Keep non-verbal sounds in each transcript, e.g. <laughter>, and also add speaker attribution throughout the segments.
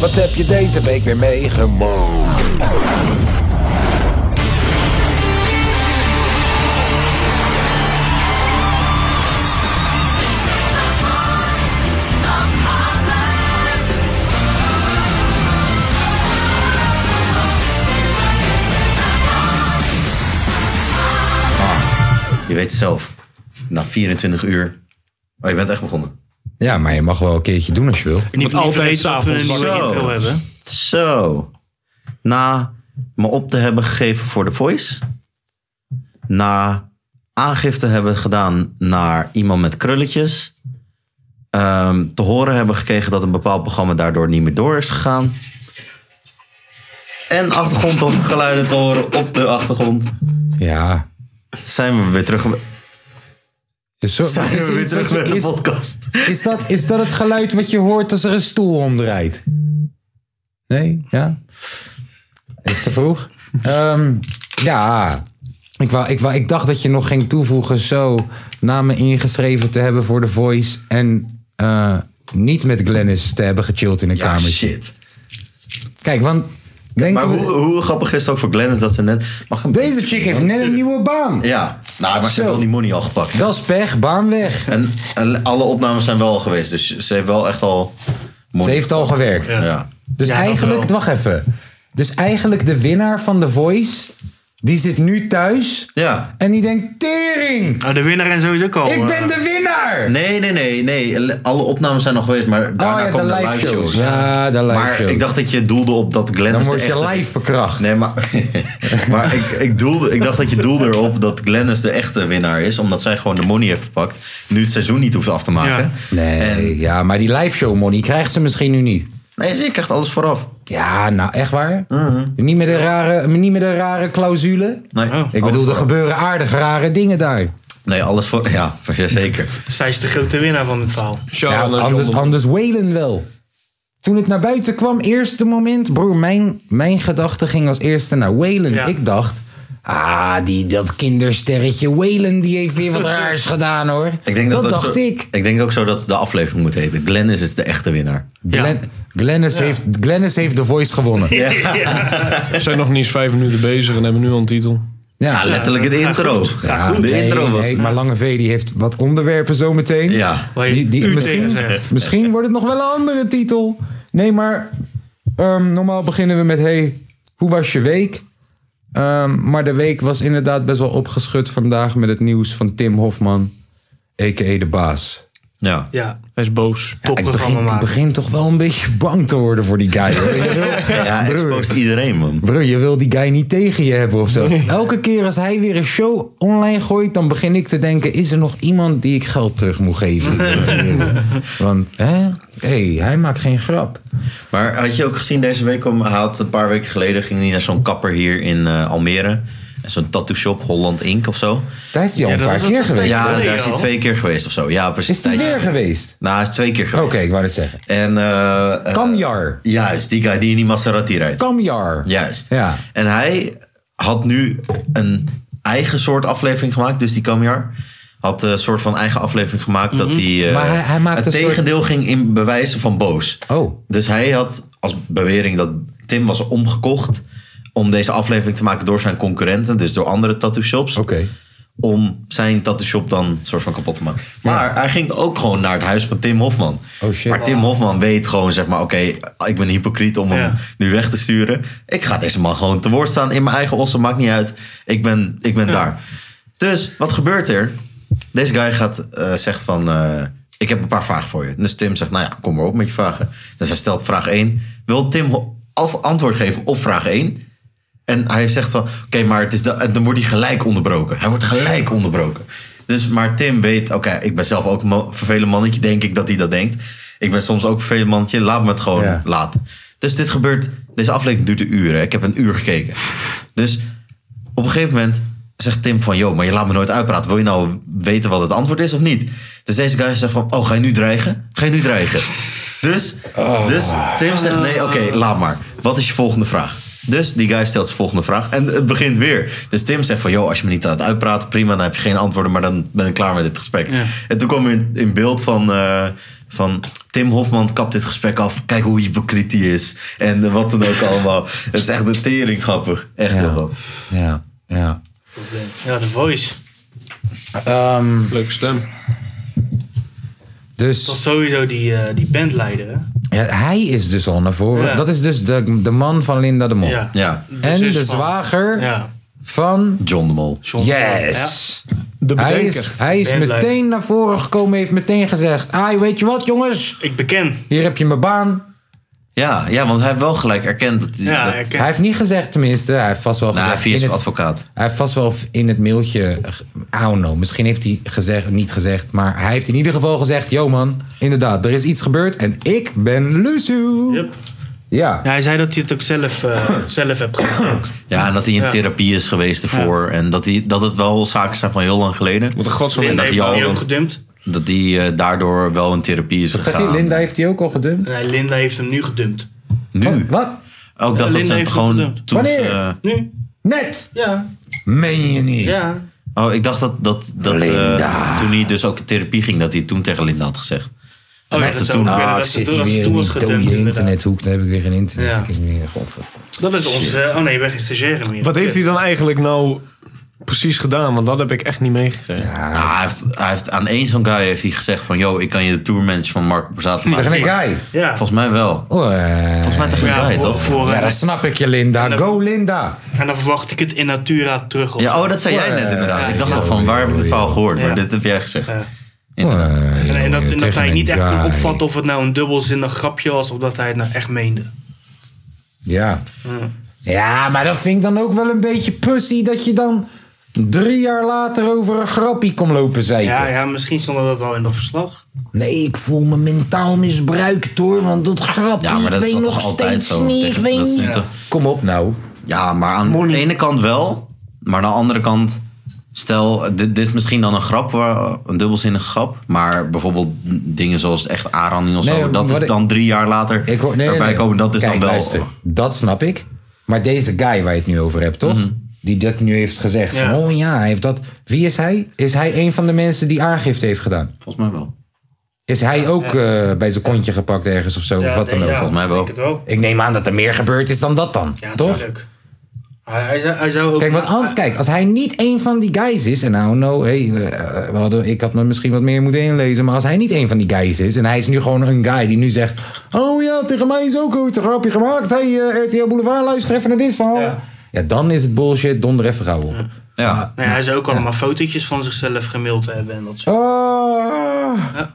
Speaker 1: Wat heb je deze week weer meegemaakt?
Speaker 2: Je weet het zelf. Na 24 uur. Oh, je bent echt begonnen.
Speaker 3: Ja, maar je mag wel een keertje doen als je wil.
Speaker 4: Niet
Speaker 2: altijd
Speaker 4: altijd dat we een
Speaker 2: s'avonds
Speaker 4: nieuwe
Speaker 2: zo.
Speaker 4: intro hebben.
Speaker 2: Zo. Na me op te hebben gegeven voor The Voice. Na aangifte hebben gedaan naar iemand met krulletjes. Ehm, te horen hebben gekregen dat een bepaald programma daardoor niet meer door is gegaan. En achtergrondgeluiden te horen op de achtergrond.
Speaker 3: Ja.
Speaker 2: Zijn we weer terug,
Speaker 3: Zo,
Speaker 2: zijn
Speaker 3: <laughs> is-
Speaker 2: we weer
Speaker 3: is-
Speaker 2: terug met de
Speaker 3: is-
Speaker 2: podcast.
Speaker 3: Is dat, is dat het geluid wat je hoort als er een stoel omdraait? Nee? Ja? Is het te vroeg? Ehm, ja. Ik, wou, ik, wou, ik dacht dat je nog ging toevoegen zo namen ingeschreven te hebben voor The Voice. En eh, niet met Glennis te hebben gechilled in een
Speaker 2: Ah,
Speaker 3: kamertje.
Speaker 2: shit.
Speaker 3: Kijk, want denken
Speaker 2: Maar
Speaker 3: we-
Speaker 2: hoe, hoe grappig is het ook voor Glenn is dat ze net... Mag een
Speaker 3: deze chick heeft net een nieuwe baan.
Speaker 2: Ja, nou, maar ze
Speaker 3: Zo.
Speaker 2: heeft wel die money al gepakt.
Speaker 3: Dat is pech, baan weg.
Speaker 2: En, en alle opnames zijn wel al geweest, dus ze heeft wel echt al
Speaker 3: Ze
Speaker 2: money.
Speaker 3: heeft al gewerkt.
Speaker 2: Ja.
Speaker 3: Dus
Speaker 4: Ja, dat
Speaker 3: eigenlijk,
Speaker 4: wel.
Speaker 3: wacht even. Dus eigenlijk de winnaar van The Voice, die zit nu thuis.
Speaker 2: Ja.
Speaker 3: En die denkt, tering,
Speaker 4: Nou, de winnaar en sowieso komen.
Speaker 3: ik ben de winnaar!
Speaker 2: Nee, nee, nee, nee. Alle opnames zijn al geweest, maar daarna
Speaker 3: oh ja, de
Speaker 2: komen
Speaker 3: live shows. Ja, de live
Speaker 2: maar
Speaker 3: shows.
Speaker 2: ik dacht dat je doelde op dat Glenn
Speaker 3: Dan
Speaker 2: is de
Speaker 3: word je
Speaker 2: echte-
Speaker 3: live verkracht.
Speaker 2: Nee, maar, <laughs> maar ik, ik, doelde, ik dacht dat je doelde erop dat Glennis de echte winnaar is. Omdat zij gewoon de money heeft verpakt. Nu het seizoen niet hoeft af te maken.
Speaker 3: Nee,
Speaker 2: En-
Speaker 3: ja, maar die live show money krijgt ze misschien nu niet.
Speaker 2: Nee, ze krijgt alles vooraf.
Speaker 3: Ja, nou, echt waar? Niet met de rare, niet met de rare clausule.
Speaker 2: Nee,
Speaker 3: Ik bedoel, er gebeuren aardig rare dingen daar.
Speaker 2: nee alles voor. Ja, <laughs> zeker.
Speaker 4: Zij is de grote winnaar van het verhaal.
Speaker 3: Ja, anders, anders Whalen wel. Toen het naar buiten kwam, eerste moment, broer, mijn, mijn gedachte ging als eerste naar Whalen.
Speaker 4: Ja.
Speaker 3: Ik dacht, ah, die, dat kindersterretje Whalen, die heeft weer wat raars gedaan hoor.
Speaker 2: Ik denk dat
Speaker 3: dat, dacht
Speaker 2: zo-
Speaker 3: ik.
Speaker 2: Ik denk ook zo dat de aflevering moet heten. Glennis is dus de echte winnaar.
Speaker 3: Glenn, Glennis, heeft, Glennis heeft The Voice gewonnen. Ja,
Speaker 5: We zijn nog niet eens vijf minuten bezig en hebben nu al een titel.
Speaker 2: Ja, Nou, letterlijk de intro. Ja, de
Speaker 3: nee,
Speaker 2: intro Ah, was...
Speaker 3: nee, maar Lange V die heeft wat onderwerpen zometeen.
Speaker 2: Ja.
Speaker 4: Waar je
Speaker 3: Die, die,
Speaker 4: u
Speaker 3: misschien,
Speaker 4: tegen zegt.
Speaker 3: misschien wordt het nog wel een andere titel. Nee, maar ehm, normaal beginnen we met: hey, hoe was je week? Ehm, maar de week was inderdaad best wel opgeschud vandaag met het nieuws van Tim Hofman, a.k.a. de baas.
Speaker 2: Ja.
Speaker 4: Ja,
Speaker 5: Hij is boos.
Speaker 3: Ik begin,
Speaker 4: topprogramma
Speaker 3: ik
Speaker 4: maken.
Speaker 3: begin toch wel een beetje bang te worden voor die
Speaker 4: <laughs>
Speaker 3: guy. hoor. Je wil-
Speaker 2: Ja,
Speaker 3: Broer.
Speaker 2: exposed iedereen, man.
Speaker 3: Bro, je wil die guy niet tegen je hebben of zo. Elke keer als hij weer een show online gooit, dan begin ik te denken: is er nog iemand die ik geld terug moet geven?
Speaker 4: <laughs>
Speaker 3: in deze wereld? Want hè? hey, hij maakt geen grap.
Speaker 2: Maar had je ook gezien deze week, om, hij had een paar weken geleden, ging hij naar zo'n kapper hier in eh, Almere. En Zo'n tattoo shop, Holland Ink of zo.
Speaker 3: Daar is hij al
Speaker 4: Ja,
Speaker 3: een
Speaker 4: dat
Speaker 3: paar
Speaker 4: was
Speaker 3: keer
Speaker 4: het
Speaker 3: geweest.
Speaker 4: steeds.
Speaker 2: Ja,
Speaker 4: dat
Speaker 2: daar is
Speaker 4: al.
Speaker 2: hij twee keer geweest of zo. Ja, precies.
Speaker 3: Is hij
Speaker 2: Tijdje
Speaker 3: weer
Speaker 2: geleden.
Speaker 3: geweest?
Speaker 2: Nou, hij is twee keer
Speaker 3: Oké,
Speaker 2: geweest.
Speaker 3: ik wou het zeggen.
Speaker 2: En, eh, eh,
Speaker 3: Kamjar.
Speaker 2: Juist, die guy die in die Maserati rijdt.
Speaker 3: Kamjar.
Speaker 2: Juist.
Speaker 3: Ja.
Speaker 2: En hij had nu een eigen soort aflevering gemaakt. Dus die Kamjar had een soort van eigen aflevering gemaakt. Dat hij, eh,
Speaker 3: Maar hij- hij maakte
Speaker 2: het
Speaker 3: een soort-
Speaker 2: tegendeel ging in bewijzen van boos.
Speaker 3: Oh.
Speaker 2: Dus hij had als bewering dat Tim was omgekocht... om deze aflevering te maken door zijn concurrenten. Dus door andere tattoo shops.
Speaker 3: Oké.
Speaker 2: Om zijn tattoo shop dan soort van kapot te maken. Maar hij ging ook gewoon naar het huis van Tim Hofman.
Speaker 3: Oh, shit.
Speaker 2: Maar Tim Hofman weet gewoon, zeg maar, oké, ik ben hypocriet om hem
Speaker 4: Ja.
Speaker 2: nu weg te sturen. Ik ga deze man gewoon te woord staan in mijn eigen ossen, maakt niet uit. Ik ben, ik ben daar. Dus wat gebeurt er? Deze guy gaat, eh, zegt van, eh, ik heb een paar vragen voor je. Dus Tim zegt, nou ja, kom maar op met je vragen. Dus hij stelt vraag 1. Wil Tim Ho- af- antwoord geven op vraag 1? En hij zegt van, oké, maar het is da- en dan wordt hij gelijk onderbroken. Hij wordt gelijk onderbroken. Dus, maar Tim weet, oké, ik ben zelf ook een mo- vervelend mannetje, denk ik dat hij dat denkt. Ik ben soms ook een vervelend mannetje, laat me het gewoon
Speaker 3: Ja.
Speaker 2: laten. Dus dit gebeurt, deze aflevering duurt een uur, hè. ik heb een uur gekeken. Dus op een gegeven moment zegt Tim van, yo, maar je laat me nooit uitpraten. Wil je nou weten wat het antwoord is of niet? Dus deze guy zegt van, oh, ga je nu dreigen? Ga je nu dreigen? Dus, dus Tim zegt, nee, oké, laat maar. Wat is je volgende vraag? Dus die guy stelt zijn volgende vraag en het begint weer. Dus Tim zegt van, joh, als je me niet aan het uitpraten, prima, dan heb je geen antwoorden, maar dan ben ik klaar met dit gesprek.
Speaker 4: Ja.
Speaker 2: En toen kwam in, in beeld van, eh, van Tim Hofman kapt dit gesprek af, kijk hoe hypocriet hij is en eh, wat dan ook allemaal. <laughs> Het is echt een tering grappig, echt heel grappig.
Speaker 3: Ja, ja.
Speaker 4: Ja, de voice.
Speaker 3: Ehm,
Speaker 5: Leuke stem.
Speaker 3: dus
Speaker 4: Dat was sowieso die, eh, die bandleider, hè?
Speaker 3: ja, hij is dus al naar voren.
Speaker 4: Ja.
Speaker 3: Dat is dus de, de man van Linda de Mol.
Speaker 4: Ja.
Speaker 2: Ja,
Speaker 4: De
Speaker 3: En
Speaker 4: zus
Speaker 3: de
Speaker 4: van-
Speaker 3: zwager
Speaker 4: Ja.
Speaker 3: van...
Speaker 2: John de Mol.
Speaker 4: John.
Speaker 3: Yes!
Speaker 5: De
Speaker 3: Hij
Speaker 5: bedenker.
Speaker 3: is, hij is
Speaker 4: Bandleider.
Speaker 3: meteen naar voren gekomen, heeft meteen gezegd... Ai, weet je wat jongens?
Speaker 4: Ja, ik beken.
Speaker 3: Hier heb je mijn baan.
Speaker 2: Ja, ja, want hij heeft wel gelijk erkend dat hij...
Speaker 4: Ja,
Speaker 2: dat-
Speaker 4: ik
Speaker 3: Hij heeft niet gezegd tenminste, hij heeft vast wel
Speaker 2: nou,
Speaker 3: gezegd...
Speaker 2: via
Speaker 3: in
Speaker 2: zijn
Speaker 3: het-
Speaker 2: advocaat.
Speaker 3: Hij heeft vast wel in het mailtje, ge- I don't know, misschien heeft hij gezegd, niet gezegd, maar hij heeft in ieder geval gezegd, yo man, inderdaad, er is iets gebeurd en ik ben Luzu.
Speaker 4: Yep.
Speaker 3: Ja.
Speaker 4: Ja, hij zei dat hij het ook zelf, eh, zelf hebt gedaan. ook.
Speaker 2: Ja, en dat hij in
Speaker 4: Ja.
Speaker 2: therapie is geweest ervoor. En dat, hij, dat het wel zaken zijn van heel lang geleden.
Speaker 5: Wat een godsnaam.
Speaker 2: En
Speaker 4: Linda
Speaker 2: dat
Speaker 4: heeft
Speaker 2: hij
Speaker 4: hij
Speaker 2: al
Speaker 4: ook gedumpt.
Speaker 2: dat hij eh, daardoor wel in therapie is
Speaker 3: Wat zeg
Speaker 2: gegaan.
Speaker 3: je, Linda heeft die ook al gedumpt? Oh,
Speaker 4: Nee, Linda heeft hem nu gedumpt.
Speaker 2: Nu.
Speaker 3: Wat?
Speaker 2: Ook
Speaker 4: Ja,
Speaker 2: dat, dat
Speaker 4: Linda
Speaker 2: ze het
Speaker 4: heeft het
Speaker 2: gewoon
Speaker 4: gedaan.
Speaker 2: toen ze,
Speaker 3: Wanneer?
Speaker 2: eh,
Speaker 4: Nu?
Speaker 3: Net?
Speaker 4: Ja.
Speaker 3: Meen je niet?
Speaker 4: Ja.
Speaker 2: oh, ik dacht dat, dat, dat eh,
Speaker 3: Linda.
Speaker 2: toen hij dus ook in therapie ging, dat hij toen tegen Linda had gezegd.
Speaker 4: Oh,
Speaker 2: dat
Speaker 4: ja,
Speaker 2: ze
Speaker 4: dat
Speaker 2: toen-
Speaker 4: toen,
Speaker 3: Ah, ik
Speaker 4: dat ze
Speaker 3: zit
Speaker 4: toen,
Speaker 3: hier
Speaker 4: dat ze
Speaker 3: weer
Speaker 4: toen
Speaker 3: in
Speaker 4: was
Speaker 3: die
Speaker 4: gedumpt.
Speaker 3: dode
Speaker 4: inderdaad.
Speaker 3: internethoek. Dan heb ik weer geen internet.
Speaker 4: Ja.
Speaker 3: Ik heb weer geofferd.
Speaker 4: Dat is ons. eh, oh nee, weg is de stagiair meer.
Speaker 5: Wat heeft hij dan eigenlijk nou precies gedaan? Want dat heb ik echt niet meegekregen.
Speaker 2: Nou, hij, heeft, hij heeft aan één zo'n guy heeft hij gezegd van... yo, ik kan je de tourmanager van Marco Borsato
Speaker 3: Tegen
Speaker 2: maken.
Speaker 3: een guy.
Speaker 4: Ja.
Speaker 2: Volgens mij wel.
Speaker 3: Oh, eh,
Speaker 2: Volgens mij tegen een
Speaker 4: ja,
Speaker 2: guy,
Speaker 4: voor,
Speaker 2: toch?
Speaker 4: voor,
Speaker 3: ja,
Speaker 4: eh,
Speaker 3: dat snap ik je, Linda. Go, Linda.
Speaker 4: En dan verwacht ik het in natura terug. Op.
Speaker 2: Ja, oh, dat zei jij net inderdaad. Ik dacht
Speaker 3: Ja.
Speaker 2: ook van, waar heb ik dit verhaal gehoord?
Speaker 4: Ja.
Speaker 2: Maar dit heb jij gezegd.
Speaker 4: Ja.
Speaker 2: Inderdaad.
Speaker 3: Eh,
Speaker 4: en, en dat, en
Speaker 3: tegen
Speaker 4: dat hij
Speaker 3: een
Speaker 4: niet echt kon
Speaker 3: guy.
Speaker 4: opvatten of het nou een dubbelzinnig grapje was of dat hij het nou echt meende.
Speaker 3: Ja. Ja, maar dat vind ik dan ook wel een beetje pussy dat je dan drie jaar later over een grappie komt lopen zeiken.
Speaker 4: Ja, ja misschien stond dat al in dat verslag.
Speaker 3: Nee, ik voel me mentaal misbruikt hoor, want dat grappie,
Speaker 2: Ja, maar dat
Speaker 3: ik
Speaker 2: is
Speaker 3: weet
Speaker 2: toch
Speaker 3: nog
Speaker 2: altijd
Speaker 3: steeds
Speaker 2: zo?
Speaker 3: niet, ik
Speaker 2: Tegen-
Speaker 3: weet
Speaker 2: dat is
Speaker 3: niet.
Speaker 2: niet te-
Speaker 3: Kom op nou.
Speaker 2: Ja, maar aan de ene kant wel. Maar aan de andere kant, stel, dit, dit is misschien dan een grap, waar- een dubbelzinnige grap. Maar bijijvoorbeeld dingen zoals echt aanranding of
Speaker 3: Nee,
Speaker 2: zo, dat
Speaker 3: wat
Speaker 2: is
Speaker 3: ik-
Speaker 2: dan drie jaar later
Speaker 3: Ik hoor, nee, nee,
Speaker 2: erbij
Speaker 3: nee.
Speaker 2: komen. Dat is
Speaker 3: Kijk,
Speaker 2: dan wel.
Speaker 3: luister, dat snap ik. Maar deze guy waar je het nu over hebt,
Speaker 2: Mhm.
Speaker 3: toch? Die dat nu heeft gezegd.
Speaker 4: Ja.
Speaker 3: Van, oh ja, hij heeft dat. Wie is hij? Is hij een van de mensen die aangifte heeft gedaan?
Speaker 2: Volgens mij wel.
Speaker 3: Is hij ook eh, bij zijn kontje gepakt ergens of zo? of wat dan ook?
Speaker 2: volgens mij wel.
Speaker 4: Ik denk het wel.
Speaker 3: Ik neem aan dat er meer gebeurd is dan dat dan.
Speaker 4: Ja,
Speaker 3: toch?
Speaker 4: tuurlijk. Hij, hij, zou, hij zou ook...
Speaker 3: Kijk, want Ant, kijk, als hij niet een van die guys is. En nou, no, hey, eh, we hadden, ik had me misschien wat meer moeten inlezen. Maar als hij niet een van die guys is. En hij is nu gewoon een guy die nu zegt. Oh ja, tegen mij is ook ooit een grapje gemaakt. Hey, eh, RTL Boulevard, luister even naar dit verhaal. Ja,
Speaker 4: Ja.
Speaker 3: dan is het bullshit. Donder even gauw op.
Speaker 2: Ja.
Speaker 4: Nee, hij zou ook allemaal fotootjes van zichzelf gemaild hebben en dat soort.
Speaker 3: Ah,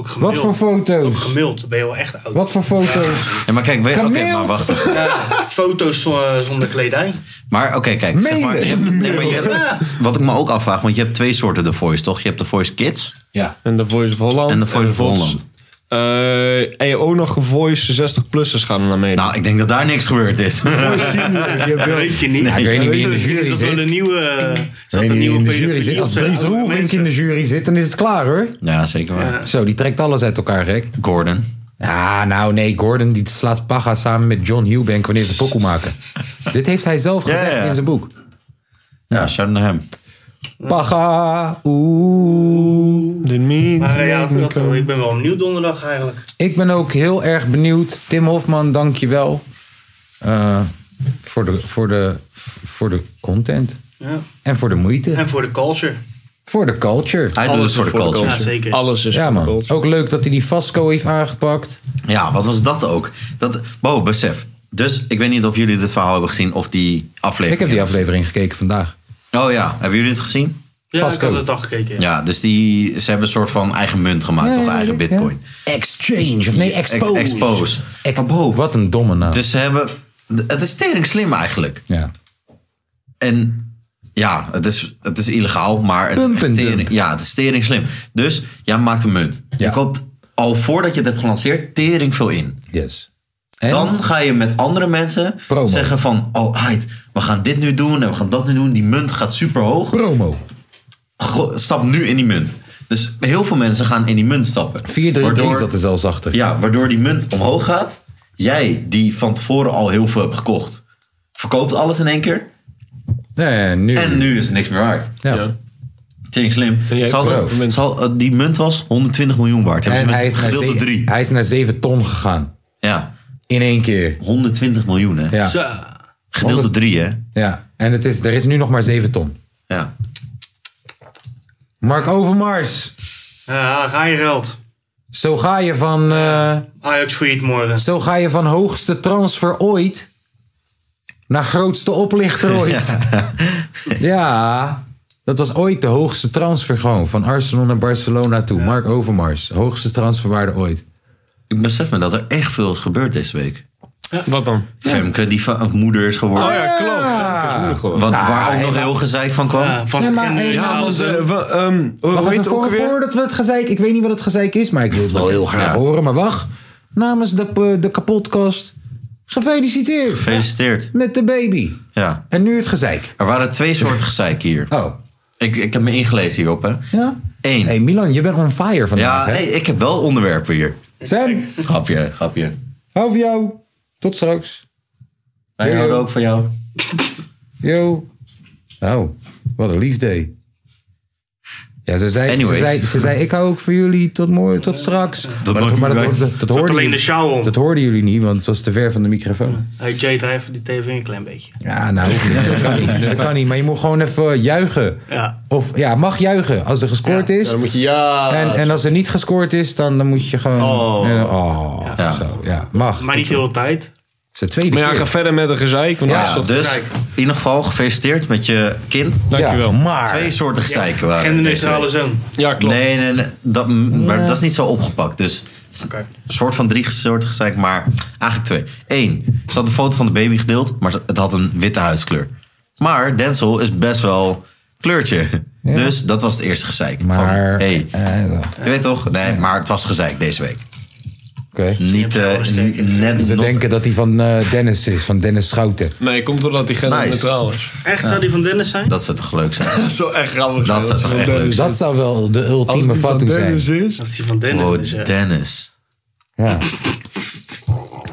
Speaker 4: Ook gemaild.
Speaker 3: wat voor
Speaker 4: Ook
Speaker 3: foto's?
Speaker 4: gemaild, dan ben je wel echt oud.
Speaker 3: Wat voor foto's?
Speaker 2: Ja, maar kijk, weet, oké,
Speaker 3: Gemaild?
Speaker 2: maar wacht. even.
Speaker 4: Ja, foto's zo- zonder kledij.
Speaker 2: Maar oké, kijk. Zeg maar, je hebt, nee, maar je hebt-
Speaker 4: Ja.
Speaker 2: wat ik me ook afvraag, want je hebt twee soorten The Voice, toch? Je hebt The Voice Kids.
Speaker 3: Ja.
Speaker 5: En de Voice of Holland.
Speaker 2: En de Voice of
Speaker 5: Voice-
Speaker 2: Holland.
Speaker 5: Eh, en je ook nog gevoice 60-plussers gaan er naar mee.
Speaker 2: Nou, ik denk dat daar niks gebeurd is. <laughs>
Speaker 5: Voice senior, je hebt
Speaker 4: Dat
Speaker 5: wel-
Speaker 4: weet je niet.
Speaker 3: ik weet niet wie in de
Speaker 4: Is
Speaker 3: jury
Speaker 4: dat wel
Speaker 3: zit.
Speaker 4: een nieuwe... Is dat
Speaker 3: Als
Speaker 4: een
Speaker 3: die
Speaker 4: nieuwe
Speaker 3: in de jury
Speaker 4: pedofilie
Speaker 3: zit,
Speaker 4: of
Speaker 3: als
Speaker 4: zijn
Speaker 3: Dries
Speaker 4: oude
Speaker 3: Roelvink
Speaker 4: mensen?
Speaker 3: in de jury zit, dan is het klaar hoor.
Speaker 2: ja, zeker waar.
Speaker 3: Zo, die trekt alles uit elkaar, Rick.
Speaker 2: Gordon.
Speaker 3: Ja, nou nee, Gordon die slaat Paga samen met John Hubank wanneer ze pokoe
Speaker 2: <laughs>
Speaker 3: maken. Dit heeft hij zelf
Speaker 2: Ja,
Speaker 3: gezegd
Speaker 2: ja.
Speaker 3: in zijn boek.
Speaker 2: Ja, shout naar hem.
Speaker 3: Paga, oeh.
Speaker 5: De mean
Speaker 4: Maar eh, ja,
Speaker 5: man,
Speaker 4: dat,
Speaker 5: Nico.
Speaker 4: ik ben wel nieuw donderdag eigenlijk.
Speaker 3: Ik ben ook heel erg benieuwd. Tim Hofman, dank je wel. Eh, voor, de, voor, de, voor de content.
Speaker 4: Ja.
Speaker 3: En voor de moeite.
Speaker 4: En voor de culture.
Speaker 3: Voor de culture.
Speaker 2: Hij doet
Speaker 5: Alles
Speaker 2: het
Speaker 5: is
Speaker 2: voor de culture.
Speaker 4: Ja, zeker.
Speaker 5: Alles is
Speaker 3: Ja
Speaker 5: voor de
Speaker 3: man,
Speaker 5: culture.
Speaker 3: ook leuk dat hij die Vasco heeft aangepakt.
Speaker 2: Ja, wat was dat ook? Dat, wow, besef. Dus ik weet niet of jullie dit verhaal hebben gezien of die aflevering.
Speaker 3: Ik heb die aflevering gekeken vandaag.
Speaker 2: Oh ja, hebben jullie dit gezien?
Speaker 4: Ja,
Speaker 3: Vast
Speaker 4: ik had
Speaker 3: ook.
Speaker 4: het al gekeken. ja.
Speaker 2: Ja, dus die, ze hebben een soort van eigen munt gemaakt, toch? Eigen bitcoin.
Speaker 3: Ja. Exchange, of nee,
Speaker 2: Ex-
Speaker 3: expose.
Speaker 2: expose.
Speaker 3: Ex- Wat een domme naam.
Speaker 2: Dus ze hebben... Het is tering slim eigenlijk.
Speaker 3: ja.
Speaker 2: En ja, het is, het is illegaal, maar het, is
Speaker 3: Pump
Speaker 2: echt
Speaker 3: en
Speaker 2: tering,
Speaker 3: dump.
Speaker 2: ja, het is tering slim. Dus jij maakt een munt.
Speaker 3: Ja.
Speaker 2: Je koopt al voordat je het hebt gelanceerd tering veel in.
Speaker 3: Yes. En?
Speaker 2: Dan ga je met andere mensen
Speaker 3: Promo.
Speaker 2: zeggen van... Oh, Ait, we gaan dit nu doen en we gaan dat nu doen. Die munt gaat super hoog.
Speaker 3: promo.
Speaker 2: Go- stap nu in die munt. Dus heel veel mensen gaan in die munt stappen.
Speaker 3: 4 3
Speaker 2: Waardoor-
Speaker 3: dat is al zachter.
Speaker 2: Ja, waardoor die munt omhoog gaat. Jij, die van tevoren al heel veel hebt gekocht, Verkoopt alles in één keer.
Speaker 3: Nee, nu.
Speaker 2: En nu is het niks meer waard.
Speaker 3: Ja.
Speaker 2: Tering slim.
Speaker 5: En jij-
Speaker 2: Zal,
Speaker 5: Bro.
Speaker 2: zal, eh, die munt was 120 miljoen waard. Hebben
Speaker 3: En
Speaker 2: ze
Speaker 3: hij
Speaker 2: Dus met
Speaker 3: is, naar
Speaker 2: gedeelte
Speaker 3: ze-
Speaker 2: 3.
Speaker 3: hij is naar 7 ton gegaan.
Speaker 2: Ja,
Speaker 3: In één keer.
Speaker 2: 120 miljoen hè.
Speaker 3: Ja.
Speaker 4: Zo.
Speaker 2: Gedeelte 3 hè.
Speaker 3: ja. En het is, er is nu nog maar 7 ton.
Speaker 2: Ja.
Speaker 3: Mark Overmars.
Speaker 4: Ja, ga je geld.
Speaker 3: Zo ga je van, eh,
Speaker 4: Ajax failliet morgen.
Speaker 3: zo ga je van hoogste transfer ooit naar grootste
Speaker 2: <laughs>
Speaker 3: oplichter ooit. Ja. dat was ooit de hoogste transfer gewoon. Van Arsenal naar Barcelona toe. Mark Overmars. Hoogste transferwaarde ooit.
Speaker 2: Ik besef me dat er echt veel is gebeurd deze week.
Speaker 5: Wat dan?
Speaker 2: Femke die va- moeder is geworden.
Speaker 3: Oh ja, klopt.
Speaker 2: Wat,
Speaker 3: Nou,
Speaker 2: waar ook nog heel gezeik van kwam.
Speaker 4: Ja,
Speaker 3: Nee,
Speaker 4: van zijn
Speaker 3: maar
Speaker 4: kinderen
Speaker 3: helemaal
Speaker 4: halen ze-
Speaker 5: Eh, wa- ehm, hoe
Speaker 3: Wacht
Speaker 5: heet
Speaker 3: even,
Speaker 5: het ook
Speaker 3: voor,
Speaker 5: weer?
Speaker 3: voordat we het gezeik... Ik weet niet wat het gezeik is, maar ik wil het wel heel graag
Speaker 2: Ja.
Speaker 3: horen. Maar wacht. Namens de, eh, de kapotkast. Gefeliciteerd.
Speaker 2: Gefeliciteerd.
Speaker 3: Met de baby.
Speaker 2: Ja.
Speaker 3: En nu het gezeik.
Speaker 2: Er waren twee soorten gezeik hier.
Speaker 3: Oh,
Speaker 2: Ik, ik heb me ingelezen hierop, hè.
Speaker 3: ja?
Speaker 2: Eén.
Speaker 3: hey Milan, je bent on fire
Speaker 2: ja,
Speaker 3: vandaag, hè?
Speaker 2: hey, ik heb wel onderwerpen hier.
Speaker 3: Sam,
Speaker 2: Grapje, grapje.
Speaker 3: hou van jou. Tot straks.
Speaker 2: Wij
Speaker 3: Yo, yo.
Speaker 2: houden ook van jou.
Speaker 3: Yo. Oh, wat een liefde. Ja, ze zei, ze,
Speaker 2: Anyway.
Speaker 3: zei, ze zei, ik hou ook van jullie, tot morgen, tot straks.
Speaker 2: Dat
Speaker 3: maar
Speaker 2: mag
Speaker 3: dat,
Speaker 2: niet
Speaker 3: maar dat,
Speaker 2: bij.
Speaker 3: hoorde- dat, hoorden
Speaker 4: alleen de
Speaker 3: jullie-
Speaker 4: sjaal om.
Speaker 3: dat hoorden jullie niet, want het was te ver van de microfoon.
Speaker 4: Hey Jay, draai even die tv een klein beetje.
Speaker 3: Ja, nou, hoeft niet. dat kan niet. Dat kan niet. Maar je moet gewoon even juichen.
Speaker 4: Ja.
Speaker 3: Of ja, mag juichen als er gescoord is.
Speaker 5: Dan moet je ja.
Speaker 3: En, en als er niet gescoord is, dan, dan moet je gewoon.
Speaker 5: Oh.
Speaker 3: en dan- oh,
Speaker 2: Ja.
Speaker 3: Zo, ja, mag.
Speaker 4: Maar
Speaker 3: Het
Speaker 4: niet heel de tijd.
Speaker 3: is de tweede
Speaker 5: maar ja,
Speaker 3: keer.
Speaker 5: ga verder met een gezeik. Want
Speaker 3: Ja,
Speaker 5: dat is toch-
Speaker 2: Dus
Speaker 4: Kijk.
Speaker 2: in ieder geval gefeliciteerd met je kind.
Speaker 5: Dankjewel.
Speaker 3: Ja, maar.
Speaker 2: Twee soorten gezeiken waren. er
Speaker 4: Genderneutrale
Speaker 2: deze
Speaker 4: zoon.
Speaker 5: Ja,
Speaker 2: week.
Speaker 5: klopt.
Speaker 2: Nee, nee, nee. Dat, maar dat is niet zo opgepakt. Dus het is
Speaker 4: Oké.
Speaker 2: een soort van drie soorten gezeik, maar eigenlijk twee. Eén, ze had een foto van de baby gedeeld, maar het had een witte huidskleur. Maar Denzel is best wel kleurtje. Dus dat was het eerste gezeik. Van,
Speaker 3: Maar.
Speaker 2: hey,
Speaker 3: eh, Oké.
Speaker 2: je weet toch? Nee, maar het was gezeik deze week. Niet
Speaker 4: Ja,
Speaker 2: eh,
Speaker 4: dat is zeker.
Speaker 2: net
Speaker 3: Ze
Speaker 2: not-
Speaker 3: denken dat hij van eh, Dennis is, van Dennis Schouten.
Speaker 5: Nee, komt doordat die genderneutraal is.
Speaker 4: Echt, zou die van Dennis zijn?
Speaker 2: Dat ze toch leuk zijn.
Speaker 5: <laughs> Dat zou echt grappig
Speaker 2: Dat zou toch echt leuk
Speaker 3: Dat zou wel de
Speaker 5: Als
Speaker 3: ultieme
Speaker 5: die van
Speaker 3: fatu zijn.
Speaker 5: Dennis is.
Speaker 4: Als die van Dennis
Speaker 3: Oh,
Speaker 2: Wow,
Speaker 4: is. ja.
Speaker 2: Dennis.
Speaker 3: Ja.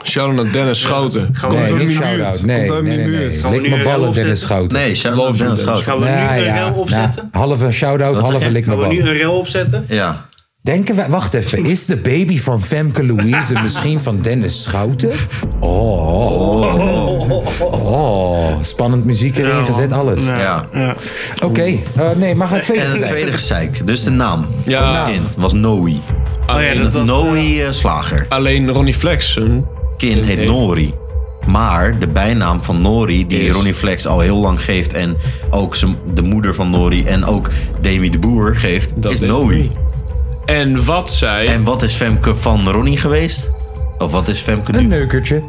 Speaker 5: Shout-out naar Dennis Schouten.
Speaker 4: Gaan we
Speaker 3: Nee,
Speaker 5: Komt
Speaker 4: nu-
Speaker 5: ook
Speaker 3: niet
Speaker 5: niet
Speaker 3: shout-out.
Speaker 5: buurt.
Speaker 3: Nee,
Speaker 5: Komt ook
Speaker 3: nee, nee.
Speaker 5: niet
Speaker 3: nee.
Speaker 5: buurt.
Speaker 4: Gaan we
Speaker 3: Lik
Speaker 4: nu
Speaker 3: mijn
Speaker 4: weer
Speaker 3: ballen,
Speaker 4: opzetten?
Speaker 3: Dennis Schouten.
Speaker 2: Nee, shout
Speaker 5: Love
Speaker 2: out
Speaker 5: you,
Speaker 2: Dennis
Speaker 5: Dennis.
Speaker 2: Schout.
Speaker 4: Gaan we nu
Speaker 3: Ja,
Speaker 4: een
Speaker 3: ja.
Speaker 4: rel opzetten?
Speaker 3: Nou, halve shout-out,
Speaker 2: zeg
Speaker 3: halve
Speaker 2: je?
Speaker 3: lik mijn
Speaker 4: Gaan we nu
Speaker 3: ballen.
Speaker 4: een rel opzetten?
Speaker 2: Ja.
Speaker 3: Denken wij, wacht even, is de baby van Femke Louise misschien van Dennis Schouten? Oh, oh. spannend muziek erin gezet, alles.
Speaker 2: ja.
Speaker 3: Oké, eh, nee, maar ga tweede
Speaker 2: En het
Speaker 3: keer.
Speaker 2: tweede gezeik, dus de naam
Speaker 5: Ja.
Speaker 2: van het kind was Noe.
Speaker 4: Oh ja, dat was...
Speaker 2: Noe eh, Slager.
Speaker 5: Alleen Ronnie Flex. zijn
Speaker 2: Kind heet
Speaker 5: Nee.
Speaker 2: Nori. Maar de bijnaam van Nori, die
Speaker 5: Is-
Speaker 2: Ronnie Flex al heel lang geeft... en ook z'n- de moeder van Nori en ook Demi de Boer geeft,
Speaker 5: Dat
Speaker 2: is
Speaker 5: weet
Speaker 2: Noe.
Speaker 5: ik En wat zij...
Speaker 2: En wat is Femke van Ronnie geweest? Of wat is Femke
Speaker 3: Een
Speaker 2: nu?
Speaker 3: neukertje. En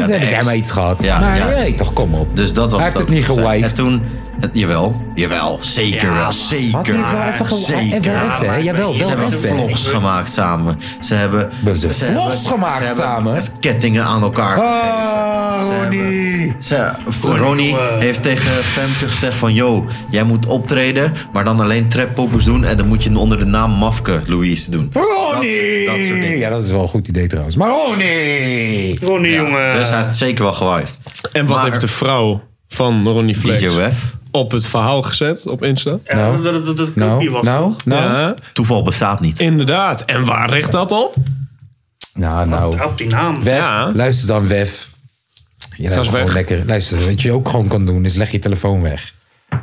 Speaker 3: ze
Speaker 2: de
Speaker 3: hebben jij
Speaker 2: ex.
Speaker 3: maar iets gehad.
Speaker 2: Ja,
Speaker 3: maar
Speaker 2: juist.
Speaker 3: nee, toch, kom op.
Speaker 2: Dus dat was
Speaker 3: Hij heeft
Speaker 2: ook.
Speaker 3: het niet gewived.
Speaker 2: En toen... het- jawel. Jawel. Zeker wel.
Speaker 3: Had hij
Speaker 2: Zeker.
Speaker 3: het wel even
Speaker 2: zeker.
Speaker 3: gewaaid? Wel even, hè? Jawel,
Speaker 2: Ze
Speaker 3: wel
Speaker 2: hebben
Speaker 3: even. hè?
Speaker 2: vlogs gemaakt samen. Ze hebben...
Speaker 3: Hebben ze vlogs gemaakt
Speaker 2: ze hebben
Speaker 3: samen?
Speaker 2: kettingen aan elkaar.
Speaker 3: Oh, Ronnie.
Speaker 2: Ze, Ronnie
Speaker 4: jongen.
Speaker 2: heeft tegen Femke gezegd van... Yo, jij moet optreden, maar dan alleen trappoppers doen... en dan moet je het onder de naam Mafke Louise doen.
Speaker 3: Ronnie.
Speaker 2: Dat- dat soort dingen.
Speaker 3: Ja, dat is wel een goed idee trouwens. Maar Ronnie.
Speaker 4: Ronnie, jongen.
Speaker 2: Dus hij heeft zeker wel gewaaid.
Speaker 5: En wat
Speaker 2: Maar-
Speaker 5: heeft de vrouw van Ronnie Flex
Speaker 2: DJ Wef.
Speaker 5: op het verhaal gezet op Insta?
Speaker 4: Ja,
Speaker 3: Nou.
Speaker 4: dat- dat- dat- dat kopie
Speaker 3: Nou,
Speaker 4: was.
Speaker 3: nou, nou.
Speaker 5: Ja,
Speaker 2: Toeval bestaat niet.
Speaker 5: inderdaad. En waar richt dat op?
Speaker 3: Nou, nou.
Speaker 4: Op die naam.
Speaker 3: Wef,
Speaker 5: Ja.
Speaker 3: luister dan Wef. Je lijkt me
Speaker 5: weg.
Speaker 3: gewoon lekker. Luister, wat je ook gewoon kan doen, is leg je telefoon weg.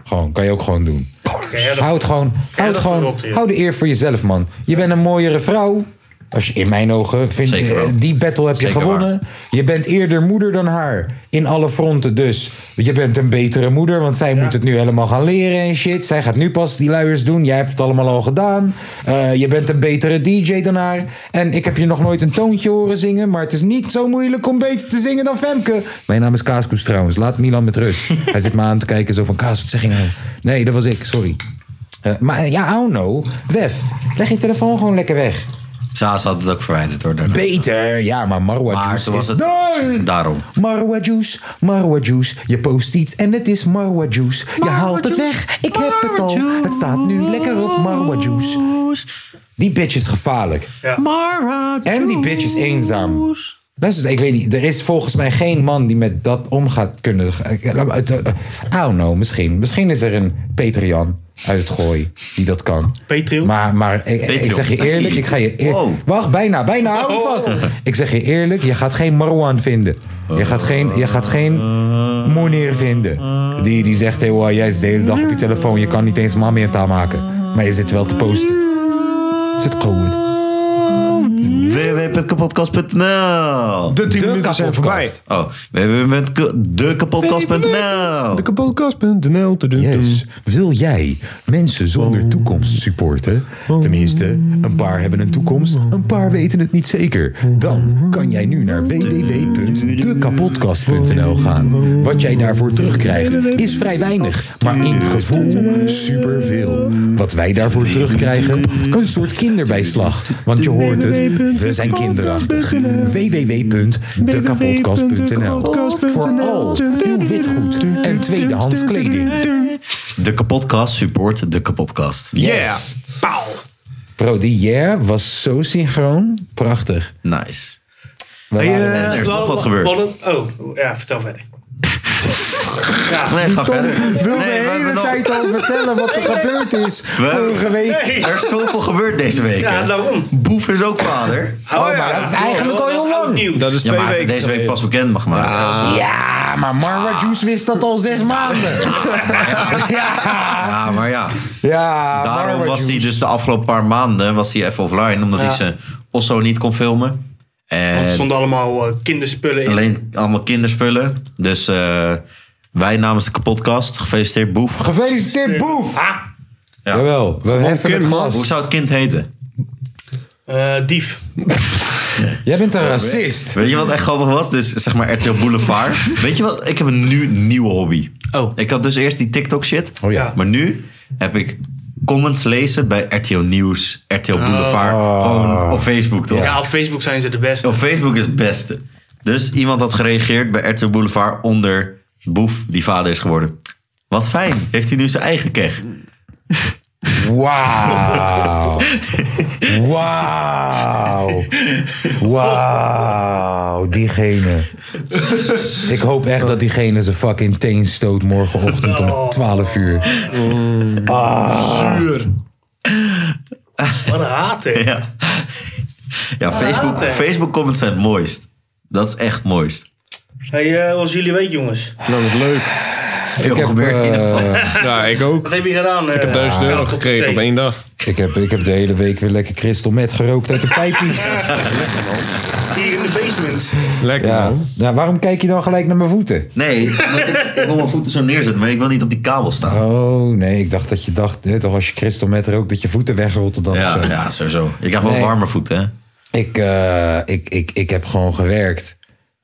Speaker 3: Gewoon, kan je ook gewoon doen.
Speaker 4: Ken jij dat-
Speaker 3: Houd gewoon, houd
Speaker 4: dat
Speaker 3: gewoon,
Speaker 4: verrot, joh.
Speaker 3: hou de eer voor jezelf, man. Je bent een mooiere vrouw. Als je, in mijn ogen, vind,
Speaker 2: Zeker
Speaker 3: eh,
Speaker 2: wel.
Speaker 3: die battle heb je
Speaker 2: Zeker
Speaker 3: gewonnen. Je bent eerder moeder dan haar. In alle fronten dus. Je bent een betere moeder, want zij moet het nu helemaal gaan leren en shit. Zij gaat nu pas die luiers doen. Jij hebt het allemaal al gedaan. Eh, je bent een betere DJ dan haar. En ik heb je nog nooit een toontje horen zingen. Maar het is niet zo moeilijk om beter te zingen dan Femke. Mijn naam is Kaaskoes trouwens. Laat Milan met rust. Hij zit me aan te kijken zo van Kaas, wat zeg je nou? Nee, dat was ik, sorry. Eh, maar eh, ja, I don't know. Wef, leg je telefoon gewoon lekker weg.
Speaker 2: Saas had het ook verwijderd hoor. daarna.
Speaker 3: Beter. Ja, maar Marwa
Speaker 2: Maar
Speaker 3: Juice
Speaker 2: toen was
Speaker 3: Dus is
Speaker 2: het...
Speaker 3: done.
Speaker 2: Daarom.
Speaker 3: Marwa Juice, Marwa Juice. Je post iets en het is Marwa Juice. Je haalt het weg. Ik heb het al. Het staat nu lekker op Marwa Juice. Die bitch is gevaarlijk.
Speaker 4: Ja.
Speaker 3: En die bitch is eenzaam. Luister, ik weet niet. Er is volgens mij geen man die met dat om gaat kunnen. Ik- laat maar- het, eh, I don't know, misschien. Misschien is er een Peter Jan uit het gooi die dat kan.
Speaker 4: Patreon?
Speaker 3: Maar, maar ik, ik
Speaker 2: Patreon.
Speaker 3: zeg je eerlijk, ik ga je eer-
Speaker 2: Wow.
Speaker 3: Wacht, bijna, bijna, hou hem
Speaker 4: Wow.
Speaker 3: vast. Ik zeg je eerlijk, je gaat geen Marwan vinden. Je gaat geen, je gaat geen Moneer vinden. Die, die zegt, hey, wow, jij is de hele dag op je telefoon. Je kan niet eens mami en taal maken. Maar je zit wel te posten. Zit goed.
Speaker 2: www.kapotkast.nl
Speaker 5: De 10
Speaker 3: De
Speaker 5: minuten zijn voorbij.
Speaker 3: kapotkast.
Speaker 2: Oh, www.dekapotkast.nl
Speaker 5: Dekapotkast.nl te doen.
Speaker 3: Yes. Wil jij mensen zonder toekomst supporten? Tenminste, een paar hebben een toekomst, een paar weten het niet zeker. Dan kan jij nu naar www.dekapotkast.nl gaan. Wat jij daarvoor terugkrijgt is vrij weinig, maar in gevoel superveel. Wat wij daarvoor terugkrijgen, een soort kinderbijslag. Want je hoort het, we zijn kinderachtig. www.dekapotkast.nl Voor al uw witgoed en tweedehands kleding.
Speaker 2: De kapotkast support de kapotkast.
Speaker 5: Yeah.
Speaker 3: Yes.
Speaker 5: Pauw.
Speaker 3: Bro, die yeah was zo synchroon. Prachtig.
Speaker 2: Nice.
Speaker 3: We waren-
Speaker 2: En er is nog wat gebeurd.
Speaker 4: Wat een- eh, oh, ja, vertel verder.
Speaker 2: Nee, ga
Speaker 3: eh, Tom
Speaker 2: verder.
Speaker 3: wil
Speaker 2: Nee, we
Speaker 3: de
Speaker 2: hebben
Speaker 3: hele
Speaker 2: nog-
Speaker 3: tijd al vertellen wat er gebeurd
Speaker 2: <laughs>
Speaker 3: is vorige week.
Speaker 4: Nee.
Speaker 2: Er is zoveel gebeurd deze week.
Speaker 4: Ja,
Speaker 2: hè.
Speaker 4: daarom.
Speaker 2: Boef is ook vader.
Speaker 4: Oh,
Speaker 3: maar dat is eigenlijk al heel
Speaker 4: oud
Speaker 3: lang.
Speaker 4: nieuws.
Speaker 5: Dat is
Speaker 2: Ja,
Speaker 5: twee
Speaker 2: maar hij heeft
Speaker 5: weken
Speaker 2: deze week
Speaker 5: geleden.
Speaker 2: pas bekend mag maken.
Speaker 3: Ja, maar
Speaker 2: Ah.
Speaker 3: Marwa Juice wist dat al zes maanden.
Speaker 2: <laughs>
Speaker 3: Ja,
Speaker 2: Ja, maar ja.
Speaker 3: Ah, ja
Speaker 2: Daarom
Speaker 3: Marwa
Speaker 2: was hij
Speaker 3: Juice.
Speaker 2: dus de afgelopen paar maanden was hij even offline. Omdat hij zijn Osso niet kon filmen.
Speaker 4: Want er
Speaker 2: En
Speaker 4: stonden allemaal eh, kinderspullen in.
Speaker 2: alleen allemaal kinderspullen. Dus eh, wij namens de kapotkast. Gefeliciteerd Boef.
Speaker 3: Gefeliciteerd, Boef!
Speaker 4: Ah,
Speaker 2: Ja.
Speaker 3: Jawel, we heffen het
Speaker 5: kind, man.
Speaker 2: Hoe
Speaker 3: glas.
Speaker 2: zou het kind heten?
Speaker 4: eh, dief.
Speaker 3: Jij bent een racist.
Speaker 2: Weet je wat echt grappig was? Dus zeg maar RTL Boulevard. Weet je wat? Ik heb een nu, nieuwe hobby.
Speaker 4: Oh.
Speaker 2: Ik had dus eerst die TikTok shit.
Speaker 3: Oh ja.
Speaker 2: Maar nu heb ik comments lezen bij RTL Nieuws, RTL Boulevard. Gewoon op Facebook toch?
Speaker 4: Ja, op Facebook zijn ze de beste.
Speaker 2: Op Facebook is het beste. Dus iemand had gereageerd bij RTL Boulevard onder Boef die vader is geworden. Wat fijn. Heeft hij nu zijn eigen keg?
Speaker 3: Wauw. Wauw. Wauw. Diegene. Ik hoop echt dat diegene zijn fucking teen stoot morgenochtend om 12 uur.
Speaker 4: Wat een haat, hè?
Speaker 2: <laughs> Ja. Ja, Facebook,
Speaker 4: later.
Speaker 2: Facebook comments zijn het mooist. Dat is echt het mooist.
Speaker 4: Hey, eh, wat was jullie week, jongens?
Speaker 5: Nou, dat is leuk.
Speaker 2: Veel
Speaker 3: heb, eh,
Speaker 2: gebeurt in ieder
Speaker 3: <laughs>
Speaker 2: geval.
Speaker 5: Ja, ik ook.
Speaker 4: Wat heb je gedaan? eh, ik heb
Speaker 5: 1000 euro gekregen op één dag.
Speaker 3: Ik heb, ik heb de hele week weer lekker crystal met gerookt uit de pijpie.
Speaker 4: Hier in de basement.
Speaker 5: Lekker
Speaker 3: Ja.
Speaker 5: man.
Speaker 3: Nou, waarom kijk je dan gelijk naar mijn voeten?
Speaker 2: Nee, omdat ik, ik wil mijn voeten zo neerzetten, maar ik wil niet op die kabel staan.
Speaker 3: Oh, nee. Ik dacht dat je dacht, hè, toch als je crystal met rookt, dat je voeten wegrotten dan. of
Speaker 2: ja,
Speaker 3: zo.
Speaker 2: ja, sowieso. Ik krijg wel
Speaker 3: Ah, Nee.
Speaker 2: warme voeten, hè?
Speaker 3: Ik, eh, ik, ik, ik heb gewoon gewerkt.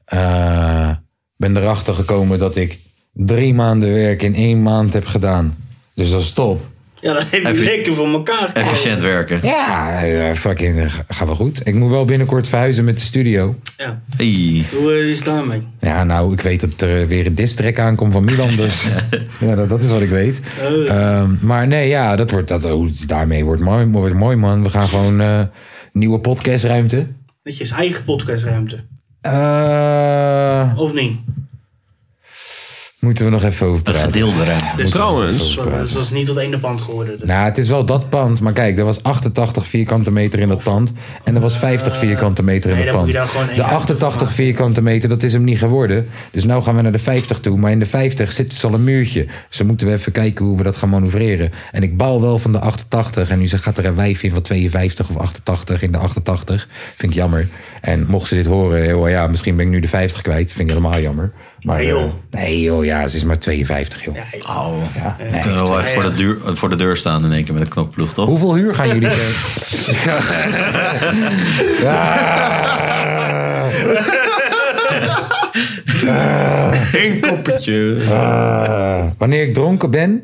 Speaker 3: Eh, ben erachter gekomen dat ik drie maanden werk in één maand heb gedaan. Dus dat is top.
Speaker 4: Ja, dat heb je
Speaker 2: Effi-
Speaker 4: zeker voor elkaar. gekregen.
Speaker 2: Efficiënt werken.
Speaker 3: Ja, eh, fucking eh, gaat wel goed. Ik moet wel binnenkort verhuizen met de studio.
Speaker 4: Ja.
Speaker 2: Hey.
Speaker 4: Hoe eh, is het daarmee?
Speaker 3: Ja, nou, ik weet dat er weer een distrek aankomt van Milan. Dus ja, dat, dat is wat ik weet. Ehm, maar nee, ja, dat wordt, dat, hoe het daarmee wordt mooi, wordt mooi, man. We gaan gewoon eh, nieuwe podcastruimte.
Speaker 4: Dat je is eigen podcastruimte.
Speaker 3: Eh,
Speaker 4: Of niet? moeten
Speaker 3: moeten we nog even over
Speaker 2: Een
Speaker 3: praten.
Speaker 2: gedeelde ruimte.
Speaker 4: Dus
Speaker 5: Trouwens.
Speaker 4: dat- Dat is niet tot één op hand geworden. Dus.
Speaker 3: Nou, het is wel dat pand. Maar kijk, er was 88 vierkante meter in dat pand. En er was 50 vierkante meter in
Speaker 4: nee,
Speaker 3: dat
Speaker 4: dan moet
Speaker 3: pand.
Speaker 4: je daar gewoon één
Speaker 3: De
Speaker 4: ruimte
Speaker 3: 88
Speaker 4: van
Speaker 3: vierkante meter, dat is hem niet geworden. Dus nou gaan we naar de 50 toe. Maar in de 50 zit dus al een muurtje. Dus dan moeten we even kijken hoe we dat gaan manoeuvreren. En ik baal wel van de 88. En nu ze- gaat er een wijf in van 52 of 88 in de 88. Vind ik jammer. En mocht ze dit horen, joh, ja, misschien ben ik nu de 50 kwijt. Vind ik helemaal jammer. Maar
Speaker 4: Nee,
Speaker 3: eh,
Speaker 4: joh.
Speaker 3: nee joh, ja, ze is maar 52 joh.
Speaker 4: Ja, ik-
Speaker 2: Oh,
Speaker 3: Ja,
Speaker 2: we kunnen wel even voor de, deur, voor de deur staan in één keer met een knokploeg, toch?
Speaker 3: Hoeveel huur gaan
Speaker 2: <laughs>
Speaker 3: jullie brengen?
Speaker 5: Eén koppetje.
Speaker 3: Eh, wanneer ik dronken ben.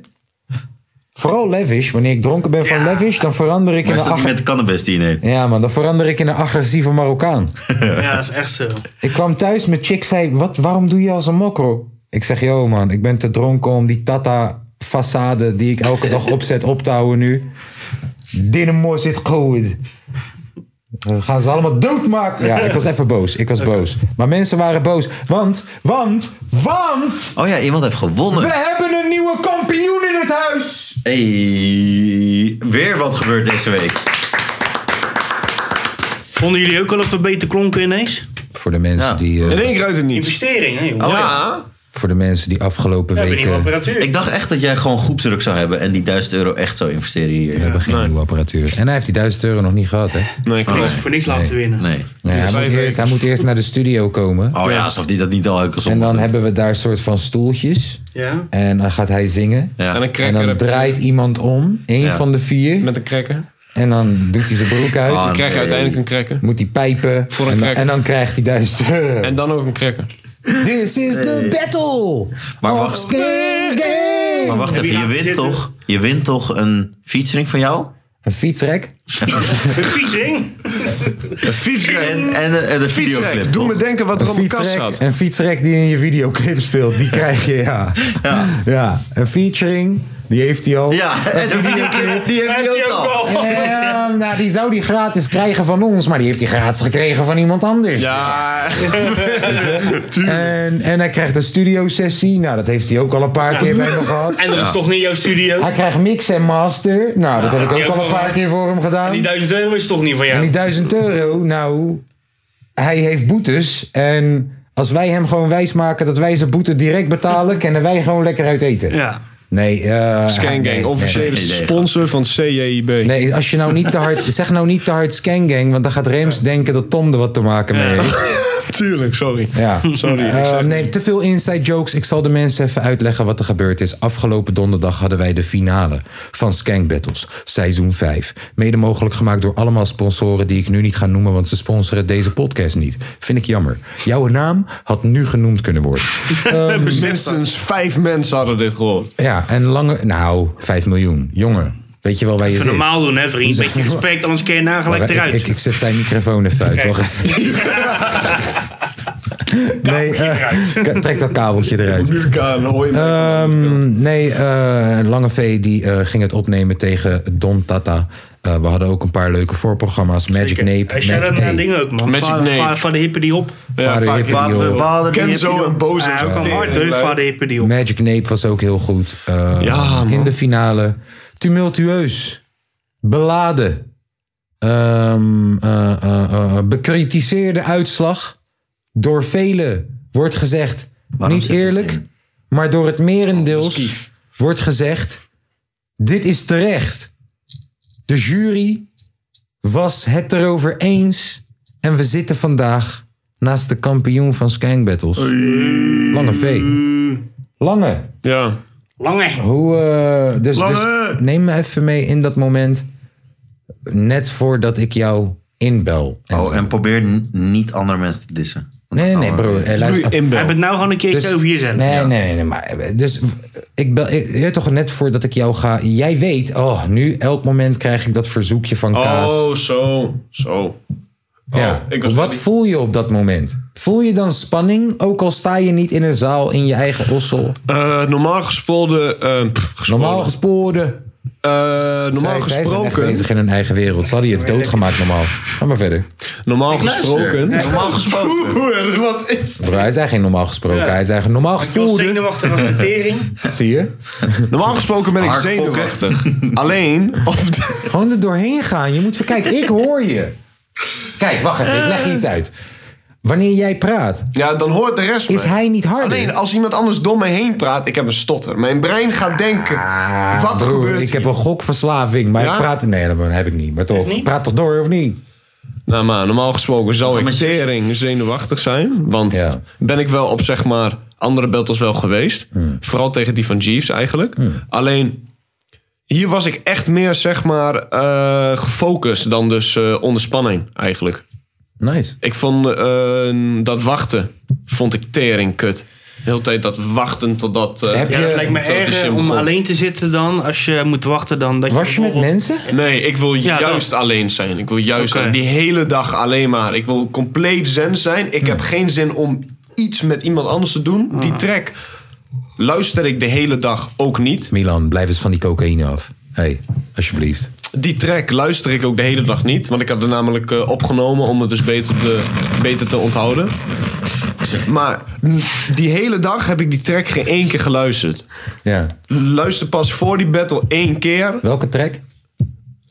Speaker 3: Vooral lavish. Wanneer ik dronken ben van lavish, dan verander ik in
Speaker 2: Maar
Speaker 3: een
Speaker 2: is dat niet
Speaker 3: agger...
Speaker 2: met de cannabis die je neemt?
Speaker 3: Ja man, dan verander ik in een agressieve Marokkaan.
Speaker 4: ja, dat is echt zo.
Speaker 3: ik kwam thuis, mijn chick zei, Wat, waarom doe je als een mokro? Ik zeg, yo man, ik ben te dronken om die tata façade die ik elke dag opzet op te houden nu. Dinamo zit goed. Dan gaan ze allemaal doodmaken. Ja, ik was even boos. Ik was boos. Maar mensen waren boos. Want, want, want...
Speaker 2: Oh ja, iemand heeft gewonnen.
Speaker 3: We hebben een nieuwe kampioen in het huis!
Speaker 2: Hey, weer wat gebeurt deze week.
Speaker 4: Vonden jullie ook al dat we beter klonken ineens?
Speaker 3: Voor de mensen,
Speaker 2: Ja.
Speaker 3: die, eh,
Speaker 5: In één keer uit het niets.
Speaker 4: Investering, hè, joh.
Speaker 5: ja.
Speaker 3: voor de mensen die afgelopen
Speaker 4: We hebben een nieuwe
Speaker 3: weken...
Speaker 4: apparatuur.
Speaker 2: Ik dacht echt dat jij gewoon groepsdruk zou hebben en die 1000 euro echt zou investeren hier.
Speaker 3: We hebben geen
Speaker 5: Nee.
Speaker 3: nieuwe apparatuur. En hij heeft die 1000 euro nog niet gehad, hè?
Speaker 5: Nee,
Speaker 4: voor,
Speaker 5: klopt.
Speaker 4: niks, voor niks laten winnen.
Speaker 2: Nee.
Speaker 3: Nee, hij,
Speaker 5: Vijf
Speaker 3: moet
Speaker 5: weken.
Speaker 3: eerst, hij moet eerst naar de studio komen.
Speaker 2: Oh ja, alsof die dat niet al elke
Speaker 3: En
Speaker 2: zondag
Speaker 3: dan
Speaker 2: doet.
Speaker 3: hebben we daar soort van stoeltjes.
Speaker 4: Ja?
Speaker 3: En dan gaat hij zingen.
Speaker 2: Ja.
Speaker 5: En dan
Speaker 3: En dan
Speaker 5: krijg je
Speaker 3: draait iemand om, één
Speaker 2: Ja.
Speaker 3: van de vier.
Speaker 5: met een cracker.
Speaker 3: En dan doet hij zijn broek uit.
Speaker 2: Ah,
Speaker 5: Dan krijg je
Speaker 2: nee.
Speaker 5: uiteindelijk een cracker.
Speaker 3: Moet hij pijpen.
Speaker 5: Oh, Voor een
Speaker 3: en, dan,
Speaker 5: cracker.
Speaker 3: en dan krijgt hij duizend euro.
Speaker 5: En dan ook een cracker.
Speaker 3: This is the battle
Speaker 2: Maar
Speaker 3: of
Speaker 2: wacht.
Speaker 3: Skin
Speaker 2: Maar
Speaker 3: Game.
Speaker 2: wacht
Speaker 4: En wie
Speaker 2: even, je
Speaker 4: gaat
Speaker 2: wint,
Speaker 4: zitten?
Speaker 2: toch, je wint toch een featuring van jou?
Speaker 3: Een fietsrek.
Speaker 4: Een fietsring?
Speaker 5: Een fietsrek.
Speaker 2: En, en, eh, de- en de videoclip.
Speaker 5: Doe
Speaker 2: toch?
Speaker 5: me denken wat er
Speaker 3: Een
Speaker 5: op de kast
Speaker 3: fietsrek,
Speaker 5: staat.
Speaker 3: een fietsrek die in je videoclip speelt, die krijg je, ja. Ja, een featuring, die heeft hij al.
Speaker 2: Ja, en de videoclip, die heeft
Speaker 4: Heb
Speaker 2: hij
Speaker 4: je
Speaker 2: ook al.
Speaker 3: <laughs> Eh, nou, die zou die gratis krijgen van ons, maar die heeft hij gratis gekregen van iemand anders.
Speaker 5: Ja,
Speaker 3: En, en hij krijgt een studiosessie. Nou, dat heeft hij ook al een paar keer bij me gehad.
Speaker 4: En dat is toch niet jouw studio?
Speaker 3: Hij krijgt mix en master. Nou, dat heb ik
Speaker 4: die
Speaker 3: ook
Speaker 4: ook
Speaker 3: al een
Speaker 4: wel.
Speaker 3: paar keer voor hem
Speaker 4: En die
Speaker 3: gedaan.
Speaker 4: duizend euro is toch niet van
Speaker 3: En
Speaker 4: jou?
Speaker 3: die duizend euro, nou, hij heeft boetes. En als wij hem gewoon wijsmaken dat wij zijn boete direct betalen, kunnen wij gewoon lekker uit eten.
Speaker 4: Ja.
Speaker 3: Nee, eh.
Speaker 5: Scan
Speaker 3: nee,
Speaker 5: Gang, officiële
Speaker 2: nee, nee.
Speaker 5: sponsor van CJIB.
Speaker 3: Nee, als je nou niet te hard, zeg nou niet te hard scangang, want dan gaat Rems denken dat Tom er wat te maken mee heeft.
Speaker 5: Tuurlijk, sorry.
Speaker 3: Ja.
Speaker 5: Sorry, ik
Speaker 3: Eh,
Speaker 5: zeg-
Speaker 3: nee, te veel inside jokes. Ik zal de mensen even uitleggen wat er gebeurd is. Afgelopen donderdag hadden wij de finale van Skank Battles, seizoen 5. Mede mogelijk gemaakt door allemaal sponsoren die ik nu niet ga noemen, want ze sponsoren deze podcast niet. Vind ik jammer. Jouw naam had nu genoemd kunnen worden.
Speaker 5: Minstens vijf mensen hadden dit gehoord.
Speaker 3: Ja, en lange. Nou, 5 miljoen. Jongen, weet je wel waar je
Speaker 4: Even
Speaker 3: zit.
Speaker 4: normaal doen, hè, vriend. Beetje respect, anders kun je nagelijk
Speaker 3: Maar
Speaker 4: eruit.
Speaker 3: Ik, ik, ik zet zijn microfoon even uit.
Speaker 4: Kijk.
Speaker 3: Wacht
Speaker 4: <laughs>
Speaker 3: even. nee, eh, ka- <laughs> trek dat kabeltje eruit. Ehm, nee, eh Lange V die, eh, ging het opnemen tegen Don Tata. Eh, we hadden ook een paar leuke voorprogramma's. Magic Nape.
Speaker 4: Hij shout
Speaker 3: Magic-
Speaker 4: out naar
Speaker 3: hey,
Speaker 4: dingen ook, man.
Speaker 5: Magic
Speaker 4: Vader-
Speaker 5: Nape.
Speaker 4: vader- Vader hippen die op.
Speaker 3: Vader
Speaker 5: vaak-
Speaker 3: Hippie die op.
Speaker 2: Baden, die heeft hij
Speaker 5: Kenzo
Speaker 2: ook.
Speaker 5: en Boze.
Speaker 4: Hij ook een hard, hè, vader hippen die op.
Speaker 3: Magic Nape was ook heel goed. Eh,
Speaker 5: Ja, man.
Speaker 3: in de finale. Tumultueus. Beladen. Ehm, eh, eh, eh, bekritiseerde uitslag. Door velen wordt gezegd
Speaker 2: Waarom
Speaker 3: niet
Speaker 2: zit het
Speaker 3: eerlijk.
Speaker 2: in?
Speaker 3: Maar door het merendeels wordt gezegd dit is terecht. De jury was het erover eens. En we zitten vandaag naast de kampioen van Skank Battles. Lange V. Lange.
Speaker 5: Ja.
Speaker 4: Lange.
Speaker 3: Hoe, eh, dus,
Speaker 2: Lange!
Speaker 3: dus neem me even mee in dat moment. Net voordat ik jou inbel.
Speaker 2: Oh, en probeer n- niet andere mensen te dissen. Want
Speaker 3: Nee,
Speaker 2: dan
Speaker 3: nee,
Speaker 2: gaan we-
Speaker 3: broer. eh,
Speaker 5: oh, Nu
Speaker 3: luister.
Speaker 4: Heb
Speaker 5: inbel.
Speaker 4: het nou gewoon een keertje
Speaker 3: Dus-
Speaker 4: over jezelf.
Speaker 3: Nee, nee, nee, nee, maar eh, dus ik bel ik, je weet toch net voordat ik jou ga. Jij weet, oh, nu elk moment krijg ik dat verzoekje van Kaas.
Speaker 5: Oh, zo. Zo. Oh,
Speaker 3: ja.
Speaker 5: ik was
Speaker 3: Wat
Speaker 5: wel-
Speaker 3: voel je op dat moment? Voel je dan spanning, ook al sta je niet in een zaal in je eigen ossel?
Speaker 5: Eh, normaal gesproken... eh, pff, gesproken.
Speaker 3: Normaal gespoorde.
Speaker 5: Eh, normaal
Speaker 3: Zij- zij zijn echt
Speaker 5: gesproken...
Speaker 3: bezig in hun eigen wereld. Ze hadden je doodgemaakt normaal. Ga maar verder.
Speaker 5: Normaal gesproken...
Speaker 2: Normaal gesproken.
Speaker 5: wat is...
Speaker 3: Bro, hij zei geen normaal gesproken. Hij zei gewoon normaal
Speaker 4: Ik was
Speaker 3: gesproken.
Speaker 4: zenuwachtig als de tering.
Speaker 3: Zie je?
Speaker 5: Normaal gesproken ben ik
Speaker 2: Hard fokken.
Speaker 5: zenuwachtig. Alleen... Of
Speaker 3: Gewoon er doorheen gaan. Je moet ver... Kijk, ik hoor je. Kijk, wacht even. Ik leg
Speaker 5: Eh.
Speaker 3: je iets uit. Wanneer jij praat,
Speaker 5: Ja, dan hoort de rest
Speaker 3: is
Speaker 5: mee.
Speaker 3: hij niet harder.
Speaker 5: Alleen als iemand anders door me heen praat, ik heb een stotter. Mijn brein gaat denken, wat
Speaker 3: Ah, Broer,
Speaker 5: gebeurt
Speaker 3: ik heb
Speaker 5: hier?
Speaker 3: een gokverslaving, maar
Speaker 5: Ja?
Speaker 3: ik praat... Nee, dat heb ik niet. Maar toch,
Speaker 4: niet?
Speaker 3: praat toch door of niet?
Speaker 5: Nou maar, normaal gesproken zou ik
Speaker 2: met je-
Speaker 5: tering zenuwachtig zijn. Want
Speaker 3: Ja.
Speaker 5: ben ik wel op zeg maar andere battles wel geweest.
Speaker 3: Hmm.
Speaker 5: Vooral tegen die van Jeeves eigenlijk. Alleen, hier was ik echt meer zeg maar eh, gefocust dan dus eh onder spanning eigenlijk.
Speaker 3: Nice.
Speaker 5: Ik vond eh, dat wachten, vond ik tering kut. De hele tijd dat wachten totdat... eh,
Speaker 3: Heb
Speaker 4: Ja,
Speaker 3: Je-
Speaker 4: het lijkt me
Speaker 5: dat is
Speaker 4: erger
Speaker 5: simpel.
Speaker 4: om alleen te zitten dan als je moet wachten dan. Dat
Speaker 3: Was je met
Speaker 4: bijvoorbeeld-
Speaker 3: mensen?
Speaker 5: Nee, ik wil
Speaker 4: Ja,
Speaker 5: juist alleen zijn. Ik wil juist
Speaker 4: Oké.
Speaker 5: die hele dag alleen maar. Ik wil compleet zen zijn. Ik
Speaker 4: Hmm.
Speaker 5: heb geen zin om iets met iemand anders te doen. Die track luister ik de hele dag ook niet.
Speaker 3: Milan, blijf eens van die cocaïne af. Hé, hey, alsjeblieft.
Speaker 5: die track luister ik ook de hele dag niet. Want ik had er namelijk eh, opgenomen om het dus beter te, beter te onthouden. Maar mm, die hele dag heb ik die track geen één keer geluisterd.
Speaker 3: Ja.
Speaker 5: Luister pas voor die battle één keer
Speaker 3: Welke track?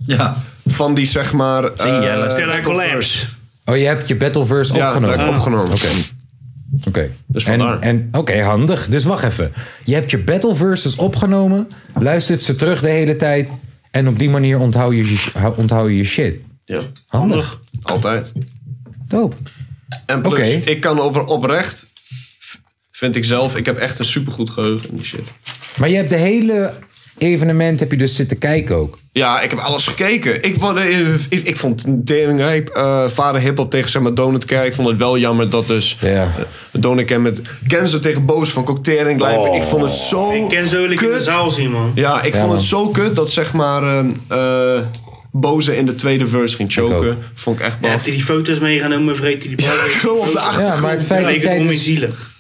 Speaker 2: Ja.
Speaker 5: van die zeg maar... eh,
Speaker 2: Zie jij, luister.
Speaker 4: Stella Collapse.
Speaker 3: Oh, je hebt je Battleverse
Speaker 5: ja,
Speaker 3: opgenomen.
Speaker 5: opgenomen. opgenomen.
Speaker 3: Oké.
Speaker 5: Dus vandaar.
Speaker 3: en en oké, handig. Dus wacht even. Je hebt je Battleverses opgenomen, luistert ze terug de hele tijd. En op die manier onthoud je je, onthoud je, je shit.
Speaker 5: Ja,
Speaker 3: Handig.
Speaker 5: altijd.
Speaker 3: Dope.
Speaker 5: En plus,
Speaker 3: Oké.
Speaker 5: ik kan op, oprecht, v- vind ik zelf, ik heb echt een supergoed geheugen in die shit.
Speaker 3: Maar je hebt de hele evenement heb je dus zitten kijken ook.
Speaker 5: Ja, ik heb alles gekeken. Ik, vond- eh, ik, ik vond Tering Rijp, eh, vader hiphop tegen zeg maar Donut Kerk. Ik vond het wel jammer dat dus
Speaker 3: Ja.
Speaker 5: eh, Donut Kerk met Kenzo tegen Boos van Cocktering lijpen. Ik vond het zo
Speaker 4: Ik ken zo Oh. wil ik in de
Speaker 5: kut.
Speaker 4: zaal zien, man.
Speaker 5: Ja, ik
Speaker 3: Ja,
Speaker 5: vond
Speaker 3: man.
Speaker 5: het zo kut dat zeg maar ehm, eh, Boze in de tweede verse ging
Speaker 3: ook.
Speaker 5: choken. Vond ik echt
Speaker 4: Ja,
Speaker 5: baf.
Speaker 4: heeft hij die foto's meegenomen, vreet hij die
Speaker 5: Gewoon <laughs> op de achter-
Speaker 3: Ja, maar het feit
Speaker 4: Ja,
Speaker 3: dat
Speaker 4: ik
Speaker 3: jij
Speaker 4: vond me
Speaker 3: dus...
Speaker 4: zielig.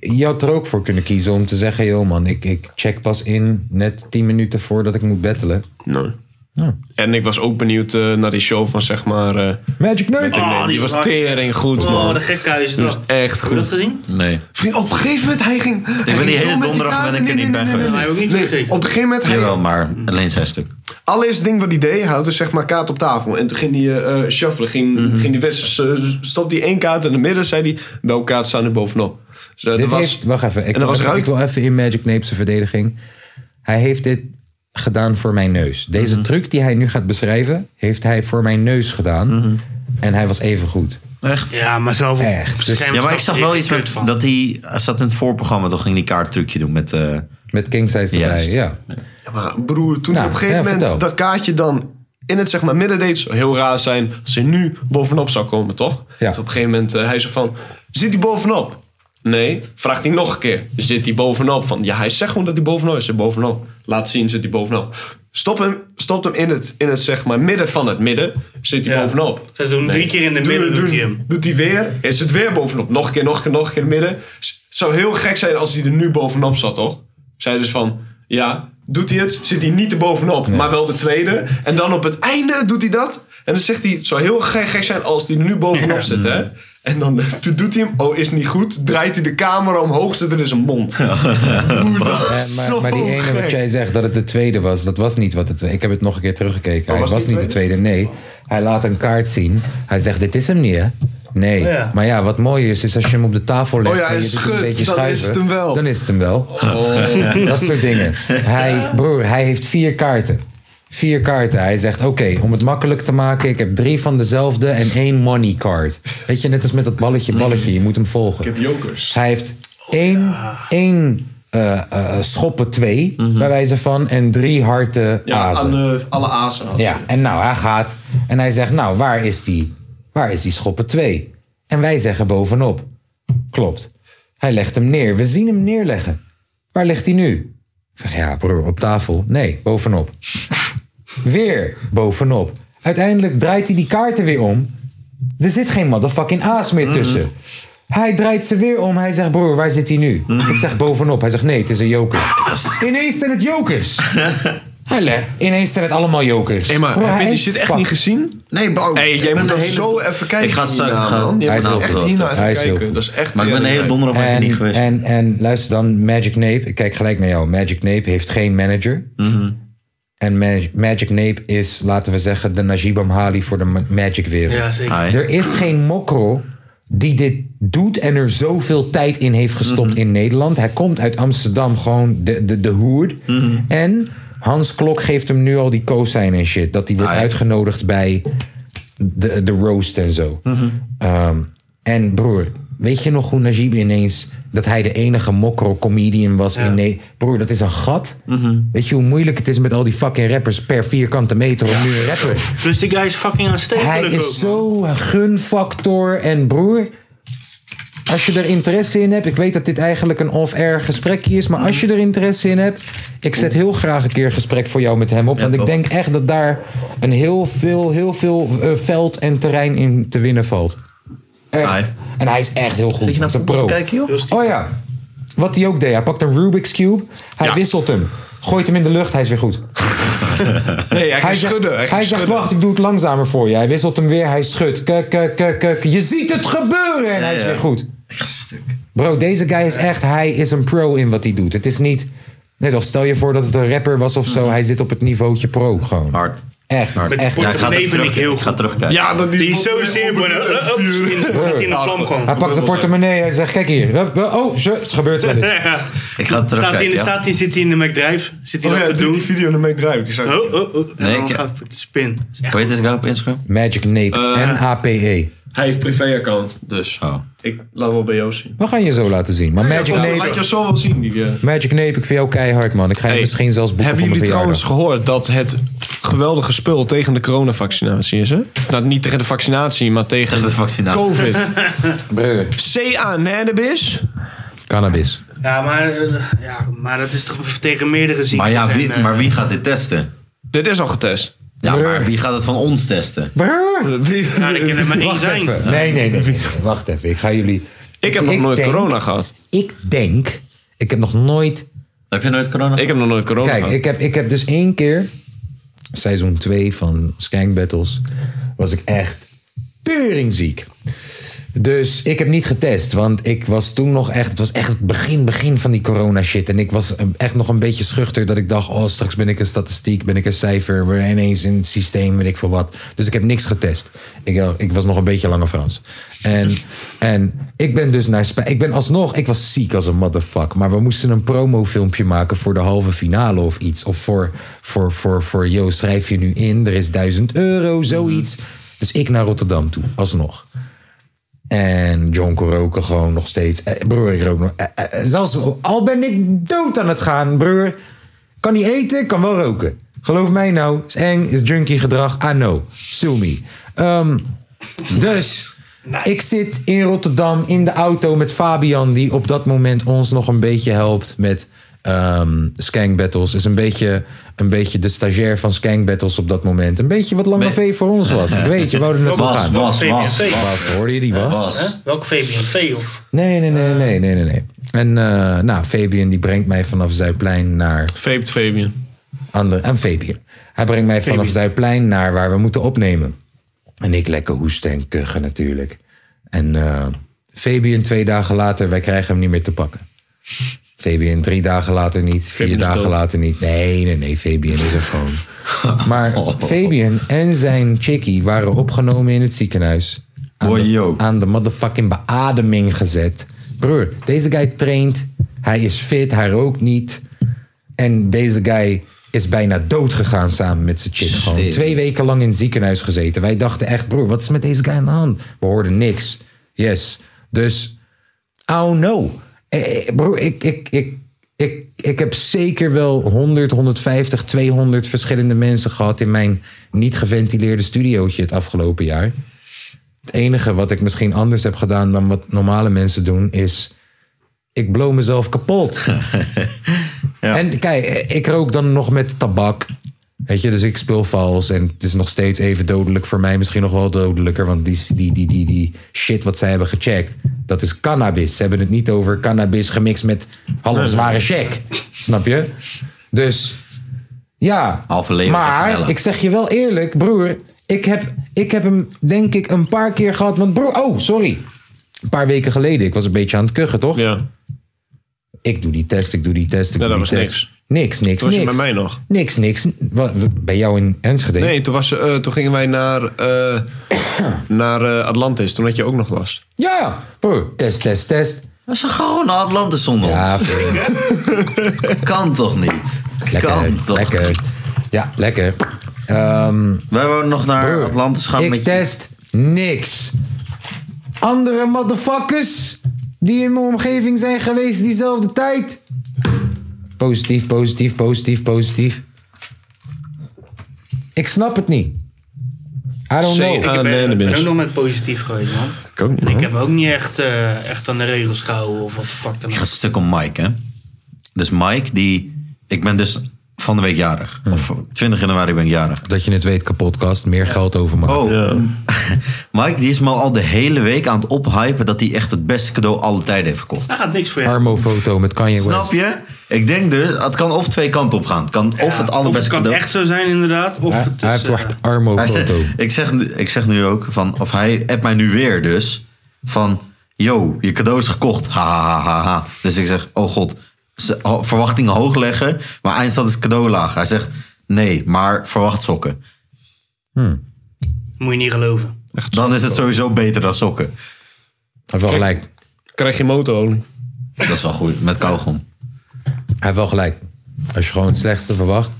Speaker 3: Je had er ook voor kunnen kiezen om te zeggen... joh man, ik, ik check pas in net 10 minuten voordat ik moet battelen.
Speaker 5: Nee. En ik was ook benieuwd eh, naar die show van zeg maar... eh,
Speaker 3: Magic Nerd!
Speaker 4: Oh,
Speaker 5: Met een- die was
Speaker 4: hartstikke-
Speaker 5: tering goed,
Speaker 4: Ah, Oh,
Speaker 5: man.
Speaker 4: de gekhuis is
Speaker 5: Die
Speaker 4: dat.
Speaker 5: was echt
Speaker 4: Heb je dat
Speaker 5: goed.
Speaker 4: gezien?
Speaker 2: Nee.
Speaker 5: Vriend, op een gegeven moment, hij ging... Ik
Speaker 2: ben die hele donderdag ben ik er niet bij geweest.
Speaker 4: Nee, ook niet teruggekeken.
Speaker 5: op een gegeven moment, hij,
Speaker 2: Jawel, maar alleen zijn stuk.
Speaker 5: allereerste ding wat hij deed, hij had dus zeg maar kaart op tafel. En toen ging hij eh, eh, shuffelen, ging,
Speaker 2: Mhm.
Speaker 5: ging die wedstrijd, eh, stopte hij één kaart in het midden, zei hij, welke kaart staan er bovenop? Dus, eh,
Speaker 3: Dit
Speaker 5: dat was,
Speaker 3: heeft... Wacht even, ik,
Speaker 5: en dat was
Speaker 3: ik- ik
Speaker 5: ruik.
Speaker 3: wil even in Magic Nape's verdediging. Hij heeft dit gedaan voor mijn neus. Deze
Speaker 5: Mhm.
Speaker 3: truc die hij nu gaat beschrijven... heeft hij voor mijn neus gedaan.
Speaker 5: Mhm.
Speaker 3: En hij was even goed.
Speaker 2: Echt?
Speaker 4: Ja, maar zelf op
Speaker 3: Echt. dus-
Speaker 4: het scherm
Speaker 2: Ja, maar ik
Speaker 4: snap
Speaker 2: zag wel
Speaker 4: er
Speaker 2: iets
Speaker 4: kut
Speaker 2: met, dat hij hij zat in het voorprogramma, toch ging die kaarttrucje doen met... eh,
Speaker 3: Met King size erbij,
Speaker 2: Juist.
Speaker 3: ja.
Speaker 5: Ja, maar broer, toen
Speaker 3: Nou,
Speaker 5: hij op een gegeven
Speaker 3: ja,
Speaker 5: moment
Speaker 3: vertel.
Speaker 5: dat kaartje dan in het zeg maar midden deed, zou heel raar zijn als hij nu bovenop zou komen, toch?
Speaker 3: Ja.
Speaker 5: Dat op een gegeven moment eh, hij zo van, zit hij bovenop? Nee, vraagt hij nog een keer. Zit hij bovenop? Van, ja, hij zegt gewoon dat hij bovenop is. Zit bovenop. Laat zien, zit hij bovenop. Stop hem, stop hem in, het, in het zeg maar midden van het midden. Zit hij
Speaker 4: Ja.
Speaker 5: bovenop.
Speaker 4: Ze doen drie keer in de
Speaker 5: Doe-
Speaker 4: midden,
Speaker 5: doe-
Speaker 4: doet hij hem.
Speaker 5: Doet hij weer, is het weer bovenop. Nog een keer, nog een keer, nog een keer in het midden. S- Het zou heel gek zijn als hij er nu bovenop zat, toch? Zij dus van, ja, doet hij het, zit hij niet er bovenop, maar wel de tweede. En dan op het einde doet hij dat. En dan zegt hij, het zou heel gek, gek zijn als hij er nu bovenop zit, hè? En dan toen doet hij hem, oh, is niet goed. Draait hij de camera omhoog, zit er in zijn mond. <laughs> Broer, dat
Speaker 3: Eh,
Speaker 5: is
Speaker 3: maar,
Speaker 5: <laughs> zo
Speaker 3: maar die ene
Speaker 5: gek.
Speaker 3: wat jij zegt, dat het de tweede was, dat was niet wat het Ik heb het nog een keer teruggekeken. Hij
Speaker 5: was
Speaker 3: was,
Speaker 5: het
Speaker 3: niet
Speaker 5: de
Speaker 3: de tweede, nee. Hij laat een kaart zien. Hij zegt, dit is hem niet, hè? Nee.
Speaker 4: Ja.
Speaker 3: Maar ja, wat mooi is, is als je hem op de tafel legt
Speaker 5: Oh ja,
Speaker 3: en
Speaker 5: hij
Speaker 3: je doet
Speaker 5: schudt,
Speaker 3: een beetje
Speaker 5: dan
Speaker 3: schuiven.
Speaker 5: is het hem wel. Oh.
Speaker 3: Dan is het hem wel.
Speaker 5: <laughs>
Speaker 3: Dat soort dingen. Hij, broer, hij heeft vier kaarten. Vier kaarten. Hij zegt, oké, om het makkelijk te maken, ik heb drie van dezelfde en één money card. Weet je, net als met dat balletje, balletje. Je moet hem volgen.
Speaker 5: Ik heb jokers.
Speaker 3: Hij heeft één, één eh, eh, schoppen twee, bij wijze van, en drie harde
Speaker 5: Mhm. Ja,
Speaker 3: azen.
Speaker 5: aan eh, alle azen. had
Speaker 3: ja, en nou, hij gaat en hij zegt, nou, waar is die, waar is die schoppen twee? En wij zeggen bovenop. Klopt. Hij legt hem neer. We zien hem neerleggen. Waar ligt hij nu? Ik zeg, ja, broer, op tafel. Nee, bovenop. Weer bovenop. Uiteindelijk draait hij die kaarten weer om. Er zit geen motherfucking aas meer tussen. Hij draait ze weer om. Hij zegt, broer, waar zit hij nu? Ik zeg, bovenop. Hij zegt, nee, het is een joker. Ineens zijn het jokers. Hij legt, ineens zijn het allemaal jokers.
Speaker 5: Hey, maar
Speaker 3: Broer,
Speaker 5: heb je
Speaker 3: hij
Speaker 5: die
Speaker 3: heeft
Speaker 5: shit echt
Speaker 3: fuck-
Speaker 5: niet gezien?
Speaker 2: Nee, bro.
Speaker 5: Hey,
Speaker 2: ik
Speaker 5: jij
Speaker 2: ben
Speaker 5: moet
Speaker 2: de
Speaker 5: dat
Speaker 2: hele-
Speaker 5: zo even kijken.
Speaker 2: Ik ga straks
Speaker 5: hierna,
Speaker 2: gaan-
Speaker 5: man. Je
Speaker 2: Hij
Speaker 5: moet
Speaker 2: is heel
Speaker 5: echt
Speaker 2: goed.
Speaker 5: hierna even
Speaker 3: Hij is heel
Speaker 5: kijken.
Speaker 3: goed.
Speaker 5: Dat is dus echt
Speaker 2: Maar ik ben de hele
Speaker 5: heel
Speaker 2: donderdag ben ik er niet geweest.
Speaker 3: En, en luister dan, Magic Nape. Ik kijk gelijk naar jou. Magic Nape heeft geen manager. En Mag- Magic Nape is, laten we zeggen, de Najib Amhali voor de ma- Magic wereld.
Speaker 4: Ja, zeker.
Speaker 2: Hi.
Speaker 3: Er is geen mokro die dit doet en er zoveel tijd in heeft gestopt in Nederland. Hij komt uit Amsterdam, gewoon de, de, de hoer. En Hans Klok geeft hem nu al die cosign en shit. Dat hij wordt
Speaker 2: Ah, ja.
Speaker 3: uitgenodigd bij de, de roast en zo. Ehm, en broer, weet je nog hoe Najib ineens... dat hij de enige mokro-comedian was in Nederland? Broer, dat is een gat. Weet je hoe moeilijk het is met al die fucking rappers... per vierkante meter om nu een rapper...
Speaker 4: Plus die guy is fucking aanstekelijk
Speaker 3: Hij
Speaker 4: ook,
Speaker 3: is
Speaker 4: man.
Speaker 3: zo gunfactor en broer. Als je er interesse in hebt, ik weet dat dit eigenlijk een off-air gesprekje is, maar als je er interesse in hebt, ik zet heel graag een keer een gesprek voor jou met hem op, want ik
Speaker 2: toch?
Speaker 3: denk echt dat daar een heel veel, heel veel eh, veld en terrein in te winnen valt. Echt.
Speaker 2: Hi.
Speaker 3: En hij is echt heel goed.
Speaker 2: Zit je nou
Speaker 3: Hij is een
Speaker 2: voetbal te
Speaker 3: pro.
Speaker 2: kijken, joh?
Speaker 3: Oh ja. Wat hij ook deed, hij pakt een Rubik's Cube, hij
Speaker 2: Ja.
Speaker 3: wisselt hem. gooit hem in de lucht, hij is weer goed.
Speaker 5: Nee, hij ging
Speaker 3: zegt,
Speaker 5: schudden. Hij, ging
Speaker 3: hij zegt,
Speaker 5: schudden.
Speaker 3: wacht, ik doe het langzamer voor je. Hij wisselt hem weer, hij schudt. Kuk, kuk, kuk, kuk. Je ziet het gebeuren en hij is
Speaker 2: ja.
Speaker 3: weer goed.
Speaker 2: Ik ga stuk.
Speaker 3: Bro, deze guy is echt, hij is een pro in wat hij doet. Het is niet, nee toch, stel je voor dat het een rapper was of
Speaker 5: Mhm.
Speaker 3: zo. Hij zit op het niveautje pro gewoon.
Speaker 2: Hard.
Speaker 3: Echt,
Speaker 2: Hard.
Speaker 3: echt.
Speaker 2: Ja,
Speaker 4: Ja,
Speaker 2: ik ga,
Speaker 4: dat
Speaker 2: het
Speaker 4: vind
Speaker 2: terug,
Speaker 4: ik heel
Speaker 2: ik ga
Speaker 4: goed.
Speaker 2: terugkijken.
Speaker 5: Ja, dat
Speaker 4: Die is zo simpel. eh, ups, in- Zit in de vlam gewoon. <laughs>
Speaker 3: Hij pakt zijn portemonnee en zegt, kijk hier. Hup, hup, Oh, zo, het gebeurt wel
Speaker 5: <laughs>
Speaker 3: eens.
Speaker 2: ik ga het terugkijken.
Speaker 4: Staat hij in de,
Speaker 2: ja. Oh
Speaker 4: staat hij, zit hij in de McDrive? Zit hij dat te doen?
Speaker 5: video ermee draait. Die zijn...
Speaker 4: Oh, oh, oh.
Speaker 2: Nee,
Speaker 4: Nee,
Speaker 2: ik-
Speaker 4: gaat het spin. Dat is echt
Speaker 2: Hoe heet deze guy op Instagram?
Speaker 3: Magic Nape,
Speaker 5: Eh.
Speaker 3: N-A-P-E.
Speaker 5: Hij heeft privéaccount, dus
Speaker 2: Oh.
Speaker 5: ik laat wel bij jou zien.
Speaker 3: We gaan je zo laten zien. Maar Magic
Speaker 5: Ja, laat
Speaker 3: Nape,
Speaker 5: je zo wel zien, die eh.
Speaker 3: Magic Nape, ik vind jou keihard, man. Ik ga je
Speaker 5: Hey,
Speaker 3: misschien zelfs boeken
Speaker 5: Hebben
Speaker 3: voor mijn
Speaker 5: jullie
Speaker 3: verjaardag.
Speaker 5: trouwens gehoord dat het geweldige spul tegen de coronavaccinatie is? Hè? Nou, niet tegen de vaccinatie, maar tegen
Speaker 2: Tegen de vaccinatie.
Speaker 5: COVID. <laughs>
Speaker 3: Brugge.
Speaker 5: CA Nanebis.
Speaker 3: Cannabis.
Speaker 4: Ja maar, eh, ja, maar dat is toch tegen meerdere ziekten.
Speaker 2: Maar ja, wie,
Speaker 4: en, eh,
Speaker 2: maar wie gaat dit testen?
Speaker 5: Dit is al getest.
Speaker 2: Ja, maar wie gaat het van ons testen?
Speaker 5: Wie-
Speaker 4: Ja, er kan
Speaker 2: <laughs>
Speaker 4: er maar één
Speaker 3: Wacht
Speaker 4: zijn.
Speaker 3: even. Nee, nee, nee, nee. Wacht even. Ik ga jullie...
Speaker 5: Ik heb nog nooit
Speaker 3: denk-
Speaker 5: corona gehad.
Speaker 3: Ik denk... Ik heb nog nooit
Speaker 2: Heb je nooit corona?
Speaker 5: Ik heb nog nooit corona
Speaker 3: Kijk,
Speaker 5: gehad.
Speaker 3: ik heb, ik heb dus één keer, seizoen 2 van Skank Battles, was ik echt teringziek. Dus ik heb niet getest, want ik was toen nog echt, het was echt het begin, begin van die corona shit. En ik was een- echt nog een beetje schuchter dat ik dacht, oh straks ben ik een statistiek, ben ik een cijfer, ben ineens een systeem, weet ik veel wat. Dus ik heb niks getest. Ik, eh, ik was nog een beetje lange Frans. En, en ik ben dus naar Spijs, ik ben alsnog, ik was ziek als een motherfucker, maar we moesten een promofilmpje maken voor de halve finale of iets. Of voor, voor, voor, voor, yo schrijf je nu in, er is 1000 euro, zoiets. Dus ik naar Rotterdam toe, alsnog. En John kon roken gewoon nog steeds. Eh, broer, ik rook nog. eh, eh, zelfs al ben ik dood aan het gaan, broer. Kan niet eten, kan wel roken. Geloof mij nou, is eng, is junkie gedrag. Ah no, sue me. Ehm, dus, ik zit in Rotterdam in de auto met Fabian... die op dat moment ons nog een beetje helpt met ehm Skank Battles. Is een beetje, een beetje de stagiair van Skank Battles op dat moment. Een beetje wat Lange
Speaker 2: Ben-
Speaker 3: V voor ons was. Ik weet, je wou er naartoe
Speaker 2: was,
Speaker 3: gaan.
Speaker 2: was,
Speaker 4: VPRO.
Speaker 2: was, was.
Speaker 3: Was, hoorde je die was?
Speaker 2: was.
Speaker 4: Hè? Welke VBNV of...
Speaker 3: Nee, nee, nee, nee, nee, nee. nee. En eh, nou, Fabian die brengt mij vanaf Zuidplein naar
Speaker 5: Vaped Fabian.
Speaker 3: andere. En Fabian. Hij brengt mij vanaf Zuidplein naar waar we moeten opnemen. En ik lekker hoesten en kuchen natuurlijk. En eh, Fabian twee dagen later, wij krijgen hem niet meer te pakken. Fabian drie dagen later niet, vier
Speaker 5: Fabian is
Speaker 3: dagen
Speaker 5: dood.
Speaker 3: later niet. Nee, nee, nee, Fabian is er gewoon. Maar Fabian en zijn chickie waren opgenomen in het ziekenhuis. Aan
Speaker 2: Boy, yo.
Speaker 3: de, aan de motherfucking beademing gezet. Broer, deze guy traint. Hij is fit, hij rookt niet. En deze guy is bijna dood gegaan samen met zijn chick. Gewoon
Speaker 2: Stering.
Speaker 3: twee weken lang in het ziekenhuis gezeten. Wij dachten echt, broer, wat is met deze guy aan de hand? We hoorden niks. Yes. Dus, oh no. Eh, eh, broer, ik, ik, ik, ik, ik heb zeker wel 100, 150, 200 verschillende mensen gehad... in mijn niet geventileerde studiootje het afgelopen jaar. Het enige wat ik misschien anders heb gedaan dan wat normale mensen doen is. Ik blow mezelf <laughs> kapot. En kijk, ik rook dan nog met tabak. Weet je, dus ik speel vals en het is nog steeds even dodelijk voor mij. Misschien nog wel dodelijker, want die, die, die, die, die shit wat zij hebben gecheckt, dat is cannabis. Ze hebben het niet over cannabis gemixt met halfzware check. Snap je? Dus ja,
Speaker 2: Halve leeuw, zegt Nella.
Speaker 3: maar ik zeg je wel eerlijk, broer. Ik heb, ik heb hem denk ik een paar keer gehad. Want broer, oh, sorry. Een paar weken geleden. Ik was een beetje aan het kuchen, toch?
Speaker 5: Ja.
Speaker 3: Ik doe die test, ik doe die test, ik
Speaker 5: Ja,
Speaker 3: doe
Speaker 5: dat
Speaker 3: die
Speaker 5: was
Speaker 3: test. Niks, niks,
Speaker 5: Toen was je
Speaker 3: niks.
Speaker 5: bij mij nog.
Speaker 3: Niks, niks. Wat, bij jou in Enschede?
Speaker 5: Nee, toen, was, eh, toen gingen wij naar, eh, <coughs> naar eh, Atlantis. Toen had je ook nog last.
Speaker 3: Ja, broer. Test, test, test.
Speaker 2: Dat is gewoon naar Atlantis zonder
Speaker 3: Ja,
Speaker 5: <laughs>
Speaker 2: ons. Kan toch niet? kan
Speaker 3: lekker,
Speaker 2: toch
Speaker 3: lekker.
Speaker 2: niet?
Speaker 3: Ja, lekker. Ehm,
Speaker 2: Wij wouden nog naar
Speaker 3: Broer,
Speaker 2: Atlantis gaan
Speaker 3: ik
Speaker 2: met je.
Speaker 3: test niks. Andere motherfuckers die in mijn omgeving zijn geweest diezelfde tijd. Positief, positief, positief, positief. Ik snap het niet. I don't
Speaker 5: Zeker.
Speaker 3: know.
Speaker 5: Ah,
Speaker 4: Ik ben,
Speaker 5: nee, dat ben
Speaker 4: ben
Speaker 5: ik.
Speaker 4: ook nog met positief geweest, man.
Speaker 5: Ik ook niet.
Speaker 4: En ik heb ook niet echt, eh, echt aan de regels gehouden of wat de fuck dan
Speaker 2: Ik
Speaker 4: ook.
Speaker 2: ga een stuk om Mike, hè. Dus Mike, die... Ik ben dus van de week jarig. Of 20 januari ben ik jarig.
Speaker 3: Dat je het weet, kapotkast. Meer geld overmaken.
Speaker 2: Oh, <laughs> Mike die is me al de hele week aan het ophypen... dat hij echt het beste cadeau alle tijden heeft gekocht.
Speaker 4: Daar gaat niks voor jou.
Speaker 3: Armo-foto met Kanye West.
Speaker 2: Snap je? Ik denk dus, het kan of twee kanten op gaan. Het kan of het
Speaker 4: of
Speaker 2: allerbeste
Speaker 4: het kan
Speaker 2: cadeau.
Speaker 4: echt zo zijn inderdaad. Of
Speaker 3: Hij,
Speaker 4: het
Speaker 3: hij
Speaker 4: is,
Speaker 3: heeft
Speaker 4: eh,
Speaker 3: echt armo
Speaker 2: Hij zegt-
Speaker 3: foto.
Speaker 2: ik, zeg, nu- ik zeg nu ook van, of hij appt mij nu weer dus, van, yo, je cadeau is gekocht, ha, ha, ha, ha, ha. Dus ik zeg, oh god, ze- ho- verwachtingen hoog leggen, maar eindstand is cadeau laag. Hij zegt, nee, maar verwacht sokken.
Speaker 4: moet je niet geloven.
Speaker 2: Dan is het sowieso beter dan sokken.
Speaker 3: Hij heeft wel gelijk.
Speaker 5: Krijg je motorolie.
Speaker 2: Dat is wel goed, met kauwgom.
Speaker 3: Hij heeft wel gelijk. Als je gewoon het slechtste verwacht.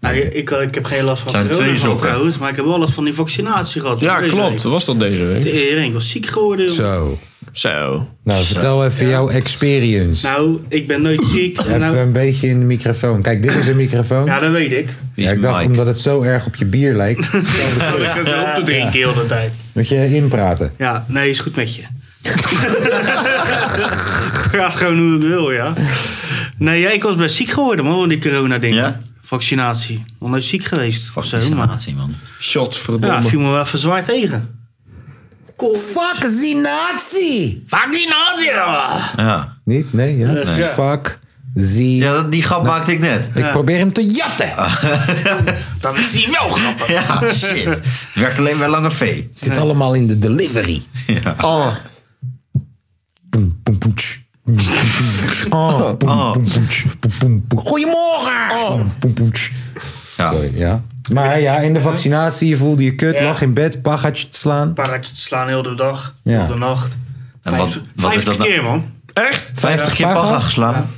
Speaker 4: Nou, ik, ik, ik heb geen last van
Speaker 2: Het zijn
Speaker 4: corona
Speaker 2: twee
Speaker 4: gehad
Speaker 2: sokken.
Speaker 4: trouwens, maar ik heb wel last van die vaccinatie gehad.
Speaker 5: Ja,
Speaker 4: Van deze
Speaker 5: klopt. Dat
Speaker 4: week.
Speaker 5: was dat deze week.
Speaker 4: Tering, ik was ziek geworden. joh.
Speaker 3: Zo.
Speaker 5: Zo.
Speaker 3: Nou, vertel even jouw experience.
Speaker 4: Nou, ik ben nooit ziek. En
Speaker 3: even
Speaker 4: nou,
Speaker 3: een beetje in de microfoon. Kijk, dit is een microfoon.
Speaker 4: ja, dat weet ik.
Speaker 2: Wie is
Speaker 3: Ja, ik dacht
Speaker 2: Mike?
Speaker 3: omdat het zo erg op je bier lijkt.
Speaker 4: Dat ik het zo op te drinken heel de tijd.
Speaker 3: Moet je inpraten.
Speaker 4: Ja, nee, is goed met je. <laughs> Gaat gewoon hoe ik wil, ja. Nee, ja, ik was best ziek geworden, man, van die corona-ding.
Speaker 2: Ja?
Speaker 4: Vaccinatie. Nog nooit ziek geweest. Of zo, maar...
Speaker 2: Vaccinatie, man.
Speaker 5: Shots,
Speaker 4: Ja,
Speaker 5: verdomme.
Speaker 4: viel me wel even zwaar tegen.
Speaker 3: Fuck the Nazi!
Speaker 4: Vaccinatie!
Speaker 2: Ja,
Speaker 3: Niet? Nee, ja.
Speaker 4: Nee.
Speaker 3: Fuck the...
Speaker 2: ja dat- die grap maakte ik net.
Speaker 3: Ik probeer hem te jatten. Er
Speaker 4: Dat is die wel grappig.
Speaker 2: <laughs> Ja, shit. Het werkt alleen bij Lange V.
Speaker 3: zit allemaal in de delivery. Oh.
Speaker 5: Ah,
Speaker 3: Boem, boem, boem, tsch. Boem, boem, boem, tsch. Ah, boem,
Speaker 2: Ah.
Speaker 3: boem, boem, tsch. Boem, boem, boem. Goedemorgen! Boem, boem, boem, tsch.
Speaker 2: Ja.
Speaker 3: Sorry, ja. Maar ja, in de vaccinatie je voelde je kut,
Speaker 4: Ja.
Speaker 3: lag in bed, pagaatje te slaan.
Speaker 4: Paardjes te slaan heel de dag,
Speaker 3: Ja.
Speaker 4: heel de nacht.
Speaker 2: En wat-
Speaker 4: Vijf-
Speaker 2: wat is dat
Speaker 4: Vijftig
Speaker 2: nou?
Speaker 4: keer, man.
Speaker 5: echt?
Speaker 2: 50 keer
Speaker 3: Waar
Speaker 2: paga
Speaker 3: gaat?
Speaker 2: geslagen.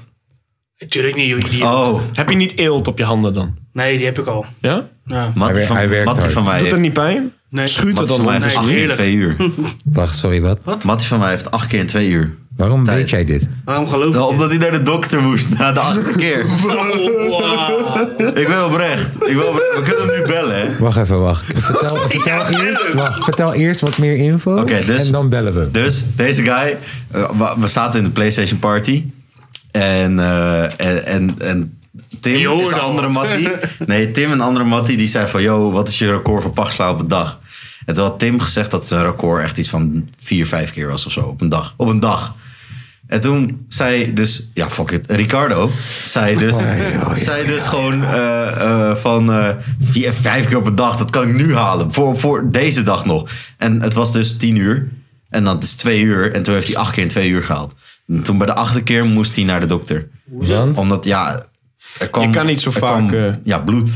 Speaker 4: Natuurlijk niet, joh, idioot.
Speaker 2: Oh,
Speaker 5: Heb je niet eelt op je handen dan?
Speaker 4: Nee, die heb ik al.
Speaker 5: Ja?
Speaker 4: Ja.
Speaker 2: Mattie
Speaker 3: Hij- hij
Speaker 2: van,
Speaker 3: werkt
Speaker 2: Mattie
Speaker 3: hard.
Speaker 2: van mij
Speaker 5: Doet het
Speaker 2: heeft,
Speaker 5: niet pijn?
Speaker 4: Nee.
Speaker 5: Schuurt het
Speaker 2: Mattie
Speaker 5: dan
Speaker 2: van mij
Speaker 5: om?
Speaker 2: heeft
Speaker 4: Nee,
Speaker 2: acht keer in
Speaker 4: heerlijk.
Speaker 2: twee uur.
Speaker 3: Wacht, sorry, wat?
Speaker 2: Mattie van mij heeft acht keer in twee uur.
Speaker 3: Waarom
Speaker 2: Tijd.
Speaker 3: weet jij dit?
Speaker 4: Waarom geloof
Speaker 2: Nou, <laughs>
Speaker 4: je dit?
Speaker 2: omdat hij naar de dokter moest <laughs> na de achtste keer. Ik ben oprecht. Ik ben oprecht. We kunnen hem nu bellen, hè?
Speaker 3: Wacht even, wacht. Vertel, vertel, eerst, wacht, vertel eerst wat meer info
Speaker 2: Oké, dus-
Speaker 3: en dan bellen we.
Speaker 2: Dus deze guy, eh, wa- we zaten in de PlayStation Party. En, eh, en, en, en Tim
Speaker 4: Je hoort
Speaker 2: is een
Speaker 4: al
Speaker 2: andere
Speaker 4: wat. <laughs>
Speaker 2: mattie. Nee, Tim en andere mattie die zei van... Yo, wat is je record voor pachtslaan op een dag? En toen had Tim gezegd dat zijn record echt iets van vier, vijf keer was of zo op een dag. Op een dag. En toen zei dus, ja fuck it, Ricardo
Speaker 4: <laughs>
Speaker 2: zei dus, <laughs> zei dus gewoon eh, eh, van eh, vier, vijf keer op een dag, dat kan ik nu halen, voor, voor deze dag nog. En het was dus tien uur en dat is twee uur en toen heeft hij acht keer in twee uur gehaald. En toen bij de achtste keer moest hij naar de dokter.
Speaker 3: Want?
Speaker 2: Omdat ja, er kwam,
Speaker 5: Je kan niet zo
Speaker 2: er
Speaker 5: vaak,
Speaker 2: kwam,
Speaker 5: eh.
Speaker 2: ja, bloed.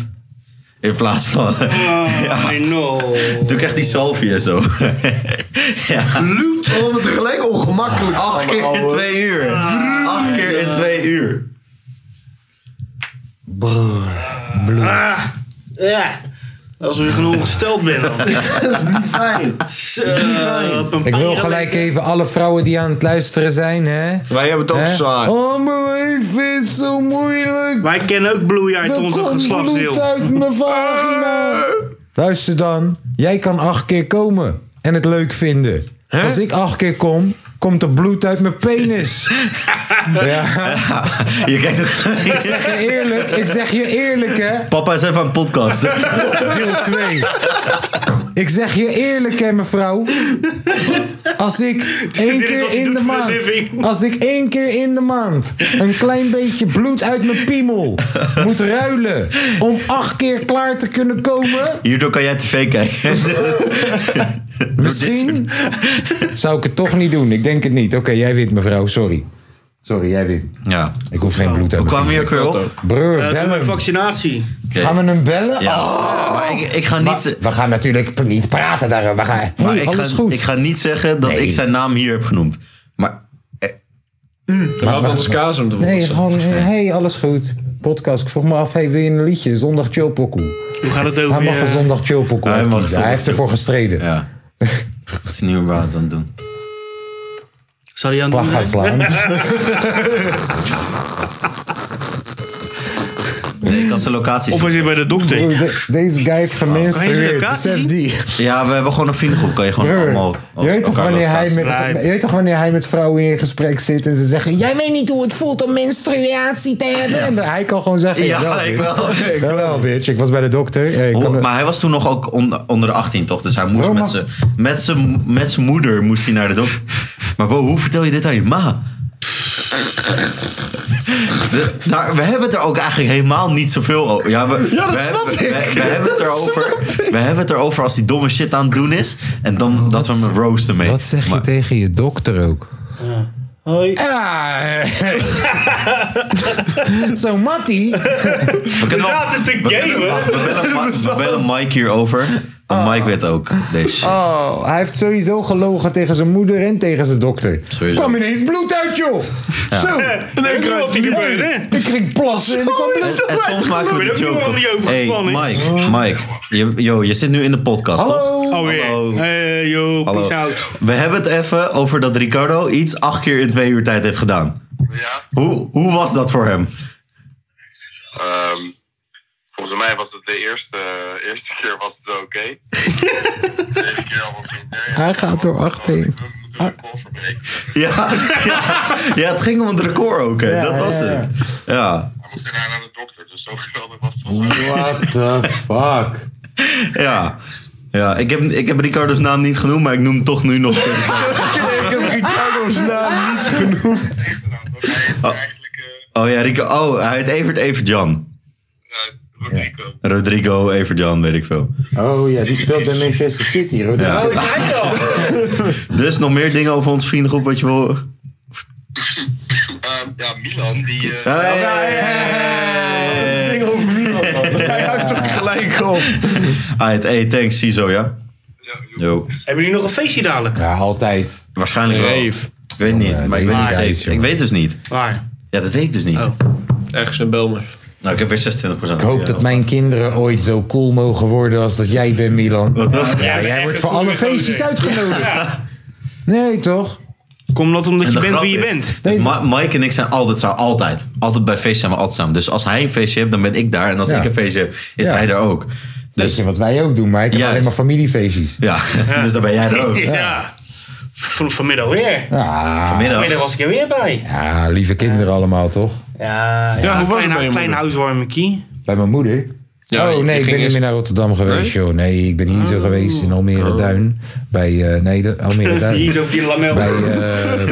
Speaker 2: In plaats van...
Speaker 4: Oh, I know.
Speaker 2: Toen kreeg hij salvia en zo. <laughs> ja.
Speaker 5: Oh, wat gelijk ongemakkelijk.
Speaker 2: Acht keer in twee uur. Acht keer in twee uur.
Speaker 4: Ah, ja. Als we gewoon ongesteld ben dan. <laughs>
Speaker 2: Fijn.
Speaker 4: Zo, op een
Speaker 3: Ik wil
Speaker 4: pijnlijk-
Speaker 3: gelijk even alle vrouwen die aan het luisteren zijn, hè?
Speaker 5: Wij hebben het ook
Speaker 3: Hè?
Speaker 5: zwaar.
Speaker 3: Oh, maar ik vind het zo moeilijk.
Speaker 4: Wij kennen ook bloei uit
Speaker 3: Er
Speaker 4: onze
Speaker 3: komt bloed
Speaker 4: geslachtsdeel.
Speaker 3: uit mijn vagina. Luister dan, jij kan acht keer komen en het leuk vinden. Als ik acht keer kom, komt er bloed uit mijn penis. ja,
Speaker 2: Je kijkt ook...
Speaker 3: <laughs> ik zeg je eerlijk, ik zeg je eerlijk hè.
Speaker 2: Papa is even aan het podcast.
Speaker 3: Deel 2. Ik zeg je eerlijk hè mevrouw. Als ik één
Speaker 4: Dit is
Speaker 3: keer
Speaker 4: wat je
Speaker 3: in
Speaker 4: doet
Speaker 3: de
Speaker 4: voor een
Speaker 3: maand...
Speaker 4: living.
Speaker 3: Als ik één keer in de maand een klein beetje bloed uit mijn piemel moet ruilen... om acht keer klaar te kunnen komen...
Speaker 2: Hierdoor kan jij tv kijken.
Speaker 3: Misschien zou ik het toch niet doen. Ik denk het niet. Oké, jij wint, mevrouw. Sorry. Sorry, jij wint.
Speaker 2: <laughs> ja.
Speaker 3: Ik hoef geen bloed te
Speaker 2: We
Speaker 3: hebben.
Speaker 2: kwamen hier ook weer op.
Speaker 3: Broer,
Speaker 4: Eh, toen
Speaker 3: bel
Speaker 4: mijn
Speaker 3: hem.
Speaker 4: vaccinatie.
Speaker 2: Oké.
Speaker 3: Gaan we hem bellen?
Speaker 2: Ja.
Speaker 3: Oh,
Speaker 2: Maar ik, ik ga niet...
Speaker 3: maar
Speaker 2: ze-
Speaker 3: we gaan natuurlijk niet praten daarover. We gaan...
Speaker 2: Maar
Speaker 3: Hey,
Speaker 2: ik,
Speaker 3: alles
Speaker 2: ga,
Speaker 3: goed.
Speaker 2: ik ga niet zeggen dat
Speaker 3: Nee.
Speaker 2: ik zijn naam hier heb genoemd. Maar
Speaker 5: Dat had anders kaas om te worden.
Speaker 3: Nee, gewoon... hey, alles goed. Podcast. Ik vroeg me af, hey, wil je een liedje? Zondag Chilpokoe.
Speaker 4: Hoe gaat het over
Speaker 3: Hij mag
Speaker 4: je-
Speaker 3: een zondag Chilpokoe
Speaker 2: Hij mag
Speaker 3: uitkiezen. Hij
Speaker 2: zondag
Speaker 3: heeft ervoor gestreden.
Speaker 2: ja. Dat is niet meer waar het aan het doen.
Speaker 4: Zal hij aan het
Speaker 3: Wacht
Speaker 4: doen
Speaker 3: gaan
Speaker 2: <laughs>
Speaker 4: zijn?
Speaker 3: slaan.
Speaker 2: Nee, ik had zijn locaties.
Speaker 4: Of is hij bij de dokter?
Speaker 3: Broer, de- Deze guy heeft
Speaker 4: Kan je
Speaker 3: gemenstrueerd.
Speaker 4: zijn locatie
Speaker 3: Besef
Speaker 4: zien?
Speaker 3: die.
Speaker 2: Ja, we hebben gewoon een vriendengroep. Kan je gewoon
Speaker 3: Broer,
Speaker 2: allemaal...
Speaker 3: je weet, toch wanneer hij met,
Speaker 4: Nee.
Speaker 3: je weet toch wanneer hij met vrouwen in gesprek zit en ze zeggen: Jij weet niet hoe het voelt om menstruatie te hebben. En hij kan gewoon zeggen:
Speaker 2: Ja, ik
Speaker 3: bitch.
Speaker 2: wel. Ik
Speaker 3: Jawel, bitch. Ik was bij de dokter. Eh, ik
Speaker 2: Hoe-
Speaker 3: kan het-
Speaker 2: maar hij was toen nog ook on- onder de 18, toch? Dus hij moest
Speaker 3: Bro,
Speaker 2: met
Speaker 3: maar-
Speaker 2: zijn met zijn- met zijn moeder moest hij naar de dokter. Maar Bo, hoe vertel je dit aan je ma? De- daar, we hebben het er ook eigenlijk helemaal niet zoveel over. Ja, we,
Speaker 5: dat
Speaker 2: we
Speaker 5: snap
Speaker 2: hebben,
Speaker 5: ik.
Speaker 2: We, we hebben het erover, we hebben het erover als die domme shit aan het doen is. En dan dat we hem roosten mee.
Speaker 3: Wat zeg je
Speaker 2: Maar-
Speaker 3: tegen je dokter ook?
Speaker 4: Hoi.
Speaker 3: Ja, <laughs> zo'n mattie.
Speaker 2: We kunnen wel-
Speaker 4: zaten te
Speaker 2: we kunnen-
Speaker 4: gamen.
Speaker 2: wacht, We bellen Ma- we bellen Mike hierover. Want Mike weet ook deze shit.
Speaker 3: Oh, hij heeft sowieso gelogen tegen zijn moeder en tegen zijn dokter. Er
Speaker 2: Sowieso.
Speaker 3: kwam ineens bloed uit, joh. Zo.
Speaker 4: En dan kruipt hij
Speaker 3: Hey,
Speaker 4: erbij,
Speaker 3: ik ging plassen en er kwam bloed.
Speaker 2: En soms maken we
Speaker 4: Ik
Speaker 2: de
Speaker 4: ben ook
Speaker 2: joke
Speaker 4: nog
Speaker 2: toch.
Speaker 4: niet
Speaker 2: Hey,
Speaker 4: overgespannen.
Speaker 2: Mike, Mike. Je, yo, je zit nu in de podcast, toch?
Speaker 3: Hallo.
Speaker 4: Oh,
Speaker 2: Hallo.
Speaker 4: weer. Hey, yo,
Speaker 2: Hallo.
Speaker 4: peace out.
Speaker 2: We hebben het even over dat Ricardo iets acht keer in twee uur tijd heeft gedaan.
Speaker 6: Ja.
Speaker 2: Hoe, hoe was dat voor hem?
Speaker 6: Ehm, volgens mij was het de eerste, eh, eerste keer was het wel oké. de tweede keer al wat minder. En
Speaker 3: Hij gaat door
Speaker 6: toen was het gewoon,
Speaker 3: 18.
Speaker 6: ik moet- moet een record verbreken.
Speaker 2: Ja, <laughs> ja, ja, het ging om het record ook, hè. dat was het. Ja,
Speaker 6: Hij moest daarna naar de dokter, dus zo geweldig was het volgens mij.
Speaker 3: What the fuck?
Speaker 2: ja. ja. Ik, heb, ik heb Ricardo's naam niet genoemd, maar ik noem hem toch nu nog.
Speaker 6: niet genoemd. Dat is echt een aantal. Hij heeft eigenlijk eh,
Speaker 2: Oh ja, Rico. Oh, hij heet Evert Evertjan.
Speaker 6: ja, Rodrigo.
Speaker 2: Rodrigo Evertjan, weet ik veel.
Speaker 3: Oh ja, die speelt bij Manchester City. hoor.
Speaker 2: Ja.
Speaker 3: Oh,
Speaker 2: Dus nog meer dingen over ons vriendengroep wat je wil...
Speaker 6: Ehm, ja, Milan, die... eh,
Speaker 2: Hey,
Speaker 5: <laughs> Hij houdt ook gelijk op.
Speaker 2: Ah, hey thanks, Ciso, ja?
Speaker 6: ja, joh.
Speaker 2: Yo.
Speaker 4: Hebben jullie nog een feestje dadelijk?
Speaker 3: Ja, altijd.
Speaker 2: Waarschijnlijk wel. Ik
Speaker 5: Reef.
Speaker 2: weet niet,
Speaker 3: Jongen,
Speaker 2: maar ik weet
Speaker 3: deze
Speaker 2: niet
Speaker 3: guys,
Speaker 2: zeker. Ik
Speaker 3: jongen.
Speaker 2: weet dus niet.
Speaker 4: Waar?
Speaker 2: Ja, dat weet ik dus niet.
Speaker 4: Oh.
Speaker 5: Ergens in Belmer.
Speaker 2: Nou, ik heb weer 26%.
Speaker 3: Ik hoop
Speaker 2: <laughs>
Speaker 3: dat mijn kinderen ooit zo cool mogen worden als dat jij bent, Milan. Ja, jij wordt voor alle feestjes uitgenodigd. Nee, toch?
Speaker 4: Kom dat omdat
Speaker 2: En
Speaker 4: je
Speaker 2: de
Speaker 4: bent
Speaker 2: grap
Speaker 4: wie je
Speaker 2: is,
Speaker 4: bent.
Speaker 2: dus Ma- Mike en ik zijn altijd samen. Altijd. Altijd bij feest zijn we altijd samen. Dus als hij een feestje heeft, dan ben ik daar. En als
Speaker 3: Ja.
Speaker 2: ik een feestje heb, is
Speaker 3: Ja.
Speaker 2: hij er ook.
Speaker 3: Weet
Speaker 2: Dus
Speaker 3: je wat wij ook doen, maar ik heb
Speaker 2: Juist.
Speaker 3: alleen maar familiefeestjes.
Speaker 2: ja, <laughs> dus dan ben jij er ook.
Speaker 4: <laughs> Ja. Van, vanmiddag weer.
Speaker 3: Ah,
Speaker 4: Vanmiddag was ik er weer bij.
Speaker 3: ja, lieve kinderen allemaal, toch?
Speaker 4: Ja, ja,
Speaker 5: hoe was het bij je
Speaker 4: klein,
Speaker 5: moeder?
Speaker 4: klein huiswarmingkie.
Speaker 3: Bij mijn moeder?
Speaker 5: Ja,
Speaker 3: oh
Speaker 5: je
Speaker 3: nee, ik
Speaker 5: ging
Speaker 3: ben niet
Speaker 5: eerst-
Speaker 3: meer naar Rotterdam geweest, joh. Nee, ik ben hier zo geweest in Almere Duin. Bij, eh, nee, de, Almere Duin.
Speaker 4: <laughs> Hier is ook die lamel.
Speaker 3: bij, eh,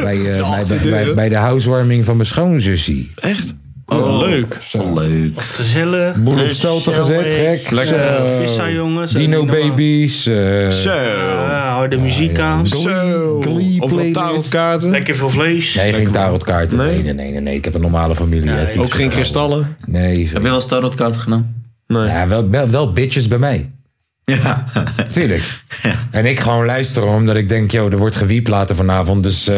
Speaker 3: bij, eh, bij, bij, bij, bij de housewarming van mijn schoonzussie.
Speaker 5: Echt? Leuk.
Speaker 2: Oh, leuk.
Speaker 4: Gezellig.
Speaker 3: Moeder op stelte gezet, gek.
Speaker 4: Lekker.
Speaker 3: Zo.
Speaker 4: eh, Vissa jongens. eh,
Speaker 3: Dino
Speaker 4: Dino-
Speaker 3: babies. eh,
Speaker 5: Zo.
Speaker 4: Ja, harde muziek aan.
Speaker 5: Zo.
Speaker 3: Glee
Speaker 5: Overal
Speaker 3: playlist.
Speaker 5: tarotkaarten.
Speaker 4: Lekker veel vlees.
Speaker 3: Nee, geen tarotkaarten. Nee? nee, nee, nee, nee. Ik heb een normale familie. hè, typisch
Speaker 5: Ook geen
Speaker 3: verhaal.
Speaker 5: kristallen.
Speaker 3: Nee. zo-
Speaker 2: Heb je wel eens tarotkaarten gedaan?
Speaker 3: Ja, wel, wel, wel bitches bij mij. Ja.
Speaker 4: <laughs>
Speaker 3: Tuurlijk. En ik gewoon luisteren omdat ik denk, joh, er wordt gewiept later vanavond. Dus eh,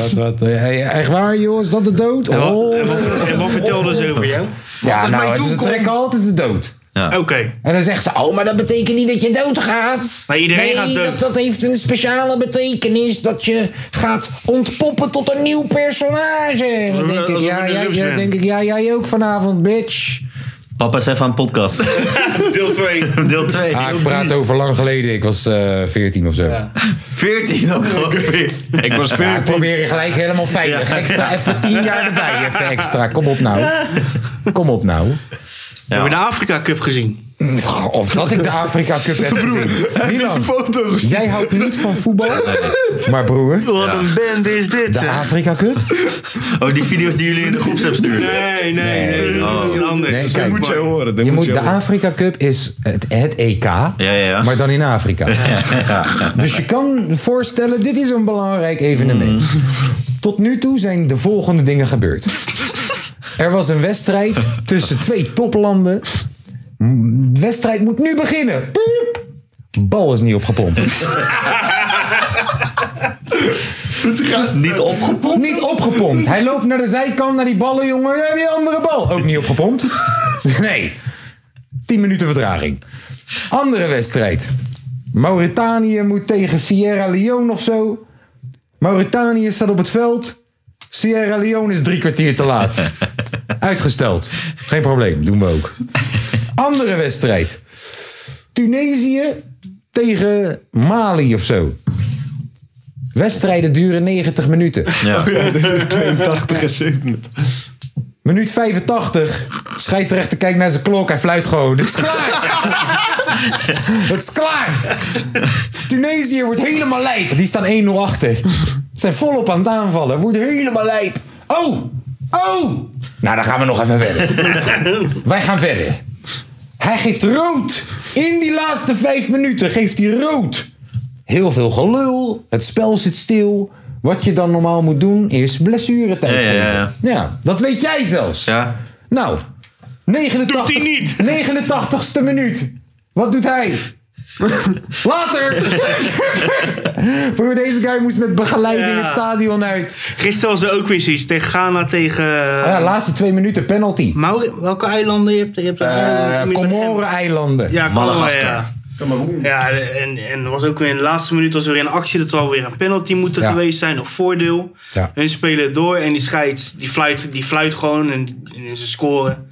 Speaker 3: wat, wat, eh, hey, echt waar, joh, is dat de dood?
Speaker 4: En
Speaker 3: Oh.
Speaker 4: wat, en wat, en wat vertelde ze over jou?
Speaker 3: Ja, nou, ze trekken altijd de dood.
Speaker 4: Oké.
Speaker 3: En dan zegt ze, oh, maar dat betekent niet dat je dood gaat.
Speaker 4: Maar iedereen
Speaker 3: nee,
Speaker 4: gaat dood.
Speaker 3: Dat, dat heeft een speciale betekenis dat je gaat ontpoppen tot een nieuw personage. En dan denk ik,
Speaker 4: Alsof
Speaker 3: ja,
Speaker 4: we in de
Speaker 3: jij,
Speaker 4: loop
Speaker 3: ja,
Speaker 4: zijn.
Speaker 3: denk ik, ja, jij ook vanavond, bitch.
Speaker 2: Papa is even aan het podcast.
Speaker 4: <laughs> Deel 2.
Speaker 2: <laughs> Deel 2.
Speaker 3: Ah, ik praat over lang geleden. Ik was eh, veertien of zo. Ja.
Speaker 2: 14 ook gewoon weer.
Speaker 5: Ik was
Speaker 3: ik
Speaker 5: 14.
Speaker 3: probeer je gelijk helemaal veilig. Extra, even tien jaar erbij. Even extra. Kom op nou. Kom op nou.
Speaker 4: Heb je de Afrika Cup gezien?
Speaker 3: Of dat ik de Afrika Cup heb gezien. Milan,
Speaker 5: Foto's.
Speaker 3: jij houdt niet van voetbal. Maar broer,
Speaker 4: Wat een band is dit,
Speaker 3: de
Speaker 4: zeg.
Speaker 3: Afrika Cup?
Speaker 2: Oh, die video's die jullie in de groepsapp sturen.
Speaker 4: Nee, nee, nee. Dat is iets anders.
Speaker 3: Nee,
Speaker 5: Dat
Speaker 3: kijk.
Speaker 5: moet jij horen. dat
Speaker 3: Je
Speaker 5: moet
Speaker 3: moet,
Speaker 5: jij
Speaker 3: de
Speaker 5: horen.
Speaker 3: Afrika Cup is het, het EK,
Speaker 2: ja, ja.
Speaker 3: maar dan in Afrika.
Speaker 2: <laughs>
Speaker 3: Dus je kan voorstellen, dit is een belangrijk evenement.
Speaker 2: Mm.
Speaker 3: Tot nu toe zijn de volgende dingen gebeurd. Er was een wedstrijd tussen twee toplanden. M, De wedstrijd moet nu beginnen. Piep. Bal is niet opgepompt. <laughs>
Speaker 2: Niet opgepompt.
Speaker 3: Niet opgepompt. Hij loopt naar de zijkant, naar die ballen, jongen. Ja, die andere bal. Ook niet opgepompt. <laughs> Nee. 10 minuten vertraging. Andere wedstrijd. Mauritanië moet tegen Sierra Leone of zo. Mauritanië staat op het veld. Sierra Leone is drie kwartier te laat. Uitgesteld. Geen probleem, doen we ook. Andere wedstrijd. Tunesië tegen Mali of zo. Wedstrijden duren 90 minuten.
Speaker 2: Ja.
Speaker 3: Minuut 85. Scheidsrechter kijkt naar zijn klok. Hij fluit gewoon. Het is
Speaker 2: <laughs>
Speaker 3: klaar. Het is klaar. Tunesië wordt helemaal lijp. Die staan 1-0 achter. Ze zijn volop aan het aanvallen. Wordt helemaal lijp. Oh! Oh! Nou, dan gaan we nog even
Speaker 2: <laughs>
Speaker 3: verder. Wij gaan verder. Hij geeft rood. In die laatste vijf minuten geeft hij rood. Heel veel gelul. Het spel zit stil. Wat je dan normaal moet doen is blessuretijd
Speaker 2: Ja, ja, ja, ja.
Speaker 3: geven. Ja, dat weet jij zelfs.
Speaker 2: Ja.
Speaker 3: Nou, 89,
Speaker 4: Doet hij
Speaker 3: <laughs>
Speaker 4: niet.
Speaker 3: 89ste minuut. Wat doet hij?
Speaker 4: <laughs>
Speaker 3: Later! Broer, deze guy moest met begeleiding
Speaker 4: Ja.
Speaker 3: het stadion uit.
Speaker 4: Gisteren was er ook weer zoiets tegen Ghana, tegen...
Speaker 3: Ah, Ja, laatste twee minuten penalty.
Speaker 4: Mauri- welke eilanden je hebt? Je hebt
Speaker 3: Eh, Comoren-eilanden.
Speaker 4: Mm. Ja,
Speaker 2: Madagaskar.
Speaker 4: Madagaskar. Ja, ja en, en er was ook weer in de laatste minuut was er weer een actie. Dat zou weer een penalty moeten
Speaker 3: Ja.
Speaker 4: geweest zijn of voordeel.
Speaker 3: Ja.
Speaker 4: Hun spelen het door en die scheids die fluit, die fluit gewoon en, en ze scoren.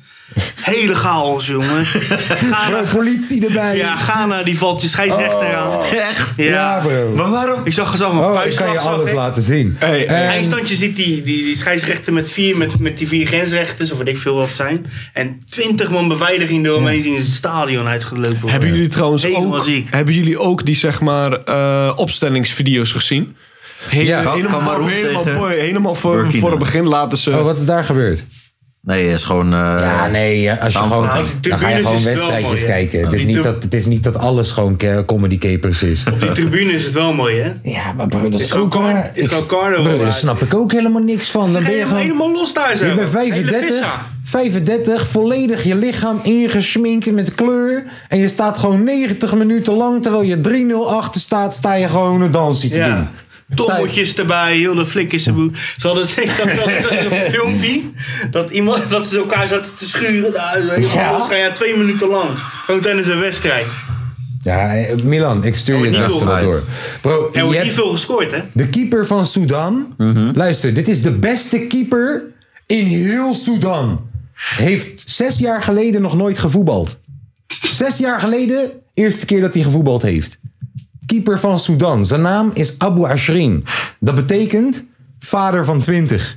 Speaker 4: Hele chaos, jongen. Ghana,
Speaker 3: Bro, Eh, politie erbij.
Speaker 4: ja, Ghana die valt je scheidsrechter aan.
Speaker 2: Echt?
Speaker 4: Ja.
Speaker 3: Ja, bro.
Speaker 2: Maar waarom?
Speaker 4: Ik zag gezag mijn
Speaker 3: Oh, ik
Speaker 4: vuistslag.
Speaker 3: kan je
Speaker 4: zag
Speaker 3: alles
Speaker 4: ik.
Speaker 3: laten zien. Ehm,
Speaker 5: Hey,
Speaker 3: En-
Speaker 4: Eindstandje ziet die, die, die scheidsrechter met, vier, met, met die vier grensrechters, of weet ik veel wat het zijn. En twintig man beveiliging eromheen zien is het stadion uitgelopen. worden.
Speaker 5: Hebben jullie trouwens
Speaker 4: Helemaal
Speaker 5: ook,
Speaker 4: ziek.
Speaker 5: hebben jullie ook die zeg maar eh, opstellingsvideo's gezien? Heet-
Speaker 3: Ja.
Speaker 5: helemaal,
Speaker 2: Cameroen
Speaker 5: helemaal,
Speaker 2: tegen
Speaker 5: voor- helemaal voor,
Speaker 2: Burkina.
Speaker 5: voor het begin laten ze.
Speaker 3: Oh, wat is daar gebeerd?
Speaker 2: Nee, is gewoon... eh,
Speaker 3: Ja, nee, eh, als je
Speaker 2: Nou,
Speaker 3: gewoon,
Speaker 2: nou,
Speaker 4: de
Speaker 3: dan ga je
Speaker 4: tribunes
Speaker 3: gewoon
Speaker 4: is het wel
Speaker 3: wedstrijdjes
Speaker 4: mooi, hè?
Speaker 3: kijken. Het is,
Speaker 4: Die
Speaker 3: niet
Speaker 4: dub-
Speaker 3: dat, het is niet dat alles gewoon ke- comedy capers
Speaker 4: <laughs>
Speaker 3: is.
Speaker 4: Op die tribune is het wel mooi, hè?
Speaker 3: Ja, maar bro, dat is,
Speaker 4: Is gewoon
Speaker 3: ook
Speaker 4: car-
Speaker 3: waar.
Speaker 4: is
Speaker 3: Ik-
Speaker 4: gewoon carnaval,
Speaker 3: Bro, daar
Speaker 4: maar-
Speaker 3: snap ik ook helemaal niks van. Dan
Speaker 4: Ga
Speaker 3: ben
Speaker 4: je
Speaker 3: je
Speaker 4: hem
Speaker 3: gewoon...
Speaker 4: helemaal los daar zo.
Speaker 3: Je bent
Speaker 4: Hele
Speaker 3: 35,
Speaker 4: vissa.
Speaker 3: 35, volledig je lichaam ingesminkt met kleur. En je staat gewoon 90 minuten lang, terwijl je 3-0 achter staat, sta je gewoon een dansje te doen.
Speaker 4: Ja. Tommeltjes erbij, heel de flik is de boel. <laughs> Ze hadden ik zag zelfs in een filmpje dat, iemand, dat ze elkaar zaten te schuren. Nou, Daar,
Speaker 3: Ja.
Speaker 4: ja. Ja, twee minuten lang. Gewoon tijdens een wedstrijd.
Speaker 3: Ja, eh, Milan, ik stuur je
Speaker 4: Oh,
Speaker 3: het
Speaker 4: niet
Speaker 3: rest wel
Speaker 4: veel.
Speaker 3: door. Bro,
Speaker 4: Er
Speaker 3: je
Speaker 4: wordt
Speaker 3: hebt-
Speaker 4: niet veel gescoord, hè?
Speaker 3: De keeper van Sudan. Luister, dit is de beste keeper in heel Sudan. Heeft zes jaar geleden nog nooit gevoetbald. Zes jaar geleden, eerste keer dat hij gevoetbald heeft. Keeper van Sudan. Zijn naam is Abu Ashrin. Dat betekent vader van 20.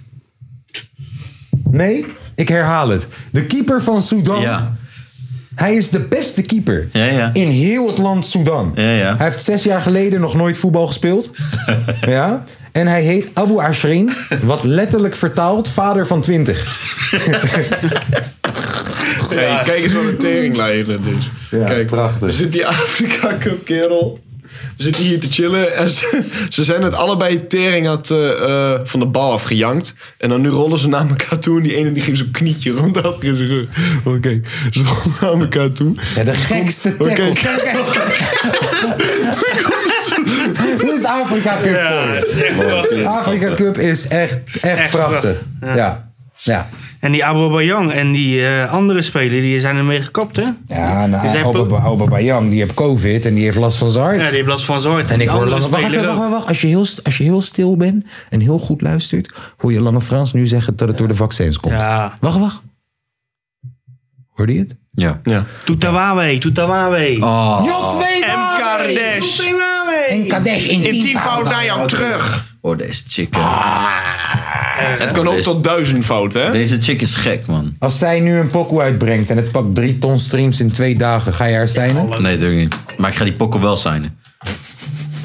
Speaker 3: Nee, ik herhaal het. De keeper van Sudan.
Speaker 2: Ja.
Speaker 3: Hij is de beste keeper
Speaker 2: Ja, ja.
Speaker 3: in heel het land Sudan.
Speaker 2: Ja, ja.
Speaker 3: Hij heeft zes jaar geleden nog nooit voetbal gespeeld. ja. En hij heet Abu Ashrin, wat letterlijk vertaalt vader van 20.
Speaker 5: Hey, Kijk eens wat een teringleider dit is.
Speaker 3: Ja,
Speaker 5: kijk,
Speaker 3: prachtig.
Speaker 5: Er zit die <laughs> Afrika Cup kerel. We zitten hier te chillen en ze, ze zijn het allebei tering had, eh, eh, van de bal afgejankt. En dan nu rollen ze naar elkaar toe en die ene die geeft zo'n knietje rond achter in zijn rug. Oké, ze rollen naar elkaar toe.
Speaker 3: Ja, de gekste
Speaker 5: Oké.
Speaker 3: tackles. Kijk, kijk. <laughs> Dit is Afrika Cup voor je.
Speaker 4: dat is echt
Speaker 3: <laughs>
Speaker 4: prachtig.
Speaker 3: Afrika Cup is echt, echt,
Speaker 4: Echt
Speaker 3: prachtig. Ja. ja. Ja,
Speaker 4: En die Aubameyang en die eh, andere speler, die zijn ermee gekapt, hè? Dus hij
Speaker 3: nou,
Speaker 4: heeft ook-
Speaker 3: Aubame- Aubameyang, die heeft covid en die heeft last van zijn hart.
Speaker 4: Ja, die heeft last van zijn hart.
Speaker 3: En
Speaker 4: Die
Speaker 3: ik hoor
Speaker 4: andere
Speaker 3: lange... Wacht
Speaker 4: speler
Speaker 3: even, wacht,
Speaker 4: ook.
Speaker 3: wacht, wacht. Als je, heel, st- als je heel stil bent en heel goed luistert... hoor je Lange Frans nu zeggen dat het door de vaccins komt.
Speaker 4: Ja.
Speaker 3: Wacht, wacht. Hoorde je het?
Speaker 2: Ja.
Speaker 5: Ja.
Speaker 4: Toetawawe, Toetawawe.
Speaker 2: Oh,
Speaker 3: Jotwee!
Speaker 4: M. Kardesh.
Speaker 3: En Kadesh Ah. in,
Speaker 5: In tienvoud
Speaker 3: tienvoud.
Speaker 5: naar jou terug.
Speaker 2: oh, deze chick. hè.
Speaker 3: Ah.
Speaker 5: Het kan
Speaker 4: dus-
Speaker 5: ook
Speaker 2: Deze-
Speaker 5: tot duizendvoud, hè?
Speaker 2: Deze chick is gek, man.
Speaker 3: Als zij nu een pokoe uitbrengt en het pakt drie ton streams in twee dagen... ga je haar zijn?
Speaker 2: Nee, natuurlijk niet. Maar ik ga die pokken wel signen.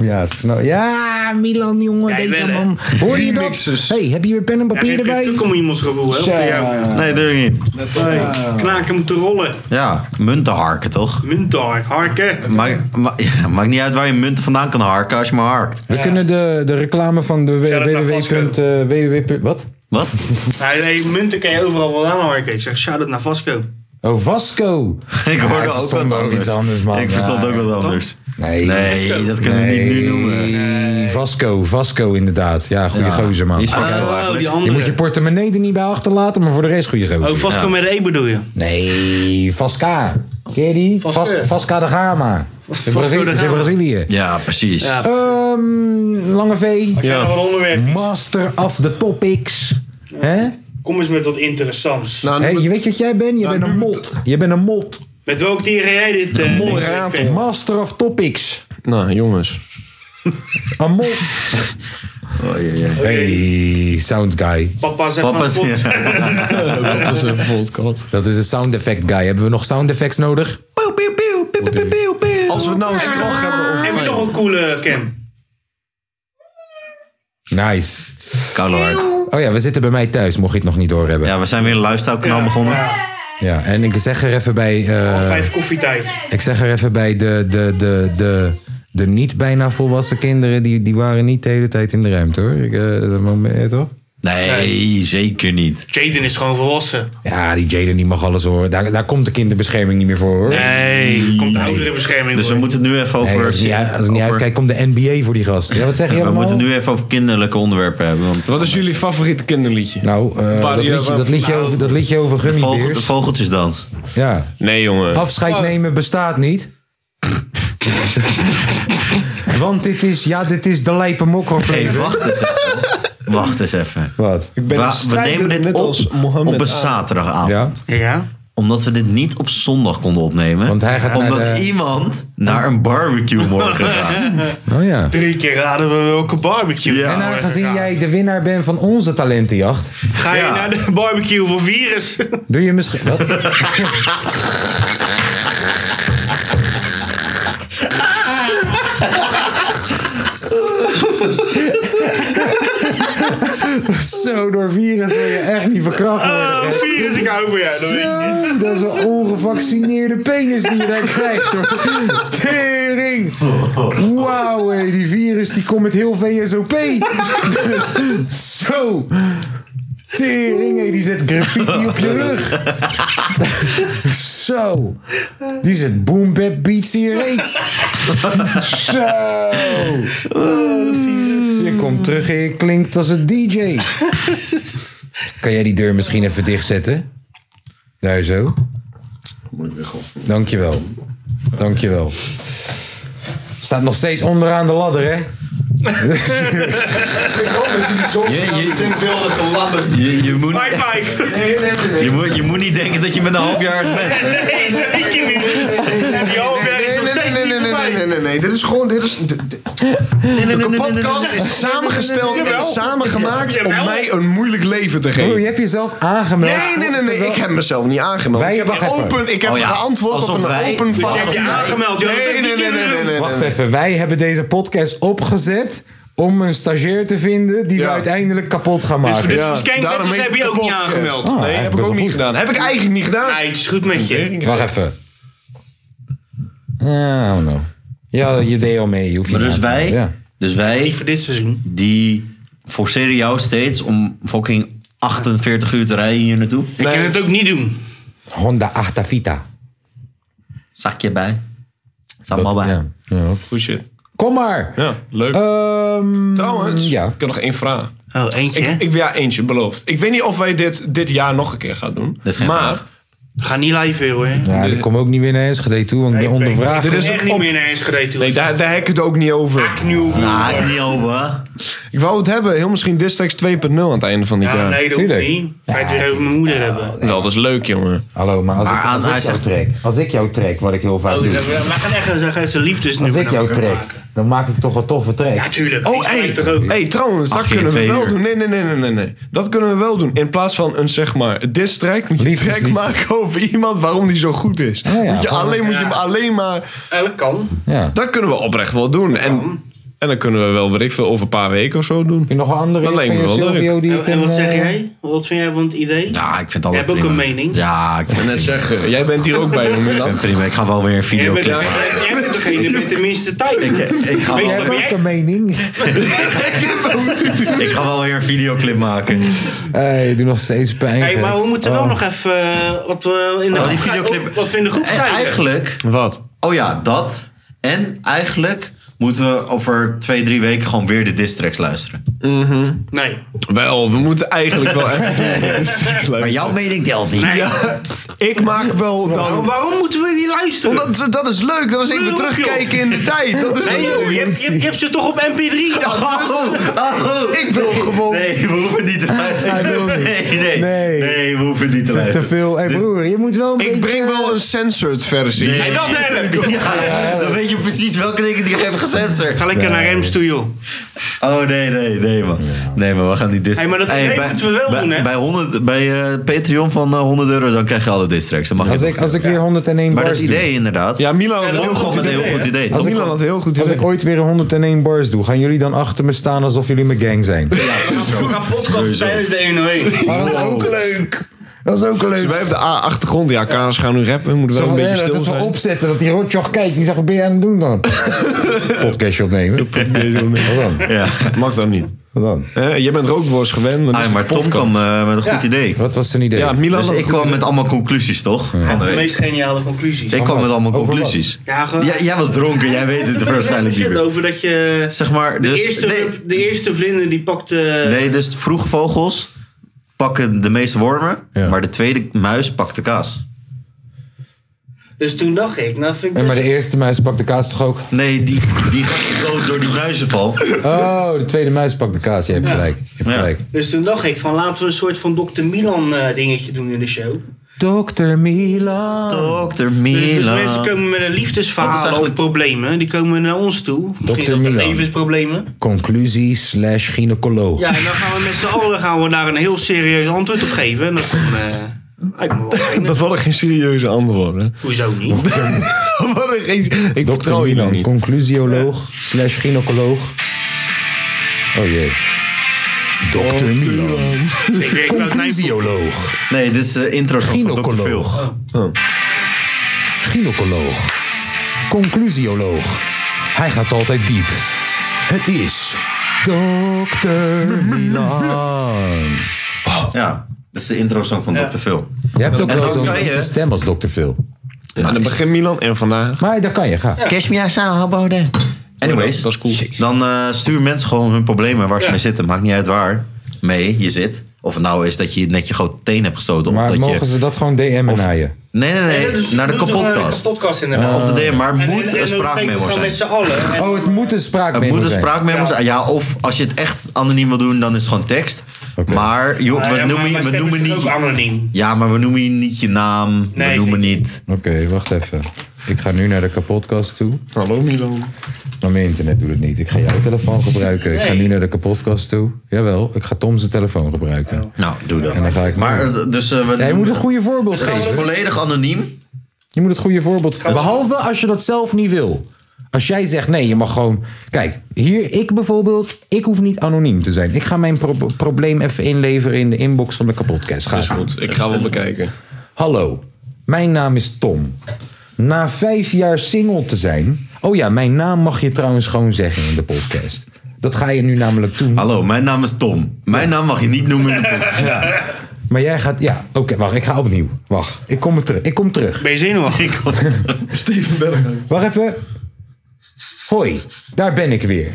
Speaker 3: Ja, is snel. ja, Milan, jongen,
Speaker 4: Ja, ik
Speaker 3: deze
Speaker 4: ben, hè.
Speaker 3: man. Hoor je dat?
Speaker 5: Remixes.
Speaker 3: hey, heb je weer pen en
Speaker 4: Ja, je
Speaker 3: papier
Speaker 4: hebt
Speaker 3: erbij?
Speaker 4: natuurlijk om iemands gevoel, hè? op
Speaker 3: Zo.
Speaker 4: de jou.
Speaker 2: Nee, natuurlijk niet.
Speaker 4: Nee, Knaken moeten rollen.
Speaker 2: Ja, munten harken, toch?
Speaker 4: Muntark, harken.
Speaker 2: Maakt ma- <laughs> ja, maakt niet uit waar je munten vandaan kan harken als je maar harkt.
Speaker 3: We kunnen de, de reclame van de w-
Speaker 4: Ja, dat kan
Speaker 3: www. punt, eh, www. Wat?
Speaker 2: Wat?
Speaker 4: Nee, nee, munten kan je overal wel aan harken. Ik zeg, shout-out naar Vasco.
Speaker 3: Oh, Vasco.
Speaker 2: <laughs> <laughs> Ik
Speaker 3: Ja,
Speaker 2: hoorde
Speaker 3: ik
Speaker 2: ook
Speaker 3: verstond
Speaker 2: wat
Speaker 3: ook
Speaker 2: anders.
Speaker 3: iets anders, man.
Speaker 2: Ik verstond
Speaker 3: Ja,
Speaker 2: ook wat anders.
Speaker 3: Nee.
Speaker 2: Nee, dat kunnen we niet nu noemen.
Speaker 3: Nee. Vasco, Vasco inderdaad. Ja, goede
Speaker 2: Ja.
Speaker 3: gozer, man.
Speaker 2: Die is van zo
Speaker 4: Oh,
Speaker 2: eigenlijk.
Speaker 4: die
Speaker 3: Je
Speaker 4: andere.
Speaker 3: moet je portemonnee er niet bij achterlaten, maar voor de rest goede gozer.
Speaker 4: Oh, Vasco
Speaker 2: Ja.
Speaker 4: met een E bedoel je?
Speaker 3: Nee, Vasca. Ken je die?
Speaker 4: Vasco.
Speaker 3: Vas- Vasca da Gama. Ze
Speaker 4: Vasco
Speaker 3: Brazil-
Speaker 4: da
Speaker 3: ze
Speaker 4: Gama.
Speaker 3: Brazilië.
Speaker 2: Ja, precies.
Speaker 4: Ja.
Speaker 3: Ehm, Lange V.
Speaker 4: Ja. Nog een onderwerp.
Speaker 3: Master of the topics. Hè?
Speaker 4: Kom eens met wat interessants.
Speaker 5: Nou,
Speaker 3: Hé,
Speaker 5: nu-
Speaker 3: je weet wat jij bent? Je bent een mot. Je bent een mot.
Speaker 4: Met welk dier ga jij dit? eh,
Speaker 5: mooi
Speaker 4: dit-
Speaker 5: raad,
Speaker 4: dit-
Speaker 3: Master of topics.
Speaker 5: nou, jongens.
Speaker 3: Een mot.
Speaker 2: Oh, jee, jee.
Speaker 3: Hey, sound guy.
Speaker 4: Papa zegt
Speaker 2: Papa
Speaker 4: van
Speaker 2: is <laughs>
Speaker 4: pot.
Speaker 2: ja.
Speaker 5: Dat is een podcast.
Speaker 3: Dat is een sound effect guy. Hebben we nog sound effects nodig?
Speaker 5: Als we het nou eens toch hebben over...
Speaker 4: Heb je nog een coole cam?
Speaker 3: Nice.
Speaker 2: Koude hard.
Speaker 3: Oh ja, we zitten bij mij thuis, mocht je het nog niet doorhebben. Ja.
Speaker 2: Ja, we zijn weer een lifestyle-kanaal Nou, begonnen.
Speaker 3: en ik zeg er even bij... eh,
Speaker 4: Vijf koffietijd.
Speaker 3: Ik zeg er even bij, de, de, de, de, de niet bijna volwassen kinderen... Die, die waren niet de hele tijd in de ruimte, hoor. Ik, eh, dat moment, toch?
Speaker 2: Nee, zeker niet.
Speaker 4: Jaden is gewoon volwassen.
Speaker 3: Ja, die Jaden die mag alles horen. Daar, daar komt de kinderbescherming niet meer voor, hoor.
Speaker 4: Nee, komt de ouderenbescherming
Speaker 2: Dus we
Speaker 4: voor.
Speaker 2: moeten het nu even over...
Speaker 3: Nee, als ik niet, als ik niet
Speaker 2: over-
Speaker 3: uitkijk, komt de NBA voor die gast. Ja, wat zeg je
Speaker 2: We
Speaker 3: allemaal?
Speaker 2: moeten het nu even over kinderlijke onderwerpen hebben. Want
Speaker 5: Wat is jullie favoriete kinderliedje?
Speaker 3: Nou, eh,
Speaker 5: Waar
Speaker 3: dat,
Speaker 5: die-
Speaker 3: liedje,
Speaker 5: waar-
Speaker 3: dat, liedje over, dat liedje over
Speaker 2: de, vogel, de
Speaker 3: gummibeers.
Speaker 2: vogeltjesdans.
Speaker 3: Ja.
Speaker 5: Nee, jongen.
Speaker 3: Afscheid nemen bestaat niet. Want dit is, ja, dit is de lijpe
Speaker 2: Hé, <laughs>
Speaker 3: mokkerfleven.
Speaker 2: wacht eens even. <laughs> Wacht eens even.
Speaker 3: Wat?
Speaker 5: ben
Speaker 2: Wa-
Speaker 5: een
Speaker 2: we
Speaker 5: strijder,
Speaker 2: nemen dit
Speaker 5: net
Speaker 2: op
Speaker 5: als
Speaker 2: op
Speaker 5: Mohammed
Speaker 2: een
Speaker 5: Ali.
Speaker 2: zaterdagavond.
Speaker 3: Ja?
Speaker 4: Ja?
Speaker 2: Omdat we dit niet op zondag konden opnemen.
Speaker 3: Want hij gaat naar
Speaker 2: omdat
Speaker 3: de-
Speaker 2: iemand naar een barbecue morgen gaat.
Speaker 3: Oh ja.
Speaker 4: Drie keer raden we welke barbecue.
Speaker 2: Ja.
Speaker 4: we
Speaker 3: En
Speaker 4: morgen
Speaker 3: aangezien
Speaker 4: gaan.
Speaker 3: jij de winnaar bent van onze talentenjacht,
Speaker 4: Ga je
Speaker 2: Ja.
Speaker 4: naar de barbecue voor virus?
Speaker 3: doe je misschien. Wat? <laughs> Zo, door virus wil je echt niet verkracht worden.
Speaker 4: Oh,
Speaker 3: hè?
Speaker 4: virus, ik hou van jou. dat weet je.
Speaker 3: Zo, dat is een ongevaccineerde penis die je daar krijgt hoor. Tering! Wauw, hé, die virus die komt met heel VSOP. Zo! Tering, hé, die zet graffiti op je rug. Zo! Die zet boom bap beats in je reet. Zo! Je komt terug en je klinkt als een DJ. Kan jij die deur misschien even dichtzetten? Daar zo. Dankjewel. Dankjewel. Staat nog steeds onderaan de ladder, hè?
Speaker 2: Je, je, je, je moet,
Speaker 4: High five.
Speaker 2: je, moet, je moet niet denken dat je met een half jaar bent.
Speaker 4: Nee, zeker niet. En die half jaar is nog steeds niet voorbij.
Speaker 7: nee, nee. Dit is gewoon. Dit is, de, de- de podcast is samengesteld en
Speaker 4: Jawel.
Speaker 7: samengemaakt om
Speaker 4: Jawel.
Speaker 7: mij een moeilijk leven te
Speaker 3: Broer, je
Speaker 7: geven.
Speaker 3: hebt jezelf aangemeld.
Speaker 7: Nee, nee, nee, nee.
Speaker 3: Terwijl-
Speaker 7: Ik heb mezelf niet aangemeld.
Speaker 3: Wij-
Speaker 7: ik heb
Speaker 3: wacht even.
Speaker 7: open, ik heb
Speaker 2: Oh ja,
Speaker 7: geantwoord op
Speaker 2: alsof
Speaker 7: een
Speaker 2: wij-
Speaker 7: open
Speaker 2: Dus
Speaker 4: Je hebt
Speaker 7: vraag.
Speaker 4: je aangemeld, joh.
Speaker 7: Nee, nee, nee, nee, nee, nee, nee.
Speaker 3: Wacht even, wij hebben deze podcast opgezet om een stagiair te vinden die we
Speaker 7: Ja.
Speaker 3: uiteindelijk kapot gaan
Speaker 4: Dus
Speaker 3: maken.
Speaker 4: dus
Speaker 7: Ja, daarom
Speaker 4: waarschijnlijk
Speaker 7: heet
Speaker 4: heb je
Speaker 7: het
Speaker 4: ook niet
Speaker 7: kapot.
Speaker 3: Ah,
Speaker 4: aangemeld.
Speaker 7: Nee,
Speaker 3: eigenlijk
Speaker 7: heb
Speaker 3: best
Speaker 7: ik
Speaker 3: wel
Speaker 7: ook niet
Speaker 3: goed.
Speaker 7: gedaan. Heb ik eigenlijk niet gedaan.
Speaker 4: Oh, Nee, het is goed met je.
Speaker 3: Wacht even. Ah, oh no. Ja, je deed al mee. Je hoeft je
Speaker 2: Maar
Speaker 3: niet
Speaker 2: dus
Speaker 3: aan te melden,
Speaker 2: wij,
Speaker 3: ja.
Speaker 2: dus
Speaker 4: Niet
Speaker 2: wij
Speaker 4: voor dit seizoen.
Speaker 2: die forceren jou steeds om fucking 48 uur te rijden hier naartoe.
Speaker 4: Ik kan het ook niet doen.
Speaker 3: Honda Actavita.
Speaker 2: Zakje bij. Zat maar bij.
Speaker 3: Ja. Ja.
Speaker 5: Goed shit.
Speaker 3: Kom maar!
Speaker 5: Ja, leuk.
Speaker 3: Ehm,
Speaker 5: Trouwens,
Speaker 3: Eh, ja.
Speaker 5: ik heb nog één vraag.
Speaker 4: Oh, eentje, hè?
Speaker 5: Ik, ik, ja, eentje, beloofd. Ik weet niet of wij dit dit jaar nog een keer gaan doen.
Speaker 2: is geen
Speaker 5: Maar
Speaker 4: Ga niet live weer, hoor.
Speaker 3: Ja, ik kom ook niet weer naar Enschede toe, want ik ben
Speaker 4: Nee, ik
Speaker 3: ondervraagd.
Speaker 5: dit
Speaker 4: Dit
Speaker 5: is
Speaker 4: is
Speaker 5: een
Speaker 4: echt niet
Speaker 5: op-
Speaker 4: meer naar Enschede toe.
Speaker 5: nee, daar, daar heb ik het ook niet over.
Speaker 4: Nieuw.
Speaker 2: Nou, ik niet open.
Speaker 5: Ik wou het hebben, heel misschien Districts 2.0 aan het einde van dit
Speaker 4: Ja,
Speaker 5: jaar.
Speaker 4: nee, dat hoeft
Speaker 3: Tuurlijk.
Speaker 4: niet. Ga je het weer over mijn moeder hebben.
Speaker 5: Wel, dat is leuk, jongen.
Speaker 3: Hallo, maar
Speaker 4: Ah,
Speaker 3: als, ik,
Speaker 2: aan
Speaker 3: als,
Speaker 2: hij
Speaker 3: ik jou
Speaker 2: zegt-
Speaker 3: trek, als ik jou trek, wat ik heel vaak
Speaker 4: nou, Oh,
Speaker 3: doe.
Speaker 4: ja, we gaan echt we gaan zijn
Speaker 3: Als
Speaker 4: liefdesnummer
Speaker 3: ik jou
Speaker 4: naar elkaar
Speaker 3: trek,
Speaker 4: maken.
Speaker 3: dan maak ik toch een toffe
Speaker 4: Ja,
Speaker 3: trek.
Speaker 4: tuurlijk.
Speaker 5: Oh, hey,
Speaker 4: toch ook.
Speaker 5: hey, trouwens,
Speaker 2: Ach,
Speaker 5: dat
Speaker 2: geen
Speaker 5: kunnen we
Speaker 2: twee
Speaker 5: wel
Speaker 2: uur.
Speaker 5: doen. Nee, nee, nee, nee, nee, nee. Dat kunnen we wel doen. In plaats van een, zeg maar, distrack, moet je een
Speaker 3: Liefdeslied.
Speaker 5: track maken over iemand waarom die zo goed is.
Speaker 3: ja,
Speaker 5: moet je
Speaker 3: gewoon-
Speaker 5: alleen, moet je hem
Speaker 4: Ja.
Speaker 5: alleen maar...
Speaker 4: Eh, dat kan.
Speaker 3: Ja. Heb
Speaker 5: Dat kunnen we oprecht wel doen. En, en dan kunnen we wel, weet ik veel, over een paar weken of zo doen.
Speaker 3: je nog een andere
Speaker 5: Dat lijkt me
Speaker 3: van
Speaker 5: wel
Speaker 3: Silvio die ik
Speaker 4: En, en
Speaker 3: een,
Speaker 4: wat zeg
Speaker 3: eh,
Speaker 4: jij? Wat vind jij van het idee?
Speaker 2: Ja, ik vind alles
Speaker 4: Jij hebt ook
Speaker 2: prima.
Speaker 4: een mening.
Speaker 2: Ja, ik vind
Speaker 5: Net zeggen, jij bent hier ook
Speaker 7: <laughs>
Speaker 5: bij, jongen.
Speaker 2: Ik
Speaker 5: Dan.
Speaker 2: vind prima. Ik ga wel weer een
Speaker 4: Jij
Speaker 2: video
Speaker 4: bent,
Speaker 2: clippen.
Speaker 4: jij
Speaker 2: <laughs>
Speaker 4: bent degene met de minste tijd.
Speaker 2: Ik ga,
Speaker 4: Meestal
Speaker 3: Jij
Speaker 2: wel,
Speaker 3: hebt
Speaker 4: jij-
Speaker 3: ook een mening.
Speaker 2: ik ga wel weer een videoclip maken.
Speaker 3: <laughs> Hey, doe nog steeds pijn.
Speaker 4: Hey, maar we moeten wel
Speaker 3: Oh.
Speaker 4: nog even eh, wat we in de
Speaker 2: Oh,
Speaker 4: groep
Speaker 2: die
Speaker 4: gaan-
Speaker 2: videoclip.
Speaker 4: wat we in de groep
Speaker 2: En
Speaker 4: krijgen.
Speaker 2: eigenlijk,
Speaker 5: Wat?
Speaker 2: oh ja, dat. En eigenlijk moeten we over twee, drie weken gewoon weer de distracks luisteren. Oh.
Speaker 4: Nee.
Speaker 5: Wel, we moeten eigenlijk wel
Speaker 7: <laughs>
Speaker 5: echt doen.
Speaker 2: Maar jouw mening telt niet.
Speaker 5: Ja, <laughs> ik maak wel
Speaker 4: Maar
Speaker 5: dan...
Speaker 4: waarom moeten we die luisteren?
Speaker 7: Dat, dat is leuk, dat is even
Speaker 4: Leuk, joh.
Speaker 7: terugkijken in de tijd. Dat is
Speaker 4: nee, joh, je, hebt, je, hebt- je hebt ze toch op
Speaker 2: <laughs>
Speaker 4: MP3?
Speaker 2: Oh, oh.
Speaker 7: Ik wil gewoon.
Speaker 2: Nee, we hoeven niet te luisteren.
Speaker 3: Hij wil niet.
Speaker 2: Nee, nee,
Speaker 3: Nee.
Speaker 2: nee. we hoeven niet te
Speaker 3: Te
Speaker 2: luisteren.
Speaker 3: veel. Hey broer, je moet wel een beetje...
Speaker 7: Ik breng wel een censored versie.
Speaker 4: En dat helpt.
Speaker 2: Ja, dan weet je precies welke dingen die je even gecensord.
Speaker 4: Ga lekker naar Rems toe, joh.
Speaker 2: <laughs> Oh nee, nee, nee man. Nee man, we gaan niet diss.
Speaker 4: Hey, maar dat idee moeten we wel
Speaker 2: bij,
Speaker 4: doen, hè?
Speaker 2: Bij, 100, bij eh, Patreon van eh, 100 euro, dan krijg je alle distracts. Dan mag
Speaker 3: Als
Speaker 2: je
Speaker 3: ik, als ik weer 101
Speaker 2: Maar dat
Speaker 3: bars doe.
Speaker 2: idee inderdaad.
Speaker 5: Ja, Milan had
Speaker 4: Ja,
Speaker 5: een
Speaker 4: dat
Speaker 5: heel
Speaker 4: is
Speaker 5: goed
Speaker 4: ook
Speaker 2: een
Speaker 5: idee.
Speaker 2: heel
Speaker 4: idee,
Speaker 2: goed
Speaker 4: hè?
Speaker 2: idee.
Speaker 5: Als
Speaker 2: toch?
Speaker 5: Milan had een heel goed
Speaker 3: Als
Speaker 5: idee.
Speaker 3: ik ooit weer 101 bars doe, gaan jullie dan achter me staan alsof jullie mijn gang zijn?
Speaker 4: Oh, We gaan podcasten tijdens de 101.
Speaker 3: Maar dat is
Speaker 4: oh.
Speaker 3: ook leuk. Dat is ook
Speaker 5: Dus
Speaker 3: leuk.
Speaker 5: wij hebben de A- achtergrond. Ja, Kaas gaan nu rappen. Moeten
Speaker 3: Zo
Speaker 5: wel een
Speaker 3: van,
Speaker 5: beetje
Speaker 3: hè, dat
Speaker 5: stil
Speaker 3: het
Speaker 5: zijn.
Speaker 3: wel opzetten, dat die rotjoch kijkt. Die zegt, wat ben je aan het doen <laughs> dan? Podcastje opnemen.
Speaker 5: Nee, nee, nee.
Speaker 3: Wat dan?
Speaker 2: Ja.
Speaker 5: Mag dat niet.
Speaker 3: Wat dan?
Speaker 5: Hè, jij bent rookworst gewend. Maar, dit
Speaker 2: Ah,
Speaker 5: is
Speaker 2: maar Tom
Speaker 5: podcast.
Speaker 2: kwam eh, met een goed idee.
Speaker 3: Wat was zijn idee?
Speaker 5: Ja, Milan
Speaker 2: Dus
Speaker 5: had
Speaker 2: ik
Speaker 5: een
Speaker 2: kwam
Speaker 5: goed
Speaker 2: met allemaal conclusies, toch? Van de
Speaker 4: De
Speaker 2: week.
Speaker 4: meest geniale conclusies.
Speaker 2: Ik kwam met allemaal
Speaker 3: Over wat?
Speaker 2: conclusies.
Speaker 4: Ja, gewoon-
Speaker 2: Ja, jij was dronken, jij weet het waarschijnlijk niet
Speaker 4: shit
Speaker 2: meer.
Speaker 4: nou over dat je...
Speaker 2: Zeg maar,
Speaker 4: De,
Speaker 2: dus...
Speaker 4: eerste,
Speaker 2: nee.
Speaker 4: de eerste vlinder die pakte...
Speaker 2: Nee, dus vroege vogels pakken de meeste wormen,
Speaker 3: Ja.
Speaker 2: maar de tweede muis pakt de kaas.
Speaker 4: Dus toen dacht ik, nou vind ik...
Speaker 3: En maar de eerste muis pakt de kaas toch ook?
Speaker 2: Nee, die, die gaat <laughs> dood door die muizenval.
Speaker 3: Oh, de tweede muis pakt de kaas. Je hebt
Speaker 4: Ja.
Speaker 3: gelijk. Je hebt
Speaker 2: Ja.
Speaker 3: gelijk.
Speaker 4: Dus toen dacht ik van laten we een soort van Dr. Milan eh, dingetje doen in de show.
Speaker 3: Dokter Milan.
Speaker 2: Dokter
Speaker 4: Dus, dus mensen
Speaker 2: Milan.
Speaker 4: komen met een
Speaker 2: Dat is
Speaker 4: liefdesverhaal
Speaker 2: eigenlijk-
Speaker 4: of problemen. Die komen naar ons toe. Misschien ook met
Speaker 3: Milan.
Speaker 4: levensproblemen.
Speaker 3: Conclusie slash gynaecoloog.
Speaker 4: Ja, en dan gaan we met z'n allen gaan we daar een heel serieus antwoord op geven. En dat komt eh uit me wel
Speaker 5: Dat
Speaker 4: geinig.
Speaker 5: waren geen serieuze antwoorden.
Speaker 4: Hoezo niet?
Speaker 5: Dat waren geen... Ik
Speaker 3: Dokter
Speaker 5: vertrouw je nog
Speaker 3: Milan,
Speaker 5: niet.
Speaker 3: conclusioloog slash gynaecoloog. Oh jee. Dokter Milan,
Speaker 4: Ik werk wel uit Nijmegen.
Speaker 3: conclusioloog,
Speaker 2: Nee, dit is de intro van Dr. Phil.
Speaker 3: gynaecoloog, Ah. gynaecoloog, conclusioloog. Hij gaat altijd diep. Het is Dokter Milan.
Speaker 2: Ja, dat is de intro song van Dr. Phil.
Speaker 3: Je hebt ook
Speaker 2: En
Speaker 3: wel
Speaker 2: dan
Speaker 3: zo'n
Speaker 2: kan je-
Speaker 3: stem als Dokter Phil.
Speaker 5: Ja, dan begint Milan en vandaag.
Speaker 3: Maar daar kan je, ga.
Speaker 2: Cash me aanboden. Anyways,
Speaker 5: Dat is cool.
Speaker 2: dan eh, stuur mensen gewoon hun problemen waar ze mee zitten. Maakt niet uit waar mee je zit. Of het nou is dat je net je grote teen hebt gestoten. Of
Speaker 3: Maar
Speaker 2: dat
Speaker 3: mogen
Speaker 2: je...
Speaker 3: ze dat gewoon DM'en naar je?
Speaker 2: Nee, nee, nee.
Speaker 4: Ja, dus
Speaker 2: naar de
Speaker 4: doe toch maar
Speaker 2: kapotkast.
Speaker 4: De kapotkast inderdaad.
Speaker 2: Op de DM, maar
Speaker 4: En-
Speaker 2: moet
Speaker 4: en- en
Speaker 2: een
Speaker 4: dan spreken we
Speaker 2: spraakmemo
Speaker 4: gewoon
Speaker 2: zijn.
Speaker 4: met z'n allen. En-
Speaker 3: Oh, het moet een
Speaker 2: Het
Speaker 3: spraakmemo
Speaker 2: moet een
Speaker 3: zijn.
Speaker 2: spraakmemo zijn. Ja, of als je het echt anoniem wil doen, dan is het gewoon tekst. Maar joh,
Speaker 4: Ja,
Speaker 2: we
Speaker 4: ja,
Speaker 2: noemen, we
Speaker 4: maar mijn stem
Speaker 2: noemen
Speaker 4: is dus ook
Speaker 2: niet...
Speaker 4: anoniem.
Speaker 2: Ja, maar we noemen je niet je naam. we
Speaker 4: Nee,
Speaker 2: noemen niet...
Speaker 3: Oké, wacht even. Ik ga nu naar de kapotkast toe.
Speaker 5: Hallo Milan.
Speaker 3: Maar mijn internet doet het niet. Ik ga jouw telefoon gebruiken. Ik ga
Speaker 4: Nee.
Speaker 3: nu naar de kapotkast toe. Jawel, ik ga Tom zijn telefoon gebruiken.
Speaker 2: Nou, doe dat.
Speaker 3: En dan ga ik-
Speaker 2: maar eh, dus, eh, we
Speaker 3: Ja, je
Speaker 2: doen-
Speaker 3: moet een goede voorbeeld
Speaker 2: Het is
Speaker 3: geven.
Speaker 2: volledig anoniem.
Speaker 3: Je moet het goede voorbeeld geven. Behalve als je dat zelf niet wil. Als jij zegt, nee, je mag gewoon... Kijk, hier, ik bijvoorbeeld, ik hoef niet anoniem te zijn. Ik ga mijn pro- probleem even inleveren in de inbox van de kapotkast. Ga gaan.
Speaker 5: Goed, ik ga wel bekijken.
Speaker 3: Hallo, mijn naam is Tom. Na vijf jaar single te zijn. Oh ja, mijn naam mag je trouwens gewoon zeggen in de podcast. Dat ga je nu namelijk doen.
Speaker 2: Hallo, mijn naam is Tom. Mijn naam mag je niet noemen in
Speaker 4: <laughs>
Speaker 2: de podcast.
Speaker 3: Maar jij gaat. Ja, oké, wacht, ik ga opnieuw. Wacht, ik kom er terug. Ik kom terug.
Speaker 4: Ben je zenuwachtig?
Speaker 5: Steven Berger.
Speaker 3: Wacht even. Hoi, daar ben ik weer.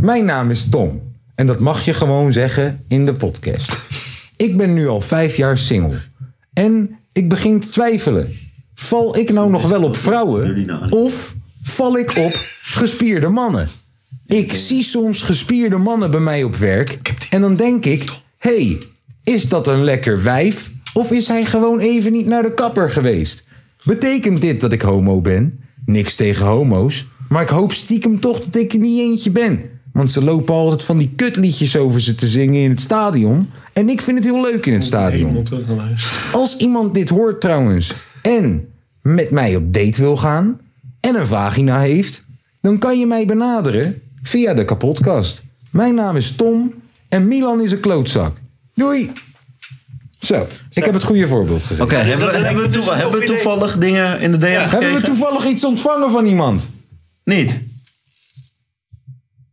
Speaker 3: Mijn naam is Tom. En dat mag je gewoon zeggen in de podcast. Ik ben nu al vijf jaar single. En ik begin te twijfelen. Val ik nou nog wel op vrouwen? Of val ik op gespierde mannen? Ik zie soms gespierde mannen bij mij op werk. En dan denk ik, hey, is dat een lekker wijf? Of is hij gewoon even niet naar de kapper geweest? Betekent dit dat ik homo ben? Niks tegen homo's. Maar ik hoop stiekem toch dat ik er niet eentje ben. Want ze lopen altijd van die kutliedjes over ze te zingen in het stadion. En ik vind het heel leuk in het stadion.
Speaker 5: terug naar huis.
Speaker 3: Als iemand dit hoort trouwens en met mij op date wil gaan en een vagina heeft, dan kan je mij benaderen via de kapotkast. Mijn naam is Tom en Milan is een klootzak. Doei! Zo, ik heb het goede voorbeeld gegeven.
Speaker 2: Oké, hebben, we- hebben, we toeval- hebben we toevallig dingen in de DM
Speaker 3: Hebben we
Speaker 2: gekregen?
Speaker 3: toevallig iets ontvangen van iemand?
Speaker 2: Niet.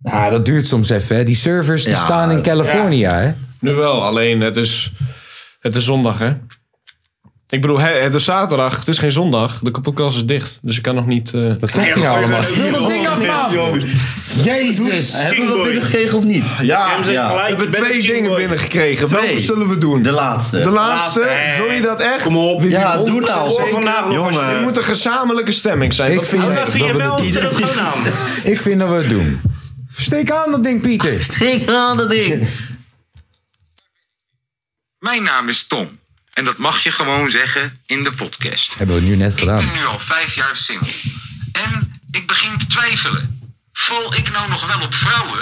Speaker 3: Nou, dat duurt soms even. Hè. Die servers die
Speaker 2: Ja,
Speaker 3: staan in Californië. Hè?
Speaker 5: Nu wel, alleen het is, het is zondag hè. Ik bedoel, hè, het is zaterdag, het is geen zondag. De kapotkast is dicht, dus ik kan nog niet... eh,
Speaker 3: Wat zegt hij nou allemaal?
Speaker 4: Wil dat ding afmaken?
Speaker 3: Jezus!
Speaker 2: Hebben we dat binnengekregen of niet?
Speaker 5: Ja,
Speaker 4: hem zegt gelijk,
Speaker 5: we hebben
Speaker 4: ik ben
Speaker 5: twee
Speaker 4: een
Speaker 5: dingen
Speaker 4: G-boy.
Speaker 5: binnengekregen.
Speaker 2: Twee.
Speaker 5: Welke zullen we doen?
Speaker 2: De laatste.
Speaker 5: De laatste?
Speaker 4: Laatste.
Speaker 5: Wil je dat echt?
Speaker 4: Kom op.
Speaker 2: Ja,
Speaker 5: Honderd
Speaker 2: doe nou.
Speaker 5: procent.
Speaker 4: Voor vandaag nog,
Speaker 2: Jongen.
Speaker 5: Er moet een gezamenlijke stemming zijn.
Speaker 3: Ik
Speaker 5: Wat-
Speaker 3: vind-
Speaker 4: Oh, nou, via
Speaker 3: Dat
Speaker 4: bel
Speaker 3: bedoel
Speaker 4: of
Speaker 2: ik.
Speaker 4: telefoon aan.
Speaker 3: Ik vind dat we het doen. Steek aan dat ding, Pieter.
Speaker 2: Ah, Steek aan dat ding.
Speaker 8: Mijn naam is Tom. En dat mag je gewoon zeggen in de podcast.
Speaker 3: Hebben we nu net
Speaker 8: Ik
Speaker 3: gedaan.
Speaker 8: ben nu al vijf jaar single. En ik begin te twijfelen. val ik nou nog wel op vrouwen?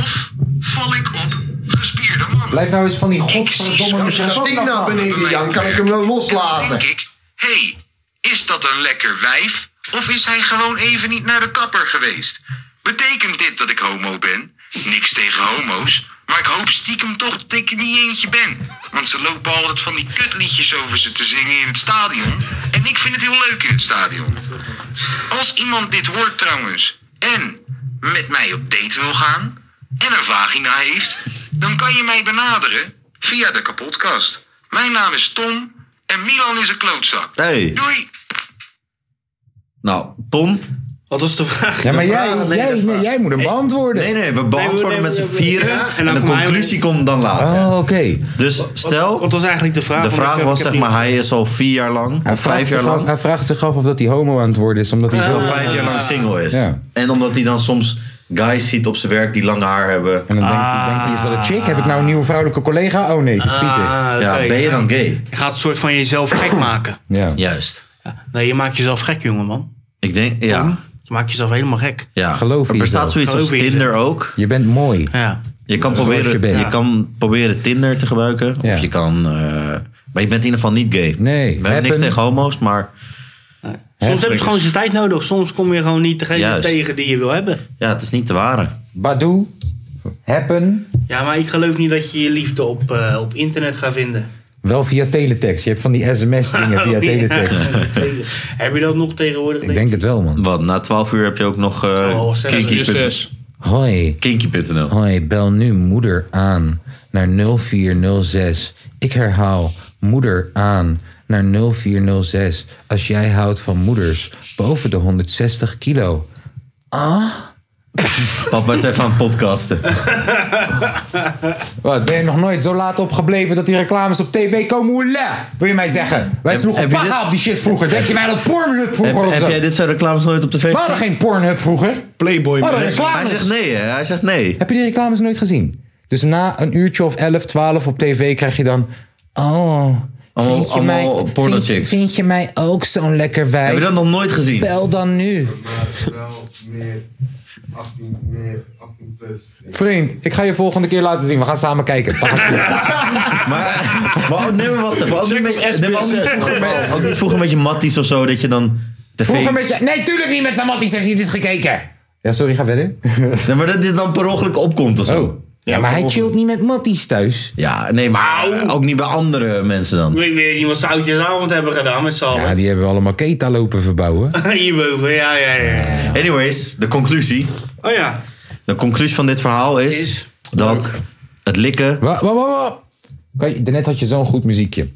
Speaker 8: Of val ik op gespierde mannen?
Speaker 3: Blijf nou eens van die godverdomme
Speaker 7: Als
Speaker 3: mezelf
Speaker 7: ik
Speaker 3: ook
Speaker 2: nou
Speaker 7: naar
Speaker 3: afhalen.
Speaker 7: beneden Jan, kan ik hem wel
Speaker 8: Dan
Speaker 7: loslaten.
Speaker 8: denk ik, hey, is dat een lekker wijf? Of is hij gewoon even niet naar de kapper geweest? Betekent dit dat ik homo ben? Niks tegen homo's. Maar ik hoop stiekem toch dat ik er niet eentje ben. Want ze lopen altijd van die kutliedjes over ze te zingen in het stadion. En ik vind het heel leuk in het stadion. Als iemand dit hoort trouwens en met mij op date wil gaan en een vagina heeft, dan kan je mij benaderen via de kapotkast. Mijn naam is Tom en Milan is een klootzak.
Speaker 2: <laughs> Hey.
Speaker 8: Doei!
Speaker 2: Nou, Tom.
Speaker 4: Wat was de vraag?
Speaker 3: Ja, maar
Speaker 2: De
Speaker 3: jij,
Speaker 2: vragen, nee,
Speaker 3: jij,
Speaker 2: de vragen.
Speaker 3: jij moet hem beantwoorden.
Speaker 2: Nee, nee, we beantwoorden
Speaker 4: nee,
Speaker 2: met z'n
Speaker 4: nee,
Speaker 2: vieren.
Speaker 4: ja, en
Speaker 2: en,
Speaker 4: dan
Speaker 2: de
Speaker 4: kom hij
Speaker 2: conclusie
Speaker 4: met-
Speaker 2: komt dan later.
Speaker 3: Oh, oké.
Speaker 2: Dus stel,
Speaker 4: Wat was eigenlijk de vraag?
Speaker 2: de
Speaker 4: Want ik
Speaker 2: vraag
Speaker 4: heb-
Speaker 2: was
Speaker 4: ik
Speaker 2: zeg
Speaker 4: heb
Speaker 2: maar,
Speaker 4: niet-
Speaker 2: hij is al vier jaar lang,
Speaker 3: Hij,
Speaker 2: vijf
Speaker 3: vraagt
Speaker 2: jaar
Speaker 3: zich af,
Speaker 2: lang,
Speaker 3: hij vraagt zich af of dat hij homo aan het worden is, omdat hij
Speaker 2: al
Speaker 3: zo...
Speaker 2: vijf jaar lang single is.
Speaker 3: Ja.
Speaker 2: En omdat hij dan soms guys ziet op zijn werk die lang haar hebben.
Speaker 3: En dan denkt
Speaker 2: Ah.
Speaker 3: hij, denkt hij, is dat een chick? Heb ik nou een nieuwe vrouwelijke collega? Oh nee, het is Pieter.
Speaker 4: Ah,
Speaker 2: Ja,
Speaker 4: kijk.
Speaker 2: ben je dan gay?
Speaker 4: Je gaat een soort van jezelf
Speaker 2: <clears throat>
Speaker 4: gek maken.
Speaker 3: Ja.
Speaker 2: Juist.
Speaker 4: Nee, je maakt jezelf gek, jongeman.
Speaker 2: Ik denk, ja.
Speaker 4: Je maakt jezelf helemaal gek.
Speaker 2: ja.
Speaker 3: Geloof
Speaker 2: er
Speaker 3: in jezelf.
Speaker 2: bestaat zoiets als
Speaker 4: Geloof in
Speaker 2: Tinder ook.
Speaker 3: Je bent mooi.
Speaker 4: Ja.
Speaker 2: Je kan,
Speaker 3: Zoals
Speaker 2: proberen,
Speaker 3: je
Speaker 2: je,
Speaker 3: bent.
Speaker 2: kan proberen Tinder te gebruiken.
Speaker 3: Ja.
Speaker 2: Of je kan... eh, maar je bent in ieder geval niet gay.
Speaker 3: Nee,
Speaker 2: We hebben niks
Speaker 3: happen.
Speaker 2: tegen homo's, maar...
Speaker 4: Soms heb je gewoon zijn tijd nodig. Soms kom je gewoon niet degene
Speaker 2: Juist.
Speaker 4: tegen die je wil hebben.
Speaker 2: Ja, het is niet de ware.
Speaker 3: Badoe. Happen.
Speaker 4: Ja, maar ik geloof niet dat je je liefde op, eh, op internet gaat
Speaker 2: <laughs>
Speaker 4: vinden.
Speaker 3: Wel via teletext. Je hebt van die sms-dingen via
Speaker 4: <laughs>
Speaker 3: teletext.
Speaker 4: heb je dat nog tegenwoordig?
Speaker 3: Ik denk het wel, man.
Speaker 2: Want na 12 uur heb je ook nog eh,
Speaker 4: Oh, zes
Speaker 2: kinky
Speaker 5: Vier,
Speaker 2: punt-
Speaker 5: zes.
Speaker 3: Hoi.
Speaker 2: kinky.nl.
Speaker 3: Hoi, bel nu moeder aan naar 0406. Ik herhaal, moeder aan naar 0406. Als jij houdt van moeders boven de 160 kilo.
Speaker 2: Papa is even aan het
Speaker 3: <laughs>
Speaker 2: podcasten.
Speaker 3: Wat, ben je nog nooit zo laat opgebleven dat die reclames op tv komen? Hoela, wil je mij zeggen? Wij
Speaker 2: Heb-
Speaker 3: sloegen
Speaker 2: heb je dit-
Speaker 3: paga op die shit vroeger. Denk je wij dat Pornhub vroeger of
Speaker 2: heb,
Speaker 3: zo?
Speaker 2: heb jij dit soort reclames nooit op tv
Speaker 3: We hadden geen Pornhub vroeger.
Speaker 5: Playboy.
Speaker 3: We hadden
Speaker 5: man.
Speaker 2: Hij
Speaker 3: reclames.
Speaker 2: zegt nee, hè? Hij zegt nee.
Speaker 3: Heb je die reclames nooit gezien? Dus na een uurtje of 11, 12 op tv krijg je dan... Oh,
Speaker 2: Allemaal-
Speaker 3: vind je, mij,
Speaker 2: allemaal porno
Speaker 3: vind, je-
Speaker 2: chicks.
Speaker 3: vind je mij ook zo'n lekker
Speaker 2: Heb je
Speaker 3: wijf?
Speaker 2: dat nog nooit gezien?
Speaker 3: Bel dan nu.
Speaker 6: eh,
Speaker 7: Wel meer 18, meer 18 plus.
Speaker 3: Vriend, ik ga je volgende keer laten zien. We gaan samen kijken. We
Speaker 2: <laughs>
Speaker 3: gaan-
Speaker 2: Maar, maar ook- nee, maar wacht even. Ook niet met, nee, maar ook niet vroeger met, ook niet vroeger met je matties of zo, dat je dan... tv
Speaker 3: Vroeger met je... Nee, tuurlijk niet met Samatti zegt hij dit is gekeken. Ja, sorry, ga verder.
Speaker 2: Nee, maar dat dit dan per ongeluk opkomt of zo.
Speaker 3: Oh. Ja, maar hij chillt niet met Matties thuis.
Speaker 2: Ja, nee, maar ook niet bij andere mensen dan.
Speaker 4: Ik weet niet wat ze oudjesavond hebben gedaan met z'n
Speaker 3: Ja,
Speaker 4: allen.
Speaker 3: die hebben allemaal keta lopen verbouwen.
Speaker 4: <laughs> Hierboven, ja, ja, ja.
Speaker 2: Anyways, de conclusie.
Speaker 4: Oh ja.
Speaker 2: De conclusie van dit verhaal is,
Speaker 4: Is-
Speaker 2: dat het likken...
Speaker 3: Wa, wa, wa, wa. Kijk, daarnet had je zo'n goed muziekje.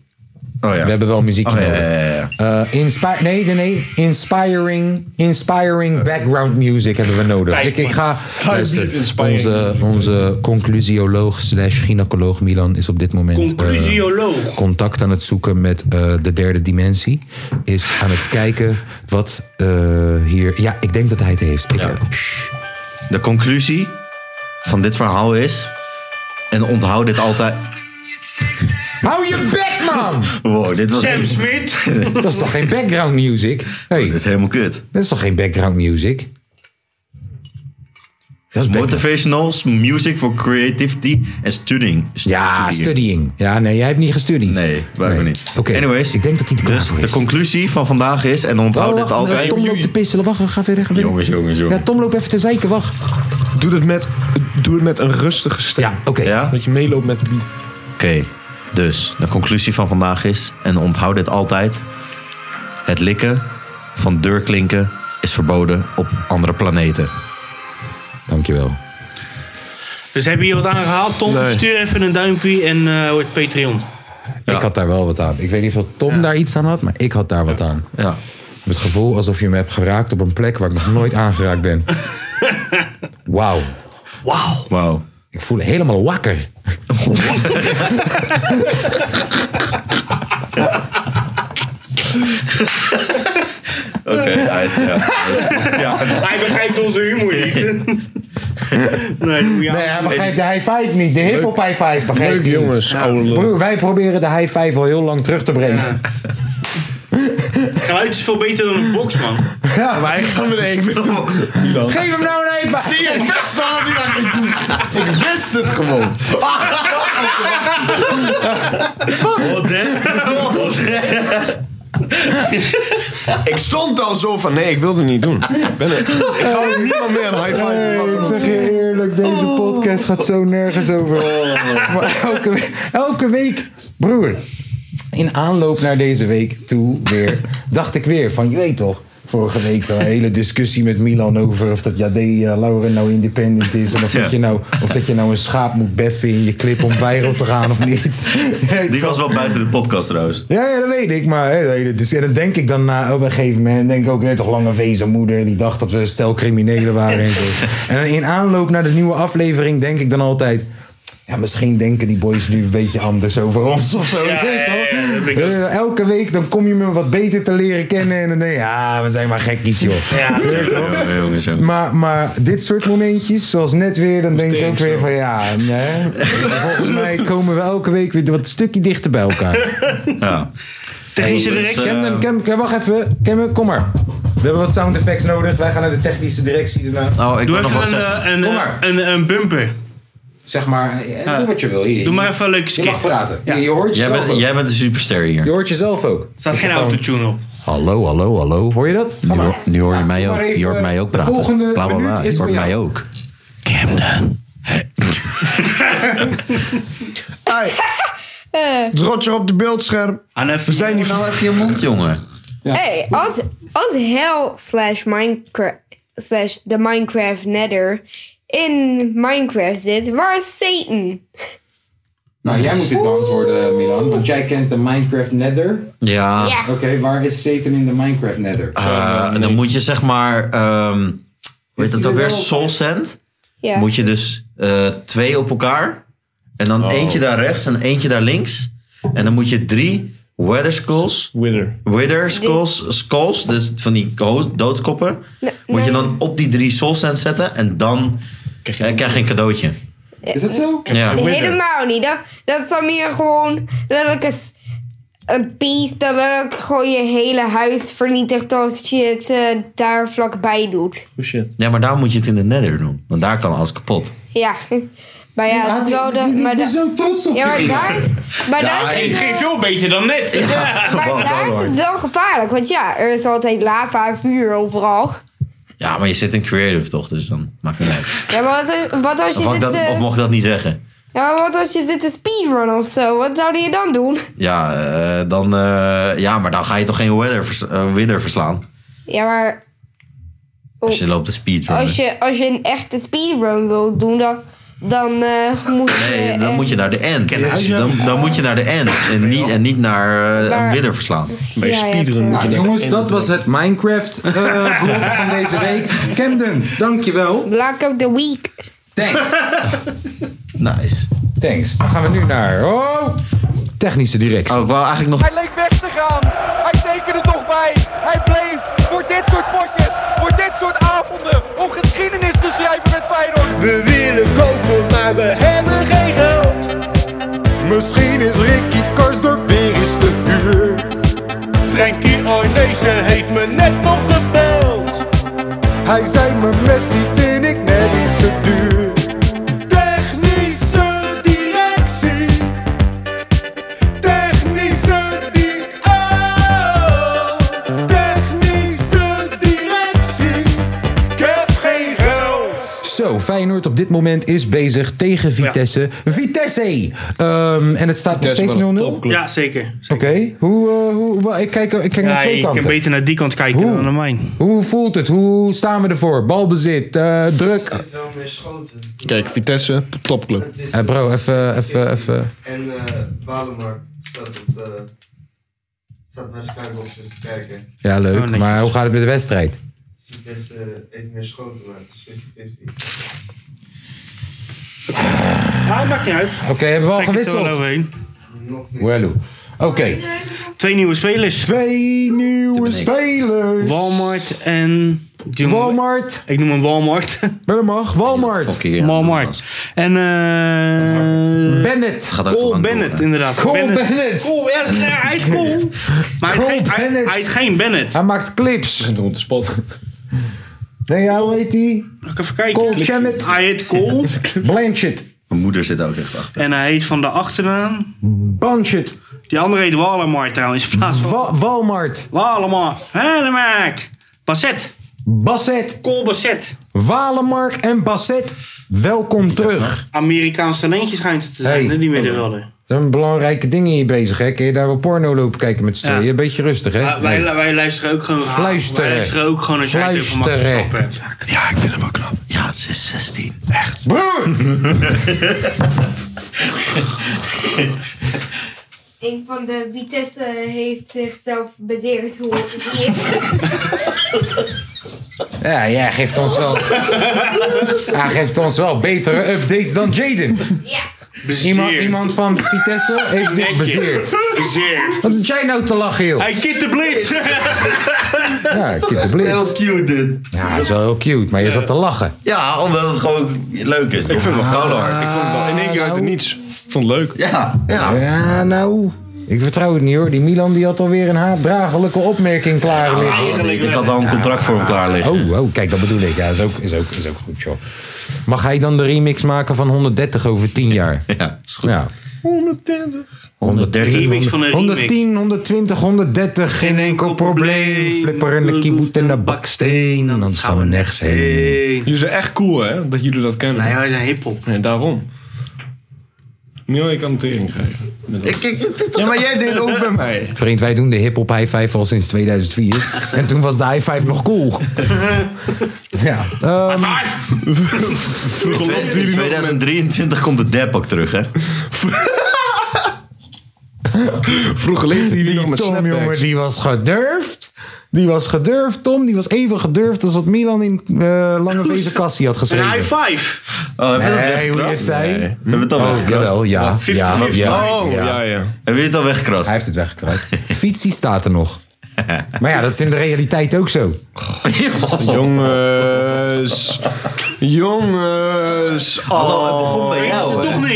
Speaker 2: Oh ja.
Speaker 3: We hebben wel muziekje
Speaker 2: Oh, ja,
Speaker 3: nodig.
Speaker 2: ja, ja, ja.
Speaker 3: Eh, inspi- nee, nee, nee. Inspiring, inspiring background music hebben we nodig. Dus
Speaker 4: Kijk,
Speaker 3: Ik, ik ga...
Speaker 5: man.
Speaker 3: Luister,
Speaker 5: Inspiring.
Speaker 3: onze, onze conclusioloog slash gynaecoloog Milan is op dit moment... eh,
Speaker 4: Conclusioloog.
Speaker 3: contact aan het zoeken met eh, de derde dimensie. Is aan het kijken wat eh, hier... Ja, ik denk dat hij het heeft. Ik, eh, shh.
Speaker 2: De conclusie van dit verhaal is... En onthoud dit altijd...
Speaker 3: Hou je bek, man!
Speaker 2: Wow, dit was...
Speaker 4: Sam Smit.
Speaker 3: dat is toch geen background music? Hey,
Speaker 2: Dit is helemaal kut.
Speaker 3: dat is toch geen background music? Dat is background.
Speaker 2: Motivational music for creativity en studying. Stu-
Speaker 3: Ja,
Speaker 2: studying.
Speaker 3: studying. Ja, nee, jij hebt niet gestudeerd.
Speaker 2: Nee, blijkbaar
Speaker 3: Nee.
Speaker 2: niet.
Speaker 3: Oké,
Speaker 2: Anyways,
Speaker 3: ik denk dat hij er klaar
Speaker 2: dus
Speaker 3: voor
Speaker 2: de
Speaker 3: is.
Speaker 2: conclusie van vandaag is, en onthoud
Speaker 3: Oh,
Speaker 2: dit
Speaker 3: wacht,
Speaker 2: altijd...
Speaker 3: Tom loopt te pissen. Wacht, ga verder. Ga verder.
Speaker 2: Jongens, jongens, jongens.
Speaker 3: Ja, Tom loopt even te zeiken. Wacht.
Speaker 5: Doe het met, doe het met een rustige stem.
Speaker 3: Ja, oké.
Speaker 2: Ja?
Speaker 5: Dat je meeloopt met wie.
Speaker 2: Oké, dus de conclusie van vandaag is, en onthoud dit altijd: het likken van deurklinken is verboden op andere planeten.
Speaker 3: Dankjewel.
Speaker 4: Dus heb je hier wat aan gehaald, Tom?
Speaker 5: Nee.
Speaker 4: Stuur even een duimpje en eh wordt Patreon.
Speaker 3: Ik had daar wel wat aan. Ik weet niet of Tom daar iets aan had, maar ik had daar wat aan.
Speaker 2: Ja.
Speaker 3: Het gevoel alsof je me hebt geraakt op een plek waar ik nog nooit aangeraakt
Speaker 2: <laughs>
Speaker 3: ben. Wauw.
Speaker 4: Wauw.
Speaker 2: Wauw.
Speaker 3: Ik voel helemaal wakker.
Speaker 2: Oké, <laughs> uit, ja. Dus- ja.
Speaker 4: Hij begrijpt onze humor niet. <laughs> nee, dat moet
Speaker 3: Nee,
Speaker 4: je
Speaker 3: hij
Speaker 4: aan-
Speaker 3: begrijpt de high five niet. De hip-hop high five begrijpt hij
Speaker 5: Leuk
Speaker 3: niet.
Speaker 5: jongens, oude lul.
Speaker 3: Broer, wij proberen de high five al heel lang terug te brengen.
Speaker 4: Geluid is veel beter dan een box, man.
Speaker 3: Ja.
Speaker 2: Maar ik ga nee, ik wil...
Speaker 3: Geef hem nou een even.
Speaker 2: Zie je, ik wist al dat hij dat niet Ik wist het gewoon. Wat
Speaker 5: Ik stond al zo van, nee, ik wil het niet doen. Ik, ben het. ik ga ook niemand meer een high five
Speaker 3: Ik
Speaker 5: geven.
Speaker 3: zeg je eerlijk, deze
Speaker 2: Oh.
Speaker 3: podcast gaat zo nergens
Speaker 2: <laughs>
Speaker 3: over. Maar elke, we- elke week, broer. In aanloop naar deze week toe weer, dacht ik weer van, je weet toch. Vorige week een hele discussie met Milan over of dat Jade eh, Lauren nou independent is. En of, dat je nou, of dat je nou een schaap moet beffen in je clip om viral te gaan of
Speaker 2: <laughs>
Speaker 3: niet.
Speaker 2: Die was wel buiten de podcast trouwens.
Speaker 3: Ja, ja, dat weet ik. Maar hè, de hele- dus, en dan denk ik dan na, op een gegeven moment. Dan denk ik ook, hè, toch lange vezenmoeder. Die dacht dat we een stel criminelen waren.
Speaker 4: <laughs>
Speaker 3: en, zo. en dan in aanloop naar de nieuwe aflevering denk ik dan altijd. Ja, misschien denken die boys nu een beetje anders over ons of zo.
Speaker 4: Ja,
Speaker 3: weet je
Speaker 4: ja,
Speaker 3: wel.
Speaker 4: ja, dat vind ik ook.
Speaker 3: Eh, Elke week dan kom je me wat beter te leren kennen. En dan denk je, ja, we zijn maar gekkies, joh.
Speaker 4: Ja.
Speaker 2: Ja, jongens, jongens.
Speaker 3: Maar, maar dit soort momentjes, zoals net weer, dan denk ik ook weer van ja, nee. Volgens mij komen we elke week weer wat een stukje dichter bij elkaar.
Speaker 4: <laughs>
Speaker 2: Ja.
Speaker 4: Technische
Speaker 2: Hey,
Speaker 4: directie.
Speaker 2: dus, eh,
Speaker 3: Kem, Kem, Kem, wacht even. Kem, kom maar. Ehm. We hebben wat sound effects nodig. Wij gaan naar de technische directie daarna.
Speaker 2: Oh, ik
Speaker 4: Doe
Speaker 2: wil nog
Speaker 4: even
Speaker 2: wat
Speaker 4: een,
Speaker 2: zeggen.
Speaker 4: eh, een,
Speaker 3: Kom
Speaker 4: eh,
Speaker 3: maar.
Speaker 4: een, een bumper.
Speaker 3: Zeg maar, eh, doe wat je wil. Hier.
Speaker 4: Doe maar even een leuke
Speaker 3: Je
Speaker 4: skit.
Speaker 3: mag praten.
Speaker 4: Ja.
Speaker 3: Je, je hoort
Speaker 2: Jij
Speaker 3: jezelf
Speaker 2: bent,
Speaker 3: ook.
Speaker 2: jij bent een superster
Speaker 3: Je
Speaker 2: hier.
Speaker 3: hoort jezelf ook.
Speaker 4: Er staat geen
Speaker 3: Gewoon-
Speaker 4: autotune op.
Speaker 3: Hallo, hallo, hallo. Hoor je dat? Ga
Speaker 2: Nu,
Speaker 3: maar.
Speaker 2: hoor- nu hoor je
Speaker 3: Ja,
Speaker 2: mij
Speaker 3: doe
Speaker 2: ook.
Speaker 3: maar even.
Speaker 2: Je hoort mij ook
Speaker 3: De
Speaker 2: praten.
Speaker 3: volgende
Speaker 2: Bla, bla, bla.
Speaker 3: minuut is
Speaker 2: Je hoort
Speaker 3: voor
Speaker 2: mij
Speaker 3: jou.
Speaker 2: ook. Camden.
Speaker 5: Het rotje op de beeldscherm.
Speaker 4: En even,
Speaker 5: zijn die-
Speaker 2: Nou even je mond, jongen.
Speaker 9: Hey, als, als hel slash Minecraft slash de Minecraft Nether in Minecraft zit, waar is Satan?
Speaker 3: Nou, jij moet dit beantwoorden, eh, Milan. Want jij kent de Minecraft Nether.
Speaker 2: Ja.
Speaker 9: Ja.
Speaker 3: Oké, waar is Satan in de Minecraft Nether?
Speaker 2: eh, dan moet je zeg maar... ehm hoe heet
Speaker 3: die
Speaker 2: dat
Speaker 3: er
Speaker 2: ook weer?
Speaker 3: wel op?
Speaker 2: Soul Sand.
Speaker 9: Ja.
Speaker 2: Moet je dus eh, twee op elkaar. En dan eentje daar rechts en eentje daar links. En dan moet je drie Weather Skulls...
Speaker 5: Wither.
Speaker 2: Wither skulls, skulls, dus van die ko- doodskoppen, moet je dan op die drie soul sands zetten en dan krijg je, krijg je een cadeautje.
Speaker 3: Is dat zo?
Speaker 2: Ja.
Speaker 9: Helemaal niet. Dat, dat is dan meer gewoon letterlijk een, s- een beest dat letterlijk gewoon je hele huis vernietigt als je het eh, daar vlakbij doet.
Speaker 2: ja, maar daar moet je het in de nether doen, want daar kan alles kapot.
Speaker 9: Ja. Maar ja, het is wel de... Maar
Speaker 3: Ik ben
Speaker 9: da-
Speaker 3: zo trots op
Speaker 9: ja, maar
Speaker 3: je.
Speaker 9: daar is... Maar daar is
Speaker 4: Ik
Speaker 9: het
Speaker 4: ging
Speaker 9: wel-
Speaker 4: veel beter dan net.
Speaker 9: maar daar is het wel gevaarlijk. Want ja, er is altijd lava, vuur overal.
Speaker 2: Ja, maar je zit in creative toch, dus dan maakt het niet uit.
Speaker 9: Ja, maar wat, wat als je
Speaker 2: Of, mag ik
Speaker 9: zit,
Speaker 2: dat,
Speaker 9: eh,
Speaker 2: of mocht ik dat niet zeggen?
Speaker 9: ja, maar wat als je zit te speedrun of zo? Wat zou je dan doen?
Speaker 2: Ja, eh, dan, eh, ja, maar dan ga je toch geen weather, vers- eh, wither verslaan
Speaker 9: Ja, maar
Speaker 2: als je loopt te speedrunnen.
Speaker 9: Oh, als je, als je een echte speedrun wil doen, dan, dan eh, moet je...
Speaker 2: Nee, dan
Speaker 9: eh,
Speaker 2: moet je naar de end.
Speaker 4: Kennis.
Speaker 2: Dan, dan moet je naar de end en niet, en niet naar eh, een
Speaker 9: Maar-
Speaker 2: wither verslaan.
Speaker 9: ja, ja, tuurlijk.
Speaker 3: Nou, jongens, dat was het Minecraft-blog <laughs> van deze week. Camden, dankjewel.
Speaker 9: Black of the Week.
Speaker 3: Thanks.
Speaker 2: Nice.
Speaker 3: Thanks. Dan gaan we nu naar... Oh! Technische directie.
Speaker 2: Oh, ik wou eigenlijk nog
Speaker 10: Hij leek weg te gaan. Hij tekende toch bij. Hij bleef voor dit soort potjes, voor dit soort avonden, om geschiedenis te schrijven met Feyenoord.
Speaker 1: We willen kopen, maar we hebben geen geld. Misschien is Ricky Karsdorp weer eens te huur.
Speaker 10: Frankie Arnezen heeft me net nog gebeld.
Speaker 1: Hij zei me Messi vind ik net iets te duur. Technische directie. Technische di- oh. Technische directie. Ik heb geen geld.
Speaker 3: Zo, Feyenoord op dit moment is bezig tegen Vitesse. Vitesse! Ehm, en het staat nog steeds 0-0. Oké,
Speaker 4: Ja, zeker.
Speaker 3: hoe, eh, hoe, wa- ik kijk, ik kijk
Speaker 4: Ja,
Speaker 3: naar twee
Speaker 4: je kan
Speaker 3: kanten.
Speaker 4: beter naar die kant kijken
Speaker 3: Hoe?
Speaker 4: dan naar mijn.
Speaker 3: Hoe voelt het? Hoe staan we ervoor? Balbezit, eh, druk.
Speaker 11: wel meer schoten.
Speaker 5: Kijk, Vitesse, topclub.
Speaker 11: Het is
Speaker 3: Eh, bro, even, even, even.
Speaker 11: En eh Walemark staat op de... Staat naar de skyboxes te kijken.
Speaker 3: Ja,
Speaker 4: Oh,
Speaker 3: leuk.
Speaker 4: netjes.
Speaker 3: Maar hoe gaat het met de wedstrijd?
Speaker 11: Vitesse eh, heeft meer schoten, maar het Dus is 50-50.
Speaker 4: Maar maakt niet uit.
Speaker 3: Oké, hebben we al
Speaker 4: Trek het er wel
Speaker 3: gewisseld?
Speaker 4: overheen.
Speaker 3: Wello. Oké,
Speaker 4: Twee nieuwe spelers.
Speaker 3: twee nieuwe spelers.
Speaker 4: Walmart en Walmart. ik noem hem Walmart. <laughs>
Speaker 3: Willemag, Walmart.
Speaker 4: Walmart. En eh
Speaker 3: Bennett.
Speaker 4: Gaat Cole Bennett, inderdaad.
Speaker 3: Cole Bennett.
Speaker 4: Cole, ja, dat is- hij heet
Speaker 3: <laughs>
Speaker 4: Cole. Maar hij heet geen- hij- hij heet geen Bennett.
Speaker 3: Hij maakt clips. En rond de spot. <laughs> Nee, ja, hoe heet die?
Speaker 4: Even kijken. Cole Chamet. Hij heet Cole.
Speaker 3: Blanchett.
Speaker 2: Mijn moeder zit ook echt achter.
Speaker 4: En hij heet van de achternaam.
Speaker 3: Blanchett.
Speaker 4: Die andere heet Walmart trouwens. in plaats van-
Speaker 3: Walmart.
Speaker 4: Walmart. Helemaak. Basset.
Speaker 3: Basset.
Speaker 4: Cole Basset.
Speaker 3: Walemark en Basset, welkom terug.
Speaker 4: Amerikaans talentje schijnt het te
Speaker 3: Hey.
Speaker 4: zijn, hè, die middenvelder.
Speaker 3: Dat zijn belangrijke dingen hier bezig, hè? Kun je daar wel porno lopen kijken met z'n tweeën? Een beetje rustig, hè?
Speaker 4: Ja, wij,
Speaker 3: Nee.
Speaker 4: wij luisteren ook gewoon.
Speaker 3: Fluisteren.
Speaker 4: Wij luisteren ook gewoon als jij het over
Speaker 3: Fluisteren.
Speaker 4: mag hebt.
Speaker 2: Ja, ik vind hem wel knap. Ja, ze is 16. Echt.
Speaker 9: Een van de Vitesse heeft zichzelf bezeerd hoe het niet <laughs>
Speaker 3: Ja, jij geeft ons wel... Hij geeft ons wel betere updates dan Jaden. Ja. Iemand, iemand van Vitesse heeft zich bezeerd.
Speaker 4: Bezeerd.
Speaker 3: Wat zit jij nou te lachen, joh?
Speaker 4: Hij kit de blitz.
Speaker 3: Ja, Kid de Blitz. Heel
Speaker 2: cute dit.
Speaker 3: Ja, dat is wel heel cute, maar je zat te lachen.
Speaker 2: Ja, omdat het gewoon leuk is. Ik vind het wel gauw hard. Ik vond het wel in één keer uit het niets.
Speaker 3: Ik vond het leuk.
Speaker 2: Ja, ja.
Speaker 3: nou... Ik vertrouw het niet, hoor. Die Milan die had alweer een haatdragelijke opmerking klaar liggen.
Speaker 2: Ik had al een contract voor hem klaar liggen.
Speaker 3: Oh, oh, kijk, dat bedoel ik. Ja, is ook, is ook, is ook goed, joh. Mag hij dan de remix maken van 130 over 10 jaar?
Speaker 2: <laughs> Ja, is goed.
Speaker 3: 130.
Speaker 2: 130.
Speaker 4: Remix van een remix.
Speaker 3: 110, 120, 130, geen enkel probleem. Flipperende kieboet en de baksteen, anders gaan we nergens heen.
Speaker 5: Jullie zijn echt cool, hè? Dat jullie dat kennen.
Speaker 2: Nou
Speaker 4: Nee, wij zijn hiphop.
Speaker 5: Nee, daarom. Miel, ik kan een tering krijgen. Ja, maar jij deed ook bij mij.
Speaker 3: Vriend, wij doen de hip-hop high-five al sinds
Speaker 2: <laughs>
Speaker 3: 2004. en toen was de high-five nog cool. ja. ehm,
Speaker 2: In 2023 komt de dep ook terug, hè? Ah,
Speaker 5: Vroeger leefden jullie nog
Speaker 3: Die
Speaker 5: met
Speaker 3: Tom,
Speaker 5: snapbacks.
Speaker 3: jongen, die was gedurfd. Die was gedurfd, Tom. Die was even gedurfd als wat Milan in eh Lange Vezen Cassie had
Speaker 4: Een
Speaker 3: geschreven.
Speaker 4: high five.
Speaker 2: Oh, hebben we dat
Speaker 3: Nee, hoe
Speaker 2: weggekrast?
Speaker 3: is hij?
Speaker 2: Nee. Hebben we het al
Speaker 3: Oh,
Speaker 2: weggekrast?
Speaker 3: jawel, ja.
Speaker 2: 50-50.
Speaker 3: Ja, ja,
Speaker 2: Oh,
Speaker 3: ja.
Speaker 2: ja, ja. Hebben we het al weggekrast? Hij
Speaker 3: heeft het weggekrast. Fietsie staat er
Speaker 2: <laughs>
Speaker 3: nog. Maar ja, dat is in de realiteit ook zo.
Speaker 5: Oh. Jongens. Jongens. Oh.
Speaker 2: Hallo, het begon bij jou,
Speaker 5: Het
Speaker 2: hè?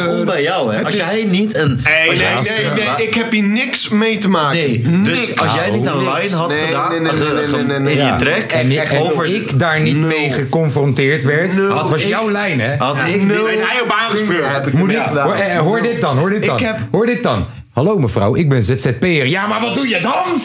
Speaker 2: Het begon bij jou, hè?
Speaker 5: Het
Speaker 2: Als
Speaker 5: is-
Speaker 2: jij niet een...
Speaker 5: Nee,
Speaker 2: als
Speaker 5: nee,
Speaker 2: jij-
Speaker 5: nee, nee, ik heb hier niks mee te maken.
Speaker 2: Nee, dus
Speaker 5: Niks.
Speaker 2: als jij niet een
Speaker 5: Niks.
Speaker 2: line had
Speaker 5: Nee,
Speaker 2: gedaan
Speaker 5: nee, nee,
Speaker 2: ge-
Speaker 5: nee,
Speaker 2: ge-
Speaker 5: nee, nee, nee.
Speaker 2: in
Speaker 5: Ja.
Speaker 2: je track
Speaker 3: En ik, en
Speaker 2: over
Speaker 3: ik daar niet mee geconfronteerd werd. Dat was
Speaker 2: ik-
Speaker 3: jouw lijn, hè?
Speaker 2: had ik
Speaker 4: Nul. Ben jij op aangespeurd?
Speaker 3: Moet ik, hoor, eh, hoor dit dan, hoor dit
Speaker 4: Ik
Speaker 3: dan.
Speaker 4: heb-
Speaker 3: Hoor dit dan. Hallo mevrouw, ik ben ZZP'er. Ja, maar wat doe je dan?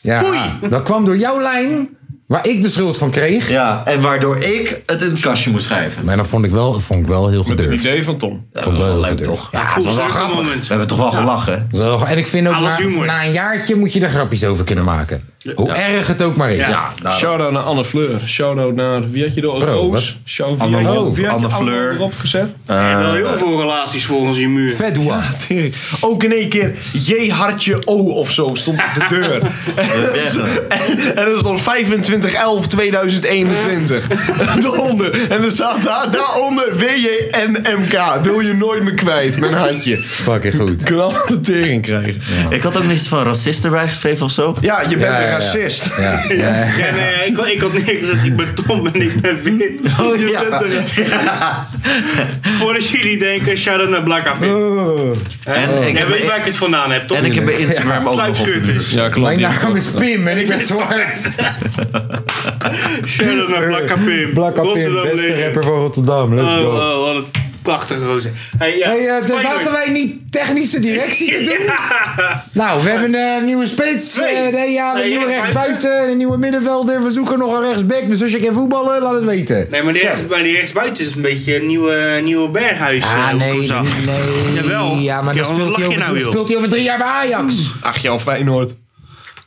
Speaker 3: Ja, dat kwam door jouw lijn, waar ik de schuld van kreeg.
Speaker 2: Ja, en waardoor ik het in het kastje moest schrijven.
Speaker 3: Maar dat vond ik wel, vond ik wel heel
Speaker 5: Het
Speaker 3: gedurfd.
Speaker 5: idee van Tom.
Speaker 3: Dat vond ik wel heel gedurfd. Ja, het was wel grappig.
Speaker 2: We hebben toch wel gelachen.
Speaker 3: Dat is wel- En ik vind ook,
Speaker 2: Alles
Speaker 3: na,
Speaker 2: humor.
Speaker 3: na een jaartje moet je er grapjes over kunnen maken. Hoe erg het ook maar is.
Speaker 5: Shout-out naar Anne Fleur. Shout-out naar... Wie had je er?
Speaker 3: Bro,
Speaker 5: Roos. Shout
Speaker 3: Anne
Speaker 5: wie had je-
Speaker 3: Roos,
Speaker 5: wie had je
Speaker 3: Anne
Speaker 5: allemaal
Speaker 3: Fleur.
Speaker 5: erop gezet?
Speaker 4: En wel heel veel relaties volgens je muur.
Speaker 3: Fedua.
Speaker 5: <laughs> Tering. Ook in één keer J hartje O of zo stond op de deur. <laughs> en, en er stond 25 11 2021. <laughs> Daaronder. En er staat daar, daaronder WJNMK. Wil je nooit meer kwijt, mijn handje.
Speaker 3: Fucking goed.
Speaker 5: Knal de tering krijgen.
Speaker 2: Ik had ook niks van racist erbij geschreven of zo.
Speaker 5: Ja, je bent een racist.
Speaker 4: Ja, nee, ik, had- ik had neergezet, ik ben Tom en ik ben wit.
Speaker 2: Oh,
Speaker 4: Je
Speaker 2: ja.
Speaker 4: bent een racist. Voordat jullie denken, shout-out naar Black Apple.
Speaker 3: Oh.
Speaker 2: En
Speaker 4: en
Speaker 2: ik
Speaker 4: Jij
Speaker 2: heb-
Speaker 4: weet waar ik het vandaan heb, toch?
Speaker 2: En ik heb bij Instagram ook nog op de
Speaker 4: Sluipschutters.
Speaker 2: muur.
Speaker 5: Ja, klopt.
Speaker 3: Mijn naam is Pim en ik ben zwart.
Speaker 4: Shout-out naar Black Apple.
Speaker 3: Blakka Pim,
Speaker 4: Rotterdam
Speaker 3: beste
Speaker 4: Leeuwen.
Speaker 3: rapper van Rotterdam. Let's
Speaker 4: Oh,
Speaker 3: go.
Speaker 4: oh, wat een prachtige roze. Hey, ja.
Speaker 3: Hey, eh,
Speaker 4: Feyenoord.
Speaker 3: zaten wij niet technische directie te
Speaker 4: <laughs>
Speaker 3: doen? Nou, we hebben een nieuwe spits.
Speaker 4: Twee.
Speaker 3: eh, nee, ja, een
Speaker 4: Nee,
Speaker 3: nieuwe
Speaker 4: rechtsbuiten.
Speaker 3: rechtsbuiten, een nieuwe middenvelder. We zoeken nog een rechtsback. Dus als je kan voetballen, laat het weten.
Speaker 4: Nee, maar die, rechts, maar die rechtsbuiten is een beetje een nieuwe, nieuwe berghuis.
Speaker 3: Ah,
Speaker 4: eh,
Speaker 3: nee,
Speaker 4: zag.
Speaker 3: nee.
Speaker 4: Jawel.
Speaker 3: Ja, maar dan
Speaker 4: wat
Speaker 3: speelt
Speaker 4: lach
Speaker 3: hij
Speaker 4: je
Speaker 3: over,
Speaker 4: nou, joh?
Speaker 3: speelt hij over drie jaar bij Ajax.
Speaker 5: Ach, jouw Feyenoord.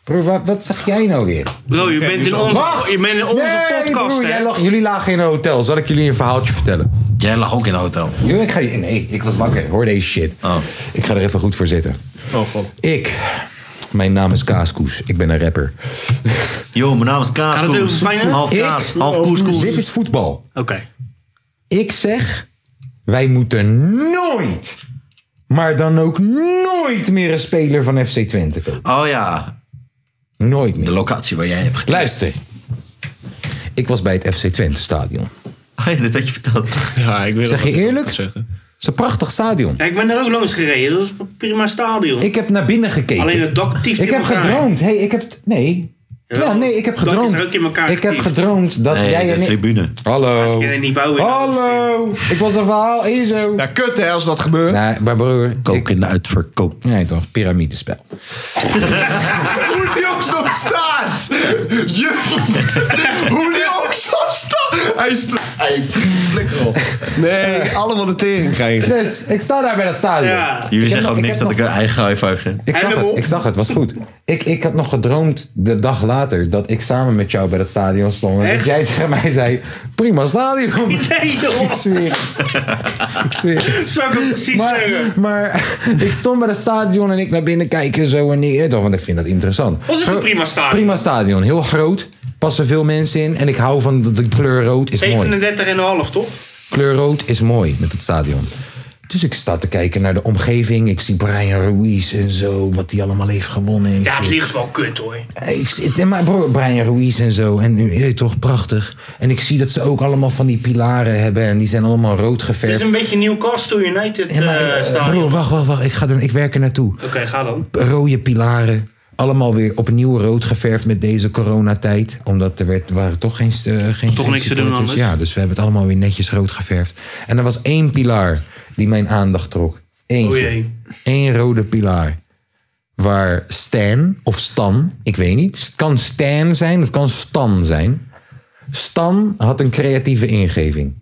Speaker 3: Broer, wat, wat zeg jij nou weer?
Speaker 4: Bro, je bent in onze,
Speaker 3: Wacht!
Speaker 4: je bent in onze
Speaker 3: Nee,
Speaker 4: podcast,
Speaker 3: broer,
Speaker 4: hè?
Speaker 3: jij lag- jullie lagen in een hotel. Zal ik jullie een verhaaltje vertellen?
Speaker 2: Jij lag ook in een hotel.
Speaker 3: Joh, ik ga je... Nee, ik was wakker. Hoor deze shit.
Speaker 4: Oh.
Speaker 3: Ik ga er even goed voor zitten.
Speaker 5: Oh god.
Speaker 3: Ik... Mijn naam is Kaaskoes. Ik ben een rapper.
Speaker 2: Yo, mijn naam is
Speaker 4: Gaat het
Speaker 2: Kaaskoes.
Speaker 4: over Feyenoord?
Speaker 2: Half
Speaker 3: Ik-
Speaker 2: kaas, half koeskoes.
Speaker 3: Dit is voetbal.
Speaker 4: Oké.
Speaker 3: Ik zeg, wij moeten nooit, maar dan ook nooit meer een speler van FC Twente kopen.
Speaker 2: Oh ja.
Speaker 3: Nooit meer.
Speaker 2: De locatie waar jij hebt gekeken.
Speaker 3: Luister. Ik was bij het FC Twente stadion.
Speaker 2: Ah ja, dat had je verteld.
Speaker 5: Ja, ik
Speaker 3: zeg je eerlijk? Het is een prachtig stadion.
Speaker 4: Ja, ik ben er ook langs gereden. Dat is een prima stadion.
Speaker 3: Ik heb naar binnen gekeken.
Speaker 4: Alleen het dak tieft
Speaker 3: Ik
Speaker 4: in
Speaker 3: heb
Speaker 4: elkaar.
Speaker 3: gedroomd. Hey, ik heb... t- Nee. Ja, nee, ik heb
Speaker 4: dak is
Speaker 3: gedroomd.
Speaker 4: er ook in elkaar
Speaker 3: Ik heb
Speaker 4: getiefd.
Speaker 3: gedroomd dat
Speaker 4: Nee,
Speaker 3: jij
Speaker 4: de
Speaker 3: en ik...
Speaker 2: tribune.
Speaker 3: Hallo.
Speaker 4: Ze kunnen niet bouwen.
Speaker 3: Hallo. Ik was een verhaal in zo.
Speaker 5: Ja, kut hè, als dat gebeurt.
Speaker 3: Nee, maar broer...
Speaker 2: Kook in de uitverkoop.
Speaker 3: Nee toch, piramidespel.
Speaker 7: Hoe die ook zo staat! Je... Hoe die ook zo staat! Hij is... Hij flikker op.
Speaker 5: Nee, allemaal de tering krijgen.
Speaker 3: Dus ik sta daar bij dat stadion. Ik
Speaker 2: <laughs> Jullie
Speaker 3: heb
Speaker 2: zeggen
Speaker 3: nog-
Speaker 2: ook
Speaker 3: ik
Speaker 2: niks
Speaker 3: heb
Speaker 2: dat ik een eigen high five geef.
Speaker 3: Ik zag, het, ik zag het, was goed. Ik, ik had nog gedroomd de dag later dat ik samen met jou bij dat stadion stond. En dat jij tegen mij zei: prima stadion.
Speaker 4: <laughs> Nee,
Speaker 3: ik zweer het. Ik zweer het.
Speaker 4: <laughs> Zou ik precies
Speaker 3: maar, maar <laughs> ik stond bij het stadion en ik naar binnen kijken en zo en neer. Want ik vind dat interessant.
Speaker 4: Was het een prima stadion?
Speaker 3: Prima stadion, heel groot. Passen veel mensen in. En ik hou van de, de kleur rood is mooi.
Speaker 4: 37,5 toch?
Speaker 3: Kleur rood is mooi met het stadion. Dus ik sta te kijken naar de omgeving. Ik zie Brian Ruiz en zo, wat hij allemaal heeft gewonnen. en
Speaker 4: Ja, het
Speaker 3: shit.
Speaker 4: ligt wel kut hoor.
Speaker 3: Ik zit- en maar bro, Brian Ruiz en zo. En je weet toch, prachtig. En ik zie dat ze ook allemaal van die pilaren hebben. En die zijn allemaal rood
Speaker 4: Het is
Speaker 3: geverfd.
Speaker 4: een beetje Newcastle United eh
Speaker 3: Eh,
Speaker 4: stadion.
Speaker 3: Bro, wacht, wacht, wacht. Ik, ga er, ik werk er naartoe.
Speaker 4: Oké, ga dan.
Speaker 3: Rode pilaren. Allemaal weer opnieuw rood geverfd met deze coronatijd. Omdat er werd, waren toch geen... eh, geen
Speaker 4: Toch
Speaker 3: geen
Speaker 4: niks te doen
Speaker 3: supporters.
Speaker 4: anders.
Speaker 3: Ja, dus we hebben het allemaal weer netjes rood geverfd. En er was één pilaar die mijn aandacht trok. Eén.
Speaker 4: O jee.
Speaker 3: Eén rode pilaar. Waar Stan of Stan, ik weet niet. Het kan Stan zijn, het kan Stan zijn. Stan had een creatieve ingeving.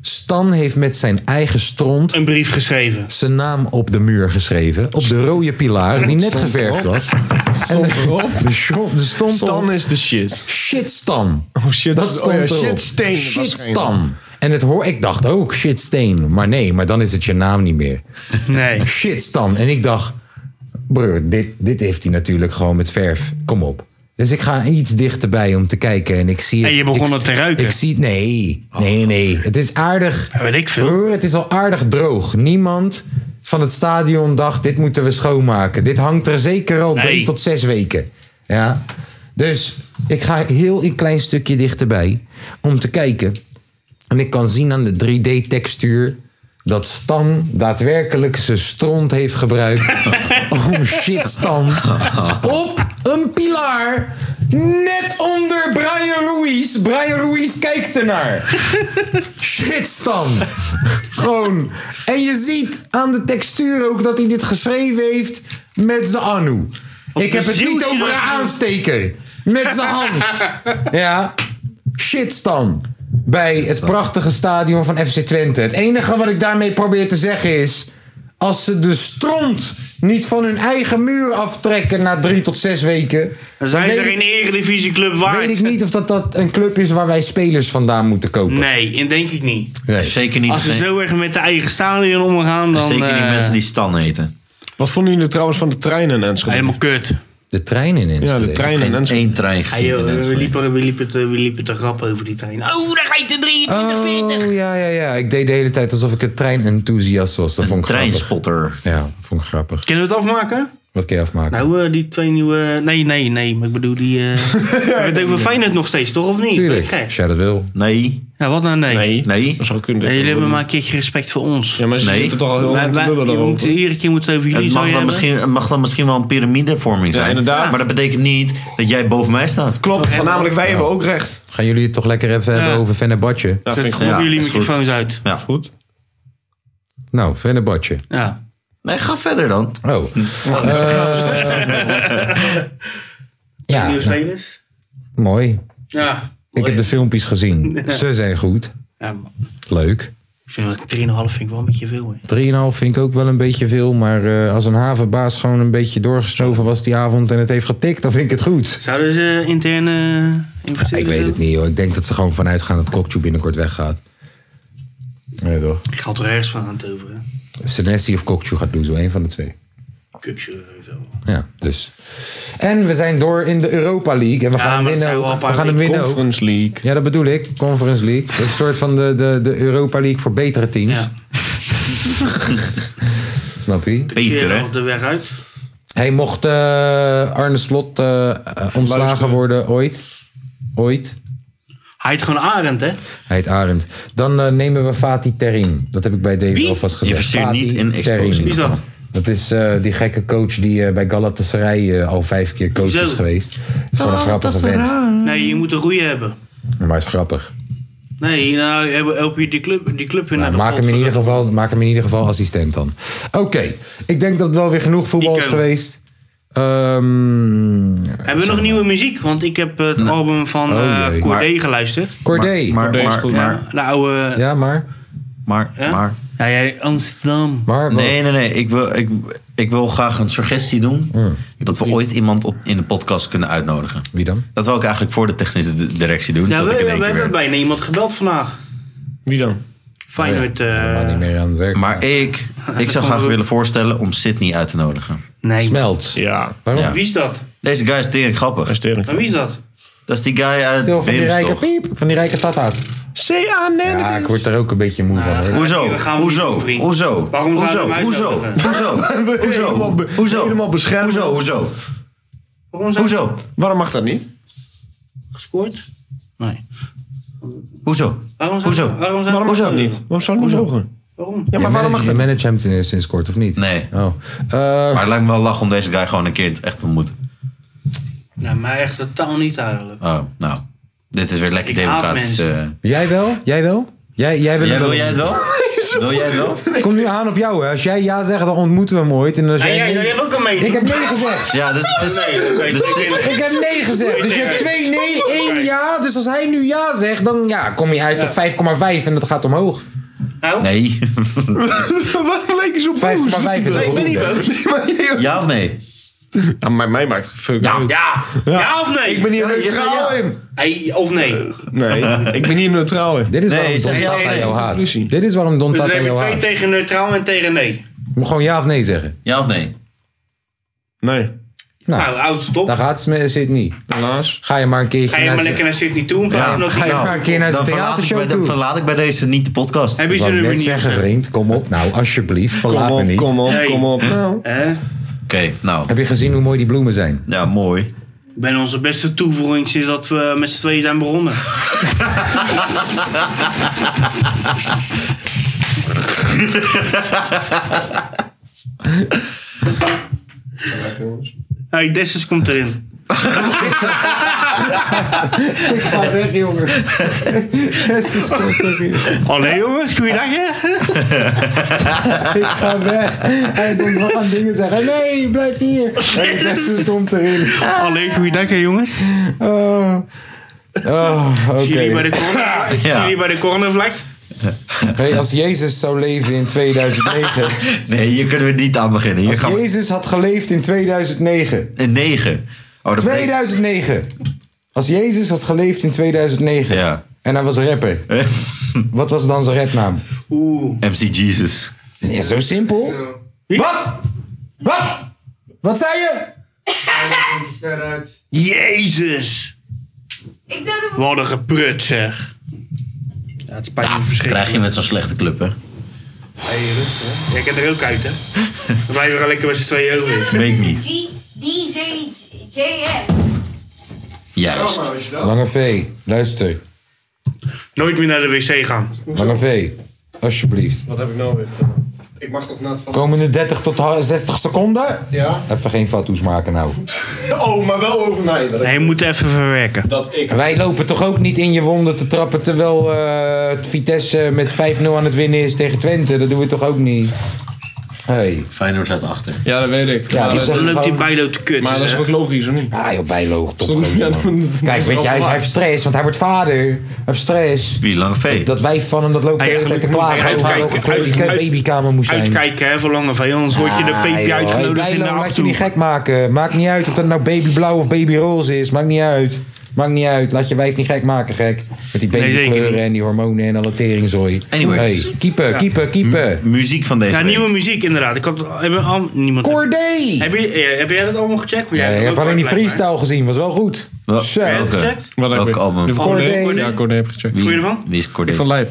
Speaker 3: Stan heeft met zijn eigen stront...
Speaker 4: Een brief geschreven.
Speaker 3: Zijn naam op de muur geschreven. Op de rode pilaar die net
Speaker 5: Stond
Speaker 3: geverfd
Speaker 5: erop.
Speaker 3: was.
Speaker 5: Stond
Speaker 3: de-
Speaker 5: erop.
Speaker 3: De, scho- de stond
Speaker 5: Stan is de shit.
Speaker 3: Shit Stan.
Speaker 5: Oh shit.
Speaker 3: Dat stond
Speaker 5: oh, ja,
Speaker 3: erop.
Speaker 5: shit steen
Speaker 3: Shit
Speaker 5: waarschijnlijk.
Speaker 3: Stan. En het hoor, ik dacht ook shit steen. Maar nee, maar dan is het je naam niet meer.
Speaker 4: Nee.
Speaker 3: Shit Stan. En ik dacht, broer, dit, dit heeft hij natuurlijk gewoon met verf. Kom op. Dus ik ga iets dichterbij om te kijken en ik zie het.
Speaker 4: En je begon
Speaker 3: ik-
Speaker 4: het te ruiken. Oh.
Speaker 3: Ik zie nee, nee, nee. Het is aardig.
Speaker 4: weet ik veel.
Speaker 3: Broer, het is al aardig droog. Niemand van het stadion dacht, dit moeten we schoonmaken. Dit hangt er zeker al drie tot zes weken. Ja. Dus ik ga heel een klein stukje dichterbij om te kijken. En ik kan zien aan de 3D-textuur dat Stan daadwerkelijk zijn stront heeft gebruikt om shit Stan op een pilaar net onder Brian Ruiz. Brian Ruiz kijkt ernaar. Shit Stan. Gewoon. En je ziet aan de textuur ook dat hij dit geschreven heeft met zijn anu. Ik heb het niet over een aansteker. Met zijn <laughs> hand. Ja. Shitstan. Bij het prachtige stadion van FC Twente. Het enige wat ik daarmee probeer te zeggen is. Als ze de stront niet van hun eigen muur aftrekken na drie tot zes weken.
Speaker 4: Dan zijn
Speaker 3: weet
Speaker 4: ze er
Speaker 3: ik-
Speaker 4: in de Eredivisieclub waard.
Speaker 3: Weet ik niet of dat, dat een club is waar wij spelers vandaan moeten kopen.
Speaker 4: Nee, en denk ik niet.
Speaker 2: Zeker niet.
Speaker 4: Als ze
Speaker 2: geen-
Speaker 4: zo erg met de eigen stadion omgaan, dan...
Speaker 2: zeker niet
Speaker 4: eh,
Speaker 2: mensen die Stan heten.
Speaker 5: Wat vonden jullie trouwens van de treinen in Enschede?
Speaker 4: Helemaal kut.
Speaker 3: De trein in Enschede?
Speaker 5: Ja, de trein in Enschede.
Speaker 2: Eén trein
Speaker 4: Ah, joh, we, liepen, we, liepen te, we liepen te grappen over die trein. Oh, daar ga je te 23, 40.
Speaker 3: Oh ja, ja, ja. Ik deed de hele tijd alsof ik een treinenthousiast was. Dat vond ik
Speaker 2: treinspotter.
Speaker 3: Ja, vond ik grappig.
Speaker 4: Kunnen we het afmaken?
Speaker 3: Wat kun je afmaken?
Speaker 4: Nou, eh, die twee nieuwe... Nee, nee, nee. Maar ik bedoel, die... eh we hebben het over Feyenoord nog steeds, toch? Of niet? Gek.
Speaker 3: als jij dat wil.
Speaker 2: Nee.
Speaker 4: Ja, wat nou nee? Nee.
Speaker 2: Nee.
Speaker 5: Dat zou kunnen.
Speaker 4: Nee, jullie hebben maar een keertje respect voor ons. Ja,
Speaker 5: maar ze Nee. zitten toch al heel lang te lullen daarover.
Speaker 4: Iedere keer moeten we over jullie
Speaker 2: Het mag
Speaker 4: zo
Speaker 2: dan, misschien, het mag dan misschien wel een piramidevorming zijn.
Speaker 5: inderdaad.
Speaker 2: Maar dat betekent niet dat jij boven mij staat.
Speaker 5: Klopt, want namelijk wij hebben ook recht.
Speaker 3: Gaan jullie het toch lekker even hebben over Vennebadje?
Speaker 5: Ja, vind ik
Speaker 4: Zet
Speaker 5: goed.
Speaker 4: jullie
Speaker 5: is goed.
Speaker 4: microfoons uit.
Speaker 2: Ja,
Speaker 5: goed.
Speaker 3: Nou, Vennebadje.
Speaker 4: Ja.
Speaker 2: Nee, ga verder dan.
Speaker 3: Oh. Ja,
Speaker 4: Nieuwe
Speaker 3: nou,
Speaker 4: spelers?
Speaker 3: mooi.
Speaker 4: Ja.
Speaker 3: Ik heb de filmpjes gezien. Ze zijn goed.
Speaker 4: Ja, man.
Speaker 3: Leuk.
Speaker 4: 3,5 vind ik wel een beetje veel. Hè.
Speaker 3: 3,5 vind ik ook wel een beetje veel. Maar eh, als een havenbaas gewoon een beetje doorgesnoven was die avond en het heeft getikt, dan vind ik het goed.
Speaker 4: Zouden ze interne
Speaker 2: eh,
Speaker 4: investeren?
Speaker 3: Ik weet het niet hoor. Ik denk dat ze gewoon vanuit gaan dat Kokju binnenkort weggaat. Nee toch?
Speaker 4: Ik ga er ergens van aan het over. hè.
Speaker 3: Senesi of Kokju gaat doen, zo één van de twee.
Speaker 4: Kukje. zo.
Speaker 3: Ja, dus. En we zijn door in de Europa League. En we
Speaker 4: Ja,
Speaker 3: gaan
Speaker 4: maar dat zijn
Speaker 3: winnen.
Speaker 4: wel een
Speaker 3: ook.
Speaker 4: paar
Speaker 3: We gaan hem winnen ook.
Speaker 5: Conference League.
Speaker 3: Ja, dat bedoel ik. Conference League. Dat is een soort van de, de, de Europa League voor betere teams. Snap je?
Speaker 4: Beter, hè? op de weg uit.
Speaker 3: Hij mocht eh, Arne Slot eh, eh, ontslagen worden ooit. Ooit.
Speaker 4: Hij heet gewoon Arend, hè?
Speaker 3: Hij heet Arend. Dan eh, nemen we Fatih Terim. Dat heb ik bij deze alvast gezegd.
Speaker 2: verzeer niet
Speaker 3: Fatih
Speaker 2: in explosies.
Speaker 3: Terim.
Speaker 2: Wie is dat?
Speaker 3: Dat is eh, die gekke coach die eh, bij Galatasaray eh, al vijf keer coach is geweest. Het is gewoon een grappige vent.
Speaker 4: Nee, je moet een goeie hebben.
Speaker 3: Maar hij is grappig.
Speaker 4: Nee, nou, help- help je die club, die club weer naar de
Speaker 3: Nou, maak, hem in ieder geval, maak hem in ieder geval assistent dan. Oké, ik denk dat het wel weer genoeg voetbal is
Speaker 4: Icon.
Speaker 3: geweest. Ehm,
Speaker 4: Hebben we nog nieuwe muziek? Want ik heb eh, het album van
Speaker 3: Oh,
Speaker 4: eh
Speaker 3: jee.
Speaker 4: Corday
Speaker 3: Maar-
Speaker 4: geluisterd.
Speaker 3: Corday. Maar- maar- Corday is maar- goed.
Speaker 4: Ja,
Speaker 3: maar-
Speaker 4: de oude...
Speaker 3: Ja, maar...
Speaker 2: Maar, maar...
Speaker 4: Ja, jij, Amsterdam.
Speaker 3: Maar
Speaker 2: nee, nee, nee. Ik wil, ik, ik wil graag een suggestie doen. Dat we ooit iemand op, in de podcast kunnen uitnodigen.
Speaker 3: Wie dan?
Speaker 2: Dat wil ik eigenlijk voor de technische di- directie doen.
Speaker 4: Ja,
Speaker 2: dat
Speaker 4: we,
Speaker 2: ik in
Speaker 4: we
Speaker 2: één keer
Speaker 4: hebben
Speaker 2: weer-
Speaker 4: bijna iemand gebeld vandaag.
Speaker 5: Wie dan?
Speaker 4: Feyenoord. eh,
Speaker 3: meer aan het werk.
Speaker 2: Maar ik, ik zou graag willen voorstellen om Sydney uit te nodigen.
Speaker 4: Nee.
Speaker 3: Smelt.
Speaker 5: Ja.
Speaker 3: Waarom?
Speaker 4: Wie is dat?
Speaker 2: Deze guy is tering grappig. Is
Speaker 5: tering
Speaker 4: Maar wie is dat?
Speaker 2: Dat is die guy uit
Speaker 3: Stil van die rijke
Speaker 2: Wilmsdorf.
Speaker 3: piep, van die rijke tata's. Ja, ik word er ook een beetje moe van. Hoor.
Speaker 2: Hoezo? Hoezo? Hoezo?
Speaker 3: Waarom gaan we
Speaker 2: Hoezo?
Speaker 3: hem
Speaker 2: Hoezo?
Speaker 3: uitnodigen?
Speaker 2: Hoezo? Hoezo? Hoezo? Helemaal beschermd. Hoezo? Hoezo? Hoezo?
Speaker 5: Waarom mag dat niet?
Speaker 4: Gescoord? Nee.
Speaker 2: Hoezo?
Speaker 4: Waarom zou- Hoezo? waarom zou- Waarom
Speaker 5: dat niet? Waarom zou het mogen?
Speaker 4: Waarom?
Speaker 5: Ja, maar waarom mag
Speaker 3: Je
Speaker 5: dat?
Speaker 3: manage hem ten- sinds kort, of niet? Oh. Eh,
Speaker 2: Nee.
Speaker 3: Maar
Speaker 2: het lijkt me wel lachen om deze guy gewoon een keer echt te ontmoeten.
Speaker 4: Nou, mij echt totaal niet eigenlijk.
Speaker 2: Oh, nou. Dit is weer lekker
Speaker 4: Ik haat
Speaker 2: democratisch.
Speaker 4: mensen.
Speaker 2: eh.
Speaker 3: Jij wel? Jij wel? Jij, jij wil,
Speaker 2: Jij-
Speaker 3: hem
Speaker 2: wil jij het wel? Wil jij het wel?
Speaker 3: Kom nu aan op jou, hè. Als jij ja zegt, dan ontmoeten we hem ooit. En als
Speaker 4: Ja,
Speaker 3: jij
Speaker 4: jij,
Speaker 3: nee-
Speaker 4: jij hebt ook een mening.
Speaker 3: Ik heb nee gezegd.
Speaker 2: Ja, dus het is...
Speaker 4: oké,
Speaker 2: dus
Speaker 4: ik-
Speaker 2: dit-
Speaker 4: ik-
Speaker 3: Ik heb nee gezegd. Dus je hebt twee nee, één ja. Dus als hij nu ja zegt, dan ja, kom je uit op 5,5 en dat gaat omhoog.
Speaker 4: Nou?
Speaker 2: Nee.
Speaker 5: <laughs> Waarom leek je zo boos?
Speaker 3: 5,5 is
Speaker 5: Ik ben niet
Speaker 3: voldoende.
Speaker 5: boos.
Speaker 2: Ja of nee?
Speaker 5: Ja, maar Nou, mij maakt het fuck ja.
Speaker 4: Ja. ja. of nee?
Speaker 5: Ik ben hier neutraal in.
Speaker 4: Hey, of nee? Dus
Speaker 5: Nee, ik ben hier neutraal in.
Speaker 3: Dit is waarom Don Tata jou haat. Dit is waarom Don
Speaker 4: Dus dan
Speaker 3: Tata
Speaker 4: heb je
Speaker 3: jou
Speaker 4: twee
Speaker 3: haat.
Speaker 4: tegen neutraal en tegen nee.
Speaker 3: Je moet gewoon ja of nee zeggen.
Speaker 2: Ja of nee?
Speaker 5: Nee.
Speaker 3: Nou,
Speaker 4: oud stop.
Speaker 3: Daar gaat het Sydney.
Speaker 5: Helaas.
Speaker 3: Ga je maar een keertje
Speaker 4: Ga je
Speaker 3: naar
Speaker 4: maar
Speaker 3: ze-
Speaker 4: lekker naar Sydney toe? een paar
Speaker 2: Ja,
Speaker 4: keer nog-
Speaker 2: ga je
Speaker 4: Nou,
Speaker 2: maar een keer naar zijn theatershow toe. Dan verlaat ik bij deze niet de podcast.
Speaker 4: Heb je
Speaker 3: Ik
Speaker 4: ze
Speaker 3: wou
Speaker 4: nummer
Speaker 3: net
Speaker 4: niet?
Speaker 3: zeggen, vriend. Kom op nou, alsjeblieft. Verlaat
Speaker 2: op,
Speaker 3: me niet.
Speaker 2: kom op,
Speaker 4: Hey. kom op.
Speaker 5: Nou.
Speaker 4: Hè?
Speaker 2: Oké, nou.
Speaker 3: Heb je gezien hoe mooi die bloemen zijn?
Speaker 2: Ja, mooi. <laughs>
Speaker 4: Ben onze beste toevoeging sinds dat we met z'n tweeën zijn begonnen. hey, Dessus komt erin.
Speaker 10: Ik ga weg,
Speaker 3: <laughs>
Speaker 10: jongen. Jezus, komt er weer.
Speaker 4: Allee jongens, goeiedag hè?
Speaker 10: Ik ga weg. Hij denkt, we gaan dingen zeggen. Nee, blijf hier. Nee, Jezus komt erin.
Speaker 4: Allee, goeiedag hè jongens.
Speaker 3: Oh, Ah, oké.
Speaker 4: Zien jullie bij de corner- zien jullie bij de cornervlag?
Speaker 3: Hey, als Jezus zou leven in <laughs> 2009.
Speaker 2: Nee, hier kunnen we niet aan beginnen. Hier
Speaker 3: Als
Speaker 2: gaan we...
Speaker 3: Jezus had geleefd in 2009.
Speaker 2: Een 9. Oh, dat betekent-
Speaker 3: 2009. Als Jezus had geleefd in 2009.
Speaker 2: <laughs>
Speaker 3: En hij was een rapper. Wat was dan zijn rapnaam?
Speaker 4: Oeh.
Speaker 2: MC Jesus.
Speaker 3: Ja, zo simpel. Wat? Wat? Wat zei je?
Speaker 4: Jezus!
Speaker 9: Ik dacht dat
Speaker 4: Wat een geprut zeg. Ja, het spijt me verschrikkelijk.
Speaker 2: Krijg je met zo'n slechte club, hè?
Speaker 4: Hey, rustig. Jij kent er ook uit hè? We blijven gewoon lekker met z'n tweeën over.
Speaker 2: Weet niet.
Speaker 9: G, DJ JS.
Speaker 2: Juist.
Speaker 3: Lange V, luister.
Speaker 4: Nooit meer naar de wc gaan.
Speaker 3: Lange V, alsjeblieft.
Speaker 7: Wat heb ik nou weer gedaan? Ik mag toch nat van...
Speaker 3: Komende 30 tot ha- 60 seconden?
Speaker 7: Ja.
Speaker 3: Even geen fatsoes maken nou.
Speaker 7: Oh, maar wel over mij. Dat ik...
Speaker 4: Nee, je moet even verwerken.
Speaker 7: Dat ik...
Speaker 3: Wij lopen toch ook niet in je wonden te trappen terwijl eh, het Vitesse met 5-0 aan het winnen is tegen Twente. Dat doen we toch ook niet? Hey.
Speaker 2: Feyenoord staat achter.
Speaker 5: Ja, dat weet ik.
Speaker 3: Ja,
Speaker 5: Maar
Speaker 3: die
Speaker 5: dat-
Speaker 3: zijn-
Speaker 4: Dan loopt die
Speaker 3: gewoon-
Speaker 4: bijlo te kut.
Speaker 5: Maar dat is ook logisch, of niet?
Speaker 3: Ah joh, bijlo. Top.
Speaker 5: Ja, dat-
Speaker 3: Kijk, weet je, hij, hij heeft stress, want hij wordt vader. Hij heeft stress.
Speaker 2: Wie, Lange V?
Speaker 3: Dat wij van hem, dat loopt de hele tijd te klagen over welke kwaliteit babykamer moest zijn.
Speaker 4: Uitkijken hè, voor lange vijand, anders word je de
Speaker 3: Ah,
Speaker 4: peepje
Speaker 3: joh. Hey,
Speaker 4: uitgenodigd in de
Speaker 3: Bijlo, laat je niet
Speaker 4: aftoe.
Speaker 3: gek maken. Maakt niet uit of dat nou babyblauw of babyroze is. Maakt niet uit. Maakt niet uit. Laat je wijf niet gek maken, gek. Met die
Speaker 4: Nee, zeker
Speaker 3: babykleuren
Speaker 4: niet.
Speaker 3: en die hormonen en alle teringzooi.
Speaker 2: Anyways.
Speaker 3: Hey, keeper,
Speaker 4: Ja.
Speaker 3: keeper, keeper.
Speaker 2: Muziek van deze
Speaker 4: Ja,
Speaker 2: week.
Speaker 4: nieuwe muziek inderdaad. Ik had heb al niemand.
Speaker 3: Corday!
Speaker 4: Heb, je, eh, heb jij dat allemaal gecheckt?
Speaker 3: Ja, ik heb alleen die freestyle gezien. Was wel goed.
Speaker 2: Wel-
Speaker 3: Zo.
Speaker 4: Heb je dat gecheckt?
Speaker 5: Wat heb
Speaker 2: Welk
Speaker 5: ik?
Speaker 2: album?
Speaker 5: De Corday.
Speaker 3: Corday.
Speaker 5: Ja, Corday heb ik gecheckt.
Speaker 4: Goeie
Speaker 2: Wie,
Speaker 4: ervan?
Speaker 2: wie is
Speaker 5: Ik
Speaker 2: Corday?
Speaker 5: vond Lijp.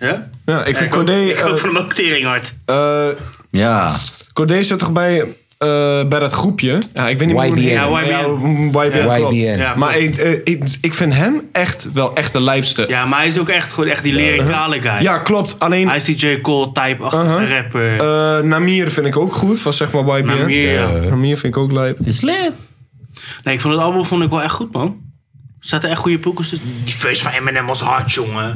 Speaker 4: Ja?
Speaker 5: Ja, ik
Speaker 4: Ja,
Speaker 5: vind
Speaker 3: eh,
Speaker 4: Ik hoop-
Speaker 5: Corday...
Speaker 4: ik hoop
Speaker 5: eh,
Speaker 4: van mijn tering hard.
Speaker 5: eh,
Speaker 2: Ja.
Speaker 5: Corday zat toch bij eh, bij dat groepje. Ja, ik weet niet meer hoe
Speaker 3: YBN.
Speaker 5: het heet.
Speaker 4: Ja,
Speaker 5: Ja, YBN.
Speaker 4: Ja.
Speaker 5: klopt.
Speaker 4: YBN. Ja,
Speaker 5: maar ik, eh, ik, ik vind hem echt wel echt de lijpste.
Speaker 4: Ja, maar hij is ook echt, gewoon echt die
Speaker 3: uh-huh.
Speaker 4: lyricale guy.
Speaker 5: Ja, klopt. Alleen...
Speaker 4: Hij is die J. Cole-type-achtige
Speaker 3: Uh-huh.
Speaker 4: rapper.
Speaker 3: Uh,
Speaker 5: Eh, Namir vind ik ook goed, van zeg maar YBN.
Speaker 4: Namir, ja.
Speaker 5: Eh, Namir vind ik ook lijp.
Speaker 2: Is lijp.
Speaker 4: Nee, ik vond het album vond ik wel echt goed, man. Er zaten echt goede poekers tussen. Die verse van Eminem was hard, jongen.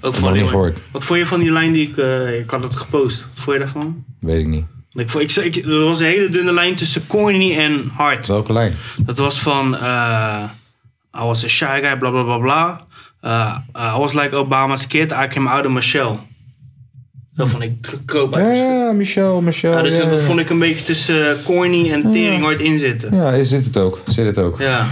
Speaker 4: ook
Speaker 3: nog
Speaker 4: van
Speaker 3: niet gehoord.
Speaker 4: Wat vond je van die lijn die ik... eh, ik had het gepost. Wat vond je daarvan?
Speaker 3: Weet ik niet.
Speaker 4: Ik vond, ik, ik, er was een hele dunne lijn tussen corny en hard.
Speaker 3: Welke lijn?
Speaker 4: Dat was van... eh I was a shy guy, bla bla bla bla. Eh, I was like Obama's kid, I came out of my shell. Dat vond ik k- kroop uit.
Speaker 3: Ja, Michel, Michel.
Speaker 4: dus- Ja, dus
Speaker 3: ja,
Speaker 4: dat
Speaker 3: ja.
Speaker 4: vond ik een beetje tussen eh, corny en tering hard inzitten.
Speaker 3: Ja, is dit het ook? Zit het ook?
Speaker 4: Ja.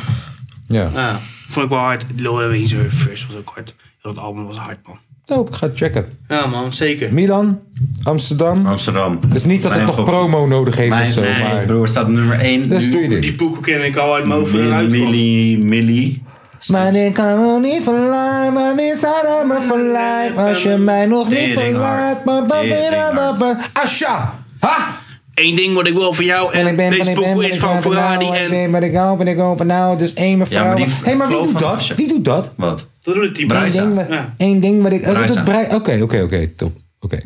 Speaker 3: Ja.
Speaker 4: Ja, vond ik wel hard. Lil Weezer first was ook hard. Heel dat album was hard, man.
Speaker 3: Dope, ik ga het checken.
Speaker 4: Ja, man, zeker.
Speaker 3: Milan, Amsterdam.
Speaker 2: Amsterdam.
Speaker 3: Dus niet dat het
Speaker 2: Mijn
Speaker 3: nog
Speaker 2: pokoe.
Speaker 3: promo nodig heeft
Speaker 2: Mijn-
Speaker 3: of zo.
Speaker 2: nee,
Speaker 3: maar...
Speaker 2: broer, staat nummer 1.
Speaker 3: Dus doe je dit.
Speaker 4: Die poeken ken ik al uit mijn hoofd en uit.
Speaker 2: Millie, Millie.
Speaker 3: Maar ik kan wel niet verlaten, maar we zijn me verlaat. Als je mij nog niet
Speaker 4: Tering
Speaker 3: verlaat,
Speaker 4: hard.
Speaker 3: maar
Speaker 4: Tering
Speaker 3: Asha! Ha!
Speaker 4: Eén ding wat ik wil voor jou en
Speaker 3: En ik ben,
Speaker 4: deze
Speaker 3: ik ben,
Speaker 4: pokoe
Speaker 3: ben,
Speaker 4: is
Speaker 3: ik
Speaker 4: van
Speaker 3: ben,
Speaker 4: Ferrari
Speaker 3: nou, ik
Speaker 4: en...
Speaker 3: ben, ben ik open, ben ik open, nou, dus één mevrouw.
Speaker 2: maar die
Speaker 3: Hé, maar wie
Speaker 2: flow
Speaker 3: doet
Speaker 2: van
Speaker 3: dat?
Speaker 2: Asha.
Speaker 3: Wie doet dat?
Speaker 2: Wat?
Speaker 4: Dat doet het team.
Speaker 3: Eén ding, wa- één ding wat ik... oh, dat doet
Speaker 2: Braisa.
Speaker 3: Brei- Oké, oké, oké, top. Oké.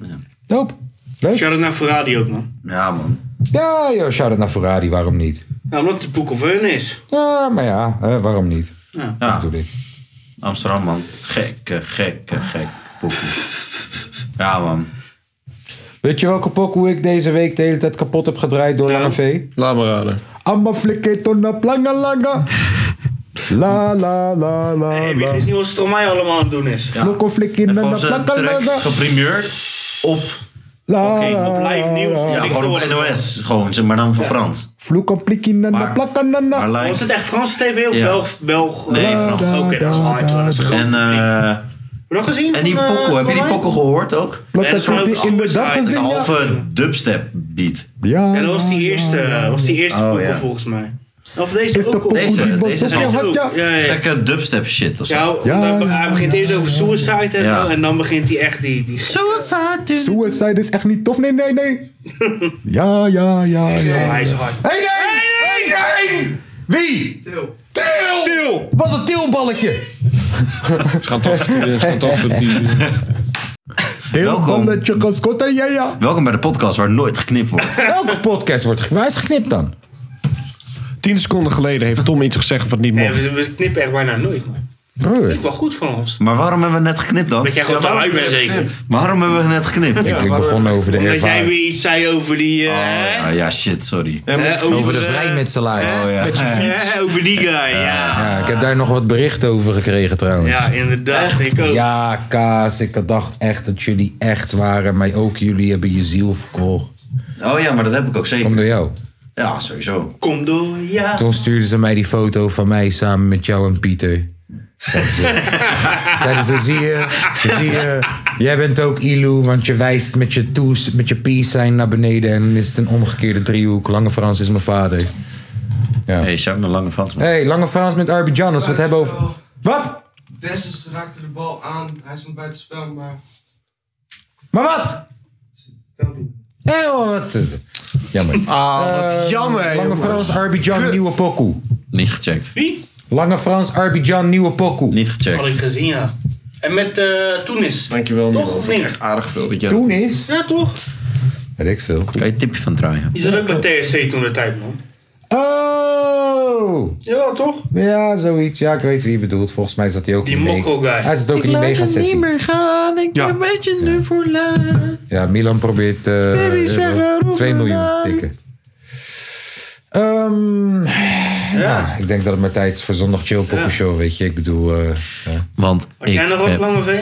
Speaker 3: Doop. Leuk.
Speaker 4: Shout-out naar Ferrari ook, man.
Speaker 2: Ja, man.
Speaker 3: Ja, joh, shout-out naar Ferrari, waarom niet?
Speaker 4: Nou, omdat de poek of hun is.
Speaker 3: Ja, maar ja, hè, waarom niet?
Speaker 4: Ja.
Speaker 2: Ja.
Speaker 3: Doe dit.
Speaker 2: Amsterdam, man. Gekke, gekke, gek. pokoe. Ja, man.
Speaker 3: Weet je welke pok hoe ik deze week de hele tijd kapot heb gedraaid door Lange V?
Speaker 5: Laat maar raden.
Speaker 3: Amma flikketon op lange lange. La la la la
Speaker 4: Hey,
Speaker 3: la.
Speaker 4: weet je niet wat Stromae allemaal aan het doen is?
Speaker 3: Flokko flikkin en
Speaker 2: Van
Speaker 3: de
Speaker 2: zijn
Speaker 3: plakken
Speaker 2: track
Speaker 3: lange.
Speaker 2: geprimeerd op...
Speaker 3: La
Speaker 4: op live nieuws.
Speaker 2: Ja,
Speaker 4: Ik
Speaker 2: gewoon op
Speaker 4: hoor het.
Speaker 2: NOS. Gewoon, zeg maar dan voor Frans.
Speaker 3: Flokko flikkin en de plakken
Speaker 2: Maar
Speaker 3: lange.
Speaker 2: lijkt-
Speaker 4: Was het echt Franse tv of
Speaker 2: Ja.
Speaker 4: Belg? Belg
Speaker 2: Nee,
Speaker 4: eh,
Speaker 2: Frans.
Speaker 4: Oké, dat is hard. hoor. Dat is groot.
Speaker 2: En, eh,
Speaker 4: Heb je dat gezien?
Speaker 2: en die
Speaker 4: van, eh,
Speaker 2: pokkel, heb je die
Speaker 4: Stromae?
Speaker 2: pokkel gehoord ook?
Speaker 3: Wat
Speaker 4: En
Speaker 3: dat
Speaker 4: zo'n
Speaker 3: heb je in de dag
Speaker 4: outside.
Speaker 2: Een
Speaker 3: gezien, ja?
Speaker 2: halve dubstep beat.
Speaker 3: Ja.
Speaker 4: Ja, dat was die eerste, eh, was die eerste
Speaker 2: Oh,
Speaker 4: pokkel
Speaker 2: ja.
Speaker 4: volgens mij. Of deze
Speaker 3: oh, Is de
Speaker 4: ook al.
Speaker 3: pokkel die
Speaker 2: Deze,
Speaker 3: was
Speaker 2: deze
Speaker 3: op
Speaker 2: is
Speaker 3: je
Speaker 2: ook
Speaker 3: hart, ja?
Speaker 4: Ja, ja, ja.
Speaker 2: Gekke dubstep shit of zo.
Speaker 4: Ja,
Speaker 3: Ja,
Speaker 4: hij,
Speaker 3: ja,
Speaker 4: hij begint eerst over suicide en,
Speaker 2: Ja.
Speaker 4: zo, en dan begint hij echt die... die
Speaker 3: Suicide is echt niet tof, nee, nee,
Speaker 4: <laughs>
Speaker 3: nee. Ja, ja, ja, ja.
Speaker 4: hij is hard.
Speaker 3: Hey, nee! Hey, nee! Wie?
Speaker 11: Til.
Speaker 3: Til! Was een tilballetje.
Speaker 5: Gaat toch gaat toch voor die.
Speaker 3: Tilballetje, kaskotta, ja,
Speaker 4: <laughs>
Speaker 3: ja.
Speaker 2: Welkom bij de podcast waar nooit geknipt wordt.
Speaker 3: Elke podcast wordt ge- Waar is geknipt dan?
Speaker 5: Tien seconden geleden heeft Tom iets gezegd wat niet
Speaker 4: Nee,
Speaker 5: mocht.
Speaker 4: we, we knippen echt bijna nooit, man.
Speaker 3: Broer.
Speaker 4: Dat is wel goed van ons.
Speaker 2: Maar waarom hebben we net geknipt dan?
Speaker 4: Dat jij gewoon eruit bent, zeker.
Speaker 2: Waarom hebben we net geknipt? Oh
Speaker 3: Ik, ik begon over de
Speaker 4: Dat jij
Speaker 3: ervaring.
Speaker 4: weer iets zei over die... eh,
Speaker 2: Ah, ja, shit, sorry.
Speaker 4: eh,
Speaker 3: Over de
Speaker 4: eh,
Speaker 3: vrijmetselaar.
Speaker 2: Oh, ja.
Speaker 4: eh, over die guy, ja.
Speaker 3: Ja, ik heb daar nog wat berichten over gekregen trouwens.
Speaker 4: Ja, inderdaad. Ik ook.
Speaker 3: Ja, Kaas, ik dacht echt dat jullie echt waren. Maar ook jullie hebben je ziel verkocht.
Speaker 2: Oh ja, maar dat heb ik ook
Speaker 3: Kom
Speaker 2: zeker.
Speaker 3: door jou.
Speaker 2: Ja, sowieso.
Speaker 4: Kom door, ja.
Speaker 3: Toen stuurden ze mij die foto van mij samen met jou en Pieter. Zeiden
Speaker 4: <laughs>
Speaker 3: ze, Zeiden ze, dus zie je, zie je, jij bent ook Ilu, want je wijst met je toes, met je peace zijn naar beneden en dan is het een omgekeerde driehoek. Lange Frans is mijn vader.
Speaker 2: Hey, Sjaak, een lange Frans.
Speaker 3: Hé,
Speaker 2: man.
Speaker 3: hey, Lange Frans met Arbidjan, als we het hebben over... Wat?
Speaker 11: Dessus raakte de bal aan. Hij stond bij het spel, maar...
Speaker 3: Maar wat? Hé, hoor, wat? Jammer.
Speaker 5: Ah,
Speaker 4: Eh,
Speaker 5: wat jammer.
Speaker 3: Lange
Speaker 5: jongen.
Speaker 3: Frans, Arbidjan, nieuwe pokoe.
Speaker 2: Niet gecheckt.
Speaker 4: Wie?
Speaker 3: Lange Frans, Arbidjan, nieuwe pokoe.
Speaker 2: Niet
Speaker 4: Had
Speaker 2: gecheckt.
Speaker 4: ik gezien, ja. En met eh Toenis.
Speaker 5: Dankjewel, man.
Speaker 4: Toch, of
Speaker 5: Vind ik
Speaker 4: niet?
Speaker 5: echt aardig veel dat jij
Speaker 3: Toen is...
Speaker 4: Ja, toch?
Speaker 3: Weet ik veel.
Speaker 2: Kan je een tipje van draaien?
Speaker 4: Die zat ook bij TSC toen de tijd, man.
Speaker 3: Oh!
Speaker 4: Ja, toch?
Speaker 3: Ja, zoiets. Ja, ik weet wie je bedoelt. Volgens mij zat hij ook
Speaker 4: Die
Speaker 3: in die
Speaker 4: mokko
Speaker 3: mega-
Speaker 4: guy.
Speaker 3: Hij zat ook in die mega-sessie.
Speaker 5: gaan, ik
Speaker 4: Ja.
Speaker 5: weet je nu voor laat.
Speaker 3: Ja, Milan probeert eh
Speaker 5: Baby, zeg
Speaker 3: euro-
Speaker 5: erover
Speaker 3: 2 miljoen
Speaker 5: dan.
Speaker 3: te tikken. Ehm, ja. Ah, ik denk dat het maar tijd is voor zondag chill poppen show, weet je. Ik bedoel, eh, ja.
Speaker 2: Want
Speaker 4: Had
Speaker 2: ik
Speaker 4: jij nog wat,
Speaker 2: heb
Speaker 4: Lange V?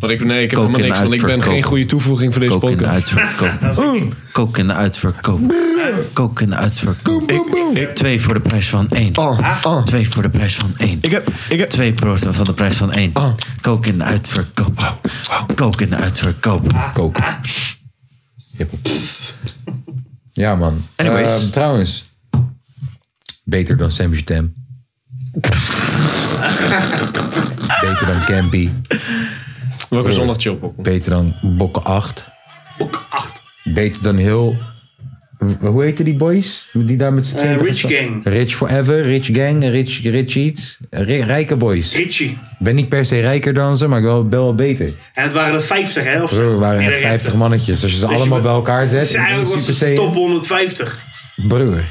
Speaker 5: Wat ik, nee, ik heb
Speaker 2: Kook
Speaker 5: helemaal
Speaker 2: in
Speaker 5: niks, want ik ben
Speaker 2: uitverkoop.
Speaker 5: geen goede toevoeging voor deze
Speaker 2: kook in de
Speaker 5: podcast.
Speaker 4: <laughs>
Speaker 2: uitverkoop. Kook in de uitverkoop. Kook in de uitverkoop. Twee voor de prijs van één.
Speaker 5: Oh,
Speaker 4: Ah,
Speaker 5: oh.
Speaker 2: Twee voor de prijs van één.
Speaker 5: Ik heb, ik heb,
Speaker 2: Twee broden van de prijs van één.
Speaker 7: Ah.
Speaker 2: Kook in de uitverkoop. Kook in de uitverkoop.
Speaker 3: koken. Hiphop. Ja, man.
Speaker 2: Anyways.
Speaker 3: Ehm, trouwens, beter dan Sam Jutem. beter dan Campy.
Speaker 5: welke zondag chillpop?
Speaker 3: Beter dan Bokken 8.
Speaker 4: Boek 8.
Speaker 3: Beter dan heel Hoe heette die boys? Die daar met z'n
Speaker 4: Eh,
Speaker 3: tweeën...
Speaker 4: Rich Gang.
Speaker 3: Rich Forever, Rich Gang, Rich, rich iets. Ri- rijke boys.
Speaker 4: Richie.
Speaker 3: Ben niet per se rijker dan ze, maar ik wel, wel beter.
Speaker 4: En het waren er 50, hè? Of zo.
Speaker 3: Zo waren het
Speaker 4: Iedereen-
Speaker 3: 50 mannetjes. Als je ze
Speaker 4: Dus je
Speaker 3: allemaal
Speaker 4: be-
Speaker 3: bij elkaar
Speaker 4: Het
Speaker 3: zet.
Speaker 4: is
Speaker 3: in één
Speaker 4: eigenlijk was
Speaker 3: Super
Speaker 4: het
Speaker 3: Saiyan-
Speaker 4: top 150.
Speaker 3: Broer.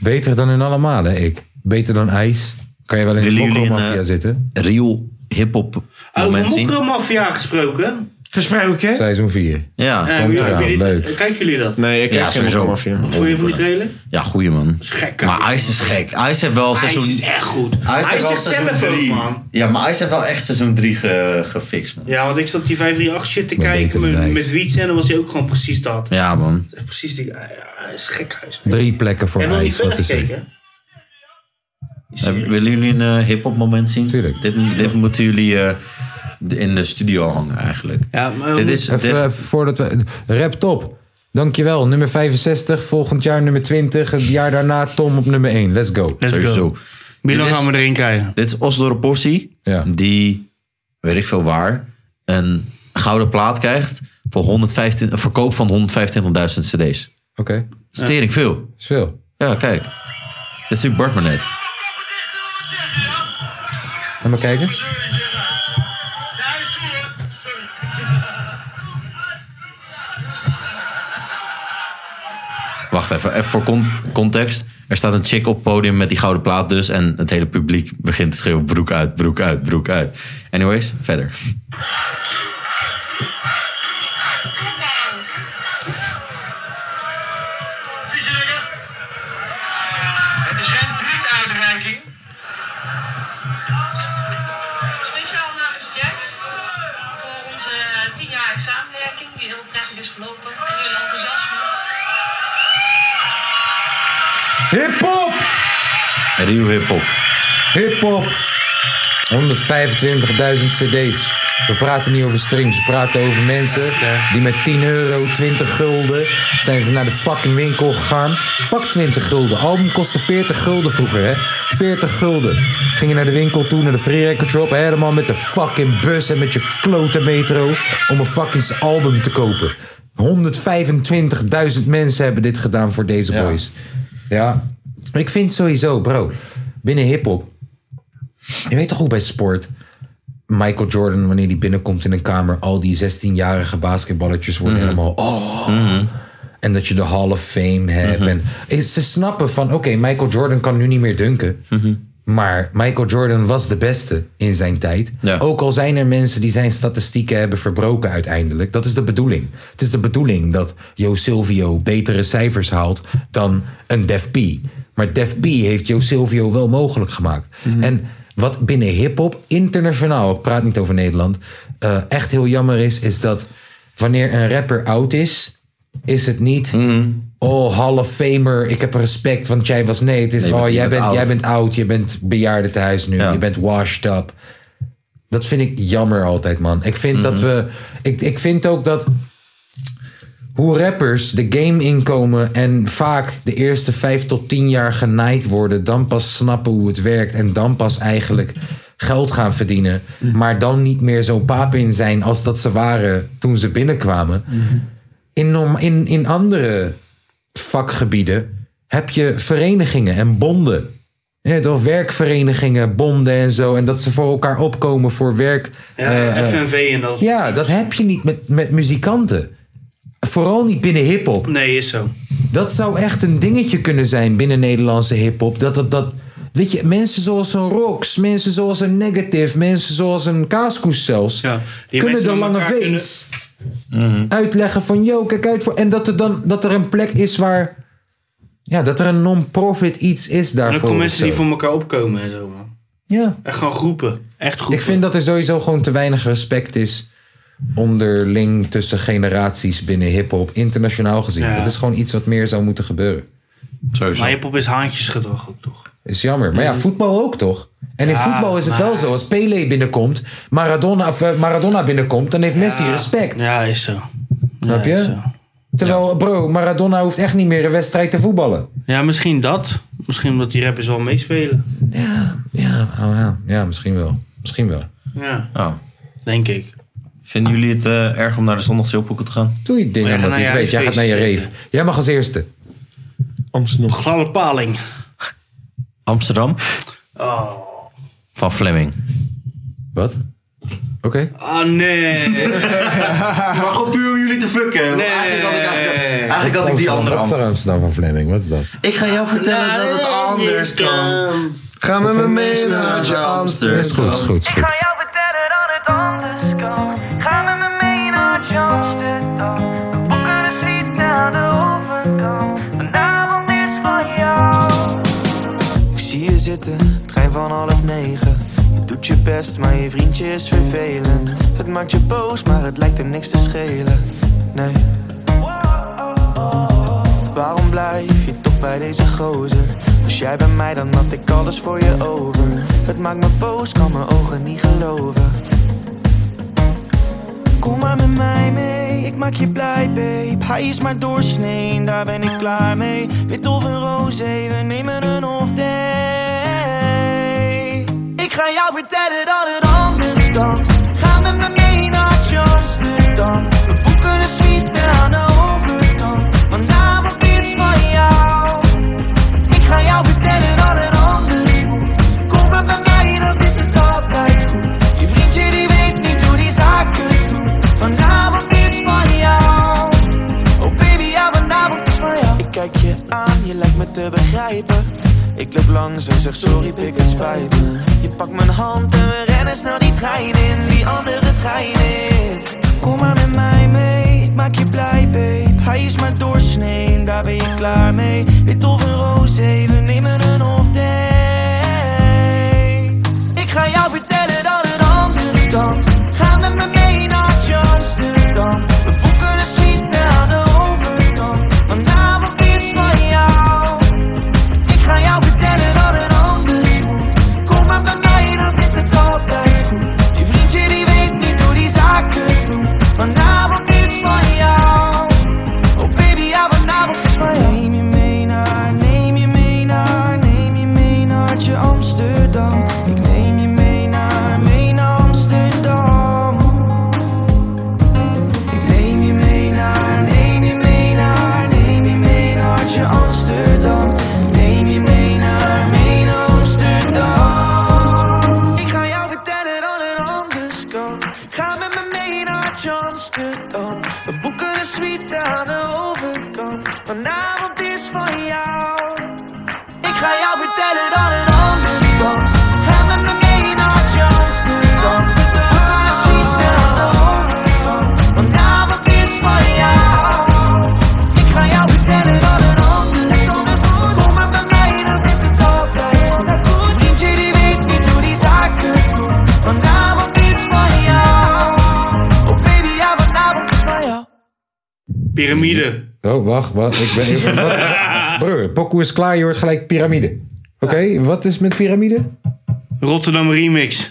Speaker 3: Beter dan hun allemaal, hè, ik. Beter dan IJs. Kan je wel in de
Speaker 2: Willen jullie een,
Speaker 3: mokromafia
Speaker 2: eh,
Speaker 3: zitten.
Speaker 2: Real hip-hop
Speaker 4: Over
Speaker 2: moment zien.
Speaker 4: Mokromafia gesproken. Gesproken?
Speaker 3: Seizoen 4.
Speaker 2: Ja,
Speaker 4: Eh,
Speaker 2: komt
Speaker 4: jullie-
Speaker 2: eraan.
Speaker 4: jullie-
Speaker 2: Leuk.
Speaker 4: Kijken jullie dat?
Speaker 5: Nee,
Speaker 2: Ja, sowieso.
Speaker 4: Wat vond je van die trailer?
Speaker 2: Ja, goeie man. Maar Ice is gek. Ice heeft wel seizoen...
Speaker 4: is dus echt goed.
Speaker 2: Ice,
Speaker 4: Ice
Speaker 2: heeft wel
Speaker 4: is
Speaker 2: seizoen
Speaker 4: zelf ook,
Speaker 2: 3.
Speaker 4: man.
Speaker 2: Ja, maar Ice heeft wel echt seizoen 3 ge, gefixt, man.
Speaker 4: Ja, want ik zat die 538 shit te kijken met, met Wiets en dan was hij ook gewoon precies dat.
Speaker 2: Ja, man.
Speaker 4: Echt Precies die. ja, ja, Hij is gek, hij is gek.
Speaker 3: Drie plekken voor
Speaker 4: Heb je nog niet
Speaker 3: IJs. Wat
Speaker 4: verder
Speaker 3: is er?
Speaker 4: gekeken?
Speaker 2: Eh, willen jullie een eh, hip-hop moment zien? Tuurlijk. Dit, dit moeten jullie eh, in de studio hangen, eigenlijk.
Speaker 4: Ja, maar
Speaker 2: dit is,
Speaker 3: even,
Speaker 2: dit-
Speaker 3: even voordat we. Rap top. Dankjewel. Nummer 65. Volgend jaar nummer 20. Het jaar daarna Tom op nummer 1. Let's go.
Speaker 2: Let's go. Sowieso.
Speaker 4: Milan
Speaker 2: Dit is-
Speaker 4: gaan we erin krijgen.
Speaker 2: Dit is Osdorp Possi, die, weet ik veel waar, een gouden plaat krijgt voor 115, een verkoop van 125.000 cd's.
Speaker 3: Oké.
Speaker 2: Stering veel.
Speaker 3: Is veel.
Speaker 2: Ja, kijk. Dit is natuurlijk Bart maar net.
Speaker 3: Laat maar kijken.
Speaker 2: Wacht even, even voor con- context. Er staat een chick op het podium met die gouden plaat dus. En het hele publiek begint te schreeuwen broek uit, broek uit, broek uit. Anyways, verder.
Speaker 12: Het is een printuitreiking. Speciaal namens Jax voor onze eh, tienjarige samenwerking die heel prettig is verlopen en jullie enthousiasme.
Speaker 3: Hip-hop!
Speaker 2: Real hip-hop.
Speaker 3: Hip-hop. 125.000 CD's. We praten niet over streams, we praten over mensen die met 10 euro, 20 gulden zijn ze naar de fucking winkel gegaan. Fuck 20 gulden. Album kostte 40 gulden vroeger, hè? 40 gulden. Ging je naar de winkel toe, naar de Free Record Shop, helemaal met de fucking bus en met je klote metro om een fucking album te kopen. 125.000 mensen hebben dit gedaan voor deze boys. Ja. Ik vind sowieso, bro, binnen hip-hop. Je weet toch ook bij sport. Michael Jordan, wanneer die binnenkomt in een kamer, al die 16-jarige basketballetjes worden
Speaker 7: Mhm.
Speaker 3: helemaal. Oh. En dat je de Hall of Fame hebt.
Speaker 7: Mhm.
Speaker 3: En en ze snappen van: oké, Michael Jordan kan nu niet meer dunken.
Speaker 7: Mhm.
Speaker 3: Maar Michael Jordan was de beste in zijn tijd.
Speaker 7: Ja.
Speaker 3: Ook al zijn er mensen die zijn statistieken hebben verbroken uiteindelijk. Dat is de bedoeling. Het is de bedoeling dat Jo Silvio betere cijfers haalt dan een Def P. Maar Def P heeft Jo Silvio wel mogelijk gemaakt.
Speaker 7: Mhm.
Speaker 3: En wat binnen hip-hop internationaal, ik praat niet over Nederland, eh, echt heel jammer is, is dat wanneer een rapper oud is, is het niet.
Speaker 7: Mhm.
Speaker 3: Oh, Hall of Famer, ik heb respect, want jij was. Nee, het is.
Speaker 7: Nee, want
Speaker 3: oh,
Speaker 7: je
Speaker 3: jij
Speaker 7: bent
Speaker 3: bent,
Speaker 7: oud.
Speaker 3: jij bent oud, je bent bejaardentehuis nu, je bent washed up. Dat vind ik jammer altijd, man. Ik vind dat
Speaker 7: Mhm.
Speaker 3: we. Ik, ik vind ook dat. Hoe rappers de game inkomen en vaak de eerste vijf tot tien jaar genaaid worden, dan pas snappen hoe het werkt en dan pas eigenlijk geld gaan verdienen. Maar dan niet meer zo paap in zijn als dat ze waren toen ze binnenkwamen. In, norm- in, in andere vakgebieden heb je verenigingen en bonden. Ja, toch werkverenigingen, bonden en zo. En dat ze voor elkaar opkomen voor werk.
Speaker 4: Ja,
Speaker 3: eh, eh,
Speaker 4: FNV en dat.
Speaker 3: ja, dat heb je niet met, met muzikanten. Vooral niet binnen hip-hop.
Speaker 4: Nee, is zo.
Speaker 3: Dat zou echt een dingetje kunnen zijn binnen Nederlandse hip-hop. Dat, dat, dat, weet je, mensen zoals een Rox, mensen zoals een Negative, mensen zoals een Kaaskoes zelfs. kunnen
Speaker 4: mensen
Speaker 3: de
Speaker 4: met
Speaker 3: lange
Speaker 4: elkaar
Speaker 3: V's uitleggen van, yo, kijk uit voor. En dat er dan dat er een plek is waar. Ja, dat er een non-profit iets is
Speaker 4: En
Speaker 3: daarvoor.
Speaker 4: ook gewoon
Speaker 3: of
Speaker 4: mensen
Speaker 3: zo.
Speaker 4: die voor elkaar opkomen en zo, man.
Speaker 3: Ja.
Speaker 4: Echt gewoon groepen. Echt groepen.
Speaker 3: Ik vind dat er sowieso gewoon te weinig respect is onderling tussen generaties binnen hip-hop, internationaal gezien.
Speaker 4: Ja.
Speaker 3: Dat is gewoon iets wat meer zou moeten gebeuren.
Speaker 4: Maar hip-hop is haantjesgedrag ook toch?
Speaker 3: Is jammer. Maar ja,
Speaker 4: Mm.
Speaker 3: voetbal ook toch? En in
Speaker 4: Ja,
Speaker 3: voetbal is het
Speaker 4: maar-
Speaker 3: wel zo. Als Pele binnenkomt, Maradona, of, eh, Maradona binnenkomt, dan heeft Messi respect.
Speaker 4: Ja, is zo.
Speaker 3: Snap
Speaker 4: Ja,
Speaker 3: je?
Speaker 4: is zo.
Speaker 3: Terwijl, bro, Maradona hoeft echt niet meer een wedstrijd te voetballen.
Speaker 4: Ja, misschien dat. Misschien omdat die rappers wel meespelen.
Speaker 3: Ja, ja, oh ja, ja misschien wel. Misschien wel.
Speaker 4: Ja. Denk ik.
Speaker 11: Vinden jullie het eh, erg om naar de zondagszeelpoeken te gaan?
Speaker 3: Doe je ding,
Speaker 11: aan
Speaker 3: omdat ik weet, jij gaat naar je reef. Jij mag als eerste.
Speaker 2: Amsterdam.
Speaker 4: Gladde paling.
Speaker 11: Amsterdam
Speaker 4: Oh,
Speaker 11: van Fleming.
Speaker 3: Wat? Oké.
Speaker 4: Ah, nee.
Speaker 11: maar
Speaker 3: <laughs>
Speaker 11: gewoon puur om Ah, jullie te fucken. want Eigenlijk had ik, eigenlijk, eigenlijk had ik die andere
Speaker 3: Amsterdam,
Speaker 11: Amsterdam.
Speaker 3: Amsterdam van Fleming, wat is dat?
Speaker 11: Ik ga jou vertellen dat het anders kan. Ga met me mee naar de Amsterdam.
Speaker 3: Is goed, is goed, is goed.
Speaker 13: Ga met me mee naar Amsterdam. We boeken een suite aan de overkant. Vanavond is van jou.
Speaker 14: Ik zie je zitten, trein van half negen. Je doet je best, maar je vriendje is vervelend. Het maakt je boos, maar het lijkt hem niks te schelen. Nee. Waarom blijf je toch bij deze gozer? Als jij bij mij, dan had ik alles voor je over. Het maakt me boos, kan mijn ogen niet geloven. Kom maar met mij mee, ik maak je blij, babe. Hij is maar doorsnee, daar ben ik klaar mee. Wit of een roze, we nemen een off day. Ik ga jou vertellen dat het anders kan. Ga met me mee naar Amsterdam. We boeken een suite aan de overkant. Vanavond is van jou. Ik ga jou vertellen dat het anders moet. Kom maar bij mij, dan zit het altijd goed. Je vriendje die weet niet hoe die zaken doet. Vanavond is van jou. Oh baby, ja, vanavond is van jou. Ik kijk je aan, je lijkt me te begrijpen. Ik loop langs en zeg sorry, pik het spijt me. Je pakt mijn hand en we rennen snel die trein in, die andere trein in. Kom maar met mij mee, ik maak je blij, babe. Hij is maar doorsnee, daar ben je klaar mee. Wit of een roze, we nemen een off day. Ik ga jou vertellen dat het anders kan. Ga met me mee naar Amsterdam. We boeken een suite aan de overkant. Vanavond is van jou. Ik ga jou vertellen dat het anders moet. Kom maar bij mij, dan zit het altijd goed. Je vriendje die weet niet hoe die zaken doet. Vanavond is van jou. Oh baby, ja, vanavond is van jou. Neem je mee naar, neem je mee naar, neem je mee naar je Amsterdam. Ik neem je mee naar, mee naar Amsterdam. Ik neem je mee naar, neem je mee naar, neem je mee naar je Amsterdam. Ik neem je mee naar, mee naar Amsterdam. Ik ga jou vertellen dat het anders kan. Ga met me mee naar je Amsterdam. We boeken een suite aan de overkant. Vanavond is van jou. Ik ga jou vertellen dat het anders kan. Ga met me mee naar Amsterdam. We boeken een suite aan de overkant. Vanavond is van jou. Ik ga jou vertellen dat het anders kan. Kom maar bij mij, dan zit het altijd goed. Vriendje die weet niet hoe die zaken doen. Vanavond is van jou. Oh baby, ja, vanavond is van jou.
Speaker 4: Piramide.
Speaker 3: Oh, wacht, wacht. Ik ben, ik- wat? Broer, Pokoe is klaar, je hoort gelijk piramide. Oké, wat is met piramide?
Speaker 4: Rotterdam Remix.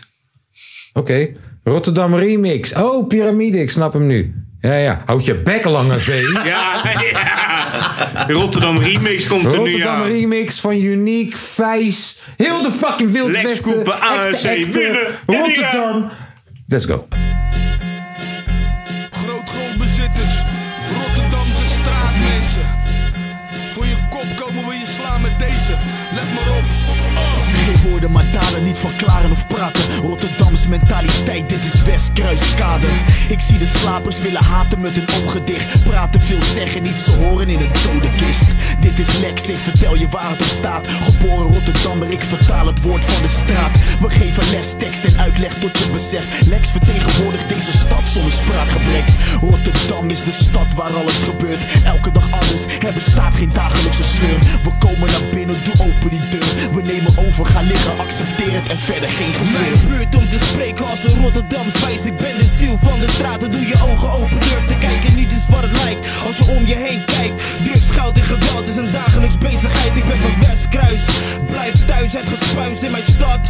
Speaker 3: Oké, Rotterdam Remix. Oh, piramide, ik snap hem nu. Ja, ja. Houd je bek, lange vee.
Speaker 4: Ja, <laughs> ja. Rotterdam Remix komt er nu
Speaker 3: Rotterdam
Speaker 4: aan.
Speaker 3: Remix van Unique, Vijs, heel de fucking Wild
Speaker 4: Lex
Speaker 3: Westen.
Speaker 4: Cooper,
Speaker 3: Ekte,
Speaker 4: ANC,
Speaker 3: Ekte,
Speaker 4: winnen.
Speaker 3: Rotterdam. Let's go.
Speaker 15: Grootgrondbezitters, Rotterdamse straatmensen. Voor je kop komen we je slaan met deze. Let maar op.
Speaker 16: Geen woorden, maar dalen, niet verklaren of praten. Rotterdams mentaliteit, dit is Westkruiskade. Ik zie de slapers willen haten met hun ogen dicht. Praten veel zeggen, niet ze horen in een dode kist. Dit is Lex, ik vertel je waar het op staat. Geboren Rotterdammer, ik vertaal het woord van de straat. We geven les, tekst en uitleg tot je beseft. Lex vertegenwoordigt deze stad zonder spraakgebrek. Rotterdam is de stad waar alles gebeurt. Elke dag anders, er bestaat geen dagelijkse sleur. We komen naar binnen, doe open die deur. We nemen over, ga liggen, accepteer het en verder geen gezeur.
Speaker 17: Mijn beurt om te spreken als een Rotterdams wijs. Ik ben de ziel van de straten. Doe je ogen open, durf te kijken. Niet is wat het lijkt als je om je heen kijkt. Drugs, goud en geweld is een dagelijks bezigheid. Ik ben van Westkruis. Blijf thuis, het gespuis in mijn stad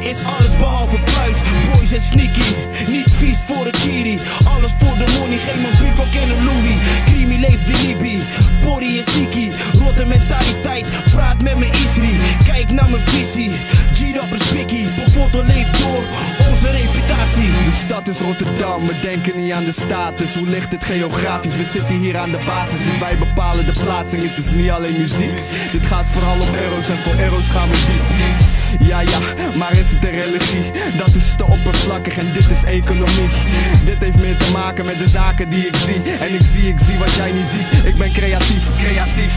Speaker 17: is alles behalve pluis. Boys en sneaky, niet vies voor de kiri. Alles voor de money, geen mijn brief ook in een Louis. Creamy leeft de Libi, Body is Siki. Rotte mentaliteit, praat met mijn Isri. Kijk naar mijn visie, G-Dapper Spicky. Bevoortel leeft door onze reputatie.
Speaker 16: De stad is Rotterdam, we denken niet aan de status. Hoe ligt het geografisch? We zitten hier aan de basis, dus wij bepalen de plaatsing. Het is niet alleen muziek. Dit gaat vooral om euro's en voor euro's gaan we diep. Ja, ja, maar is het een religie? Dat is te oppervlakkig en dit is economie. Dit heeft meer te maken met de zaken die ik zie. En ik zie, ik zie wat jij niet ziet. Ik ben creatief, creatief.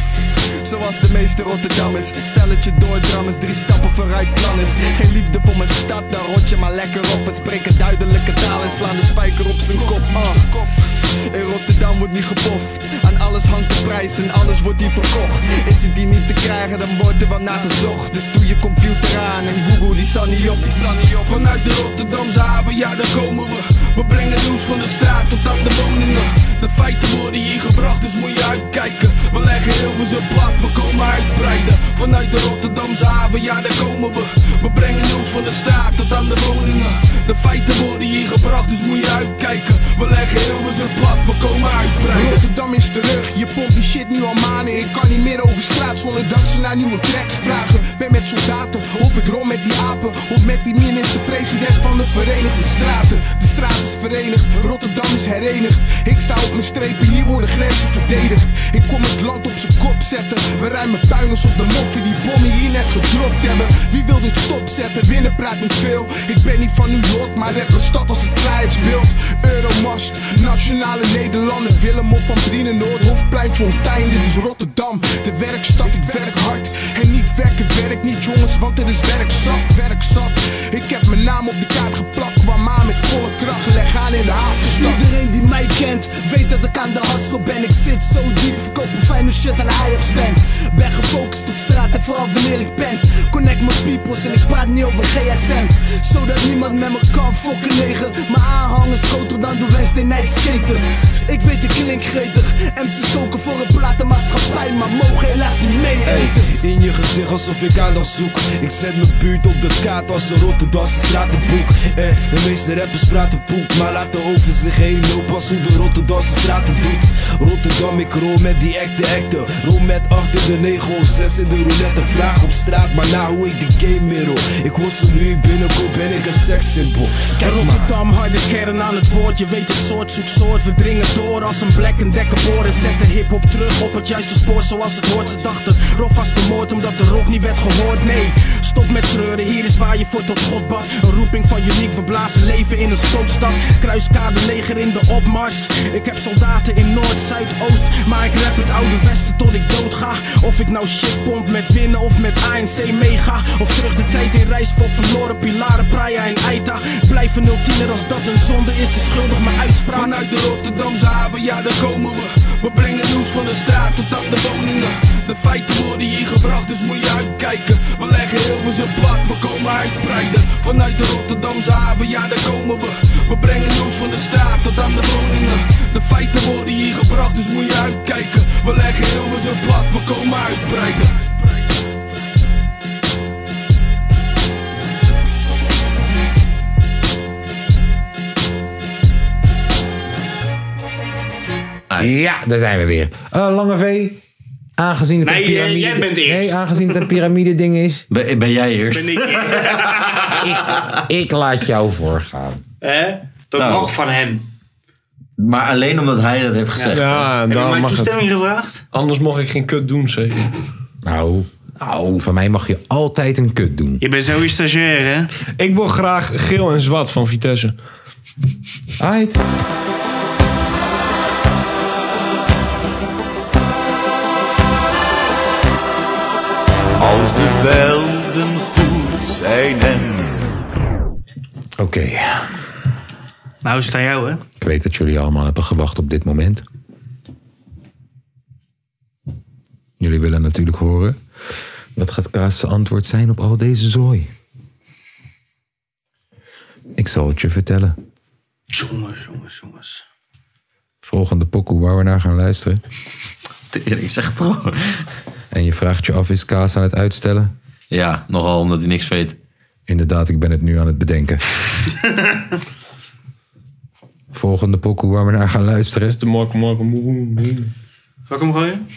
Speaker 16: Zoals de meeste Rotterdammers Stelletje doordrammers, drie stappen vooruit planners Geen liefde voor mijn stad, daar rot je maar lekker op En spreken duidelijke taal en slaan de spijker op zijn kop ah. In Rotterdam wordt niet geboft Aan alles hangt de prijs en alles wordt hier verkocht Is het die niet te krijgen, dan wordt er wel naar gezocht Dus doe je computer aan en Google die zal niet op, die zal niet op
Speaker 11: Vanuit de Rotterdamse haven, ja daar komen we We brengen nieuws van de straat tot aan de woningen De feiten worden hier gebracht, dus moet je uitkijken We leggen heel veel zo plat, we komen uitbreiden Vanuit de Rotterdamse haven, ja daar komen we We brengen nieuws van de straat tot aan de woningen De feiten worden hier gebracht, dus moet je uitkijken We leggen heel veel zo plat, we komen uitbreiden
Speaker 16: Rotterdam is terug, je pompt die shit nu al maanden Ik kan niet meer over straat zonder dat ze naar nieuwe tracks vragen Ben met soldaten, of ik rol met die apen Of met die minister-president van de Verenigde Straten De straat is verenigd, Rotterdam is herenigd Ik sta op mijn strepen, hier worden grenzen verdedigd Ik kom het land op zijn kop zetten We ruimen puinels op de moffen die bommen hier net gedropt hebben Wie wil dit stopzetten, winnen praat niet veel Ik ben niet van New York, maar rap een stad als het vrijheidsbeeld Euromast, nationale Nederlander Willem of van Brienen, Noordhofplein, Fontijn Dit is Rotterdam, de werkstad, ik werk hard En niet werken, werk niet jongens, want er is werk zat, werk zat Ik heb mijn naam op de kaart geplakt, kwam aan met volle kracht Leg aan in de havenstad
Speaker 18: Iedereen die mij kent, weet dat ik aan de hassel ben. Ik zit zo diep, verkoop een fijne shit aan Ajax fan. Ben gefocust op straat en vooral wanneer ik ben. Connect mijn peoples en ik praat niet over GSM. Zodat niemand met me kan fokken negen. Mijn aanhang is groter dan de Wednesday night skater. Ik weet de klink gretig, MC's koken voor een platenmaatschappij, maar mogen helaas niet mee eten.
Speaker 17: In je gezicht alsof ik aandacht zoek. Ik zet mijn buurt op de kaart als een Rotterdamse stratenboek. Eh, de meeste rappers praten poep, maar laat de over zich heen lopen als hoe de Rotterdamse straten doet. Rotterdam, ik rol met die acte acte. Rol met achter de 9 of 6 in de roulette. Vraag op straat, maar na hoe ik de game middel. Ik worstel nu ik binnenkom, ben ik een sekssymbool. Kijk
Speaker 15: Rotterdam, harde kern aan het woord. Je weet het soort, zoek soort. We dringen door als een black en dekker boren. Zet de hip-hop terug op het juiste spoor zoals het hoort. Ze dachten, Rof was vermoord omdat de rock niet werd gehoord. Nee, stop met treuren, hier is waar je voor tot God bad. Een roeping van uniek verblazen leven in een spookstad. Kruiskade leger in de opmars. Ik heb soldaten in Noord, Zuid, Oost. Maar ik rap het oude Westen tot ik dood ga. Of ik nou shit pomp met winnen of met ANC mega. Of terug de tijd in reis voor verloren pilaren, Praia en Aita. Blijf een ultiener als dat een zonde is, is schuldig mijn uitspraak.
Speaker 11: Vanuit de Rotterdamse haven, ja daar komen we We brengen nieuws van de straat tot aan de woningen De feiten worden hier gebracht, dus moet je uitkijken We leggen heel veel zijn plat, we komen uitbreiden Vanuit de Rotterdamse haven, ja daar komen we We brengen nieuws van de straat tot aan de woningen De feiten worden hier gebracht, dus moet je uitkijken We leggen heel veel zijn plat, we komen uitbreiden
Speaker 3: Ja, daar zijn we weer. Eh, Lange V, aangezien het
Speaker 2: Nee,
Speaker 3: een
Speaker 2: eh,
Speaker 3: piramide...
Speaker 2: jij bent eerst.
Speaker 3: Nee, aangezien het een piramide ding is.
Speaker 2: Ben, ben jij eerst?
Speaker 4: Ben ik.
Speaker 3: <laughs> Ik laat jou voorgaan.
Speaker 4: Hè? Dat
Speaker 2: Nou.
Speaker 4: mag van hem.
Speaker 2: Maar alleen omdat hij dat heeft gezegd.
Speaker 5: Ja,
Speaker 4: Heb je
Speaker 5: dan
Speaker 4: mijn
Speaker 5: mag het.
Speaker 4: toestemming gevraagd?
Speaker 5: Anders mocht ik geen kut doen, zeker.
Speaker 3: Nou, nou, van mij mag je altijd een kut doen.
Speaker 4: Je bent sowieso stagiair, hè?
Speaker 5: Ik wil graag geel en zwart van Vitesse.
Speaker 3: Uit.
Speaker 7: Als de velden goed zijn en
Speaker 3: Oké,
Speaker 4: Nou, is het aan jou, hè?
Speaker 3: ik weet dat jullie allemaal hebben gewacht op dit moment. Jullie willen natuurlijk horen... wat gaat Kaas' antwoord zijn op al deze zooi? Ik zal het je vertellen.
Speaker 4: Jongens, jongens, jongens.
Speaker 3: Volgende pokoe waar we naar gaan luisteren.
Speaker 2: <laughs> Ik zeg het al.
Speaker 3: En je vraagt je af, is Kaas aan het uitstellen?
Speaker 2: Ja, nogal omdat hij niks weet.
Speaker 3: Inderdaad, ik ben het nu aan het bedenken. <laughs> Volgende pokoe waar we naar gaan luisteren. is
Speaker 5: de Marco Marco
Speaker 4: Zal ik hem gooien?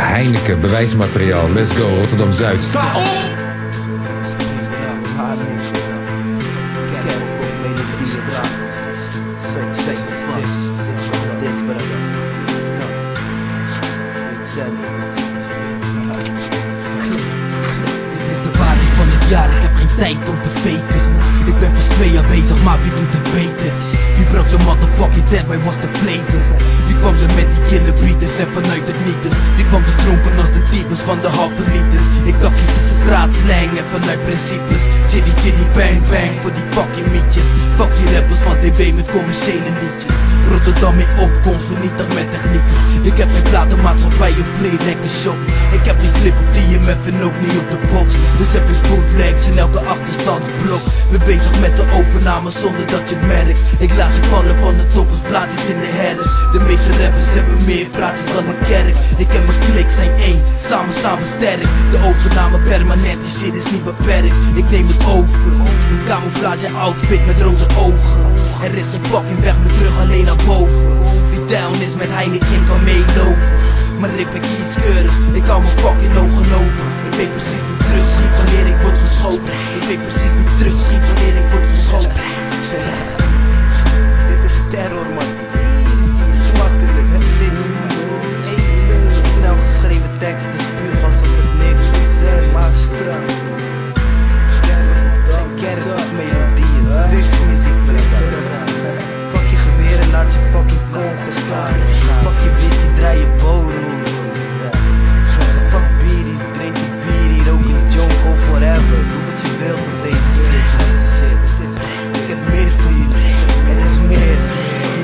Speaker 3: Heineken, bewijsmateriaal. Let's go, Rotterdam-Zuid. Sta op!
Speaker 7: I
Speaker 17: tijd om te faken Ik ben pas twee jaar bezig, maar wie doet het beter? Wie brak de motherfucking tent, mij was de flavor Wie kwam er met die killer beaters en vanuit het nietes? Wie kwam er dronken als de types van de halvelites? Ik dacht, dit is een straatslang en vanuit principes Chitty chitty bang bang voor die fucking mietjes Fuck die rappers van tv met commerciële liedjes Rotterdam in opkomst, vernietigd met techniekers Ik heb mijn platenmaatschappij op vrij lekker shop Ik heb die clip op die en ook niet op de box Dus heb ik bootlegs in elke achterstandsblok Ben bezig met de overname zonder dat je het merkt Ik laat je vallen van de toppers, plaatjes in de herfst De meeste rappers hebben meer praatjes dan mijn kerk Ik en mijn klik zijn één, samen staan we sterk De overname permanent, die shit is niet beperkt Ik neem het over, een camouflage outfit met rode ogen Er is geen fucking weg meer terug, alleen naar boven Wie down is met Heineken kan meelopen maar ik ben kieskeurig, ik hou mijn fucking ogen open Ik weet precies hoe drugs schiet wanneer ik word geschoten Ik weet precies hoe drugs schiet wanneer ik word geschoten Dit is terror man Het is makkelijk, het is in Het is eten Het is snel geschreven tekst, het is puur alsof het niks is Maar strak Zijn kerk of melodieën Drugsmuziek brengt Pak je geweer en laat je fucking kogel slaan Pak je wit en draai je booroes Pak bieries, drink je bierie, rook je junk go forever Doe wat je wilt op deze shit Het is- Ik heb meer voor jullie, er is meer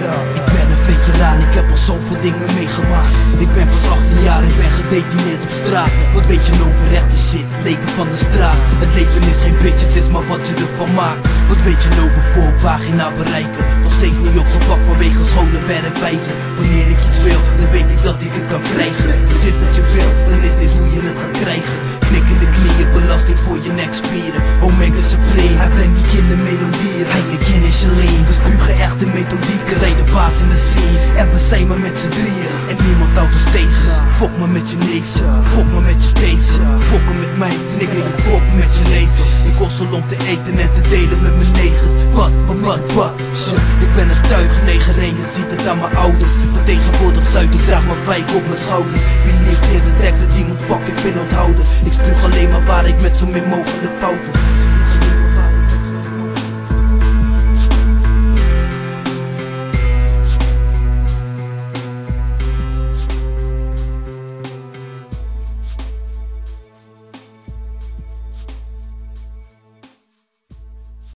Speaker 17: Ja. Ik ben een veteraan, ik heb al zoveel dingen meegemaakt Ik ben pas 18 jaar, ik ben gedetineerd op straat Wat weet je over rechte shit, leven van de straat Het leven is geen bitch, het is maar wat je ervan maakt Wat weet je over voorpagina bereiken Nog steeds niet opgepakt vanwege schone werkwijze Wanneer ik iets wil, dan weet ik dat ik het kan krijgen Is dit wat je wil, dan is dit hoe je het gaat krijgen Knikkende knieën, belasting voor je nekspieren Omega Supreme, hij brengt die killer melodieën Heineken is je leen, we spugen echte methodieken We zijn de baas in de scene, en we zijn maar met z'n drieën En niemand houdt ons tegen Fok me met je neef, fok me met je tegen Fokken met mij, nigga, je fok met je leven Ik kost al om te eten en te delen met mijn negers Wat, wat, wat, wat, shit Ik ben een tuigneger en je ziet het aan mijn ouders Vertegenwoordig Zuid, ik draag mijn wijk op mijn schouders Wie ligt in zijn teksten, die moet fucking veel onthouden Ik spuug alleen maar waar ik met zo min mogelijk fouten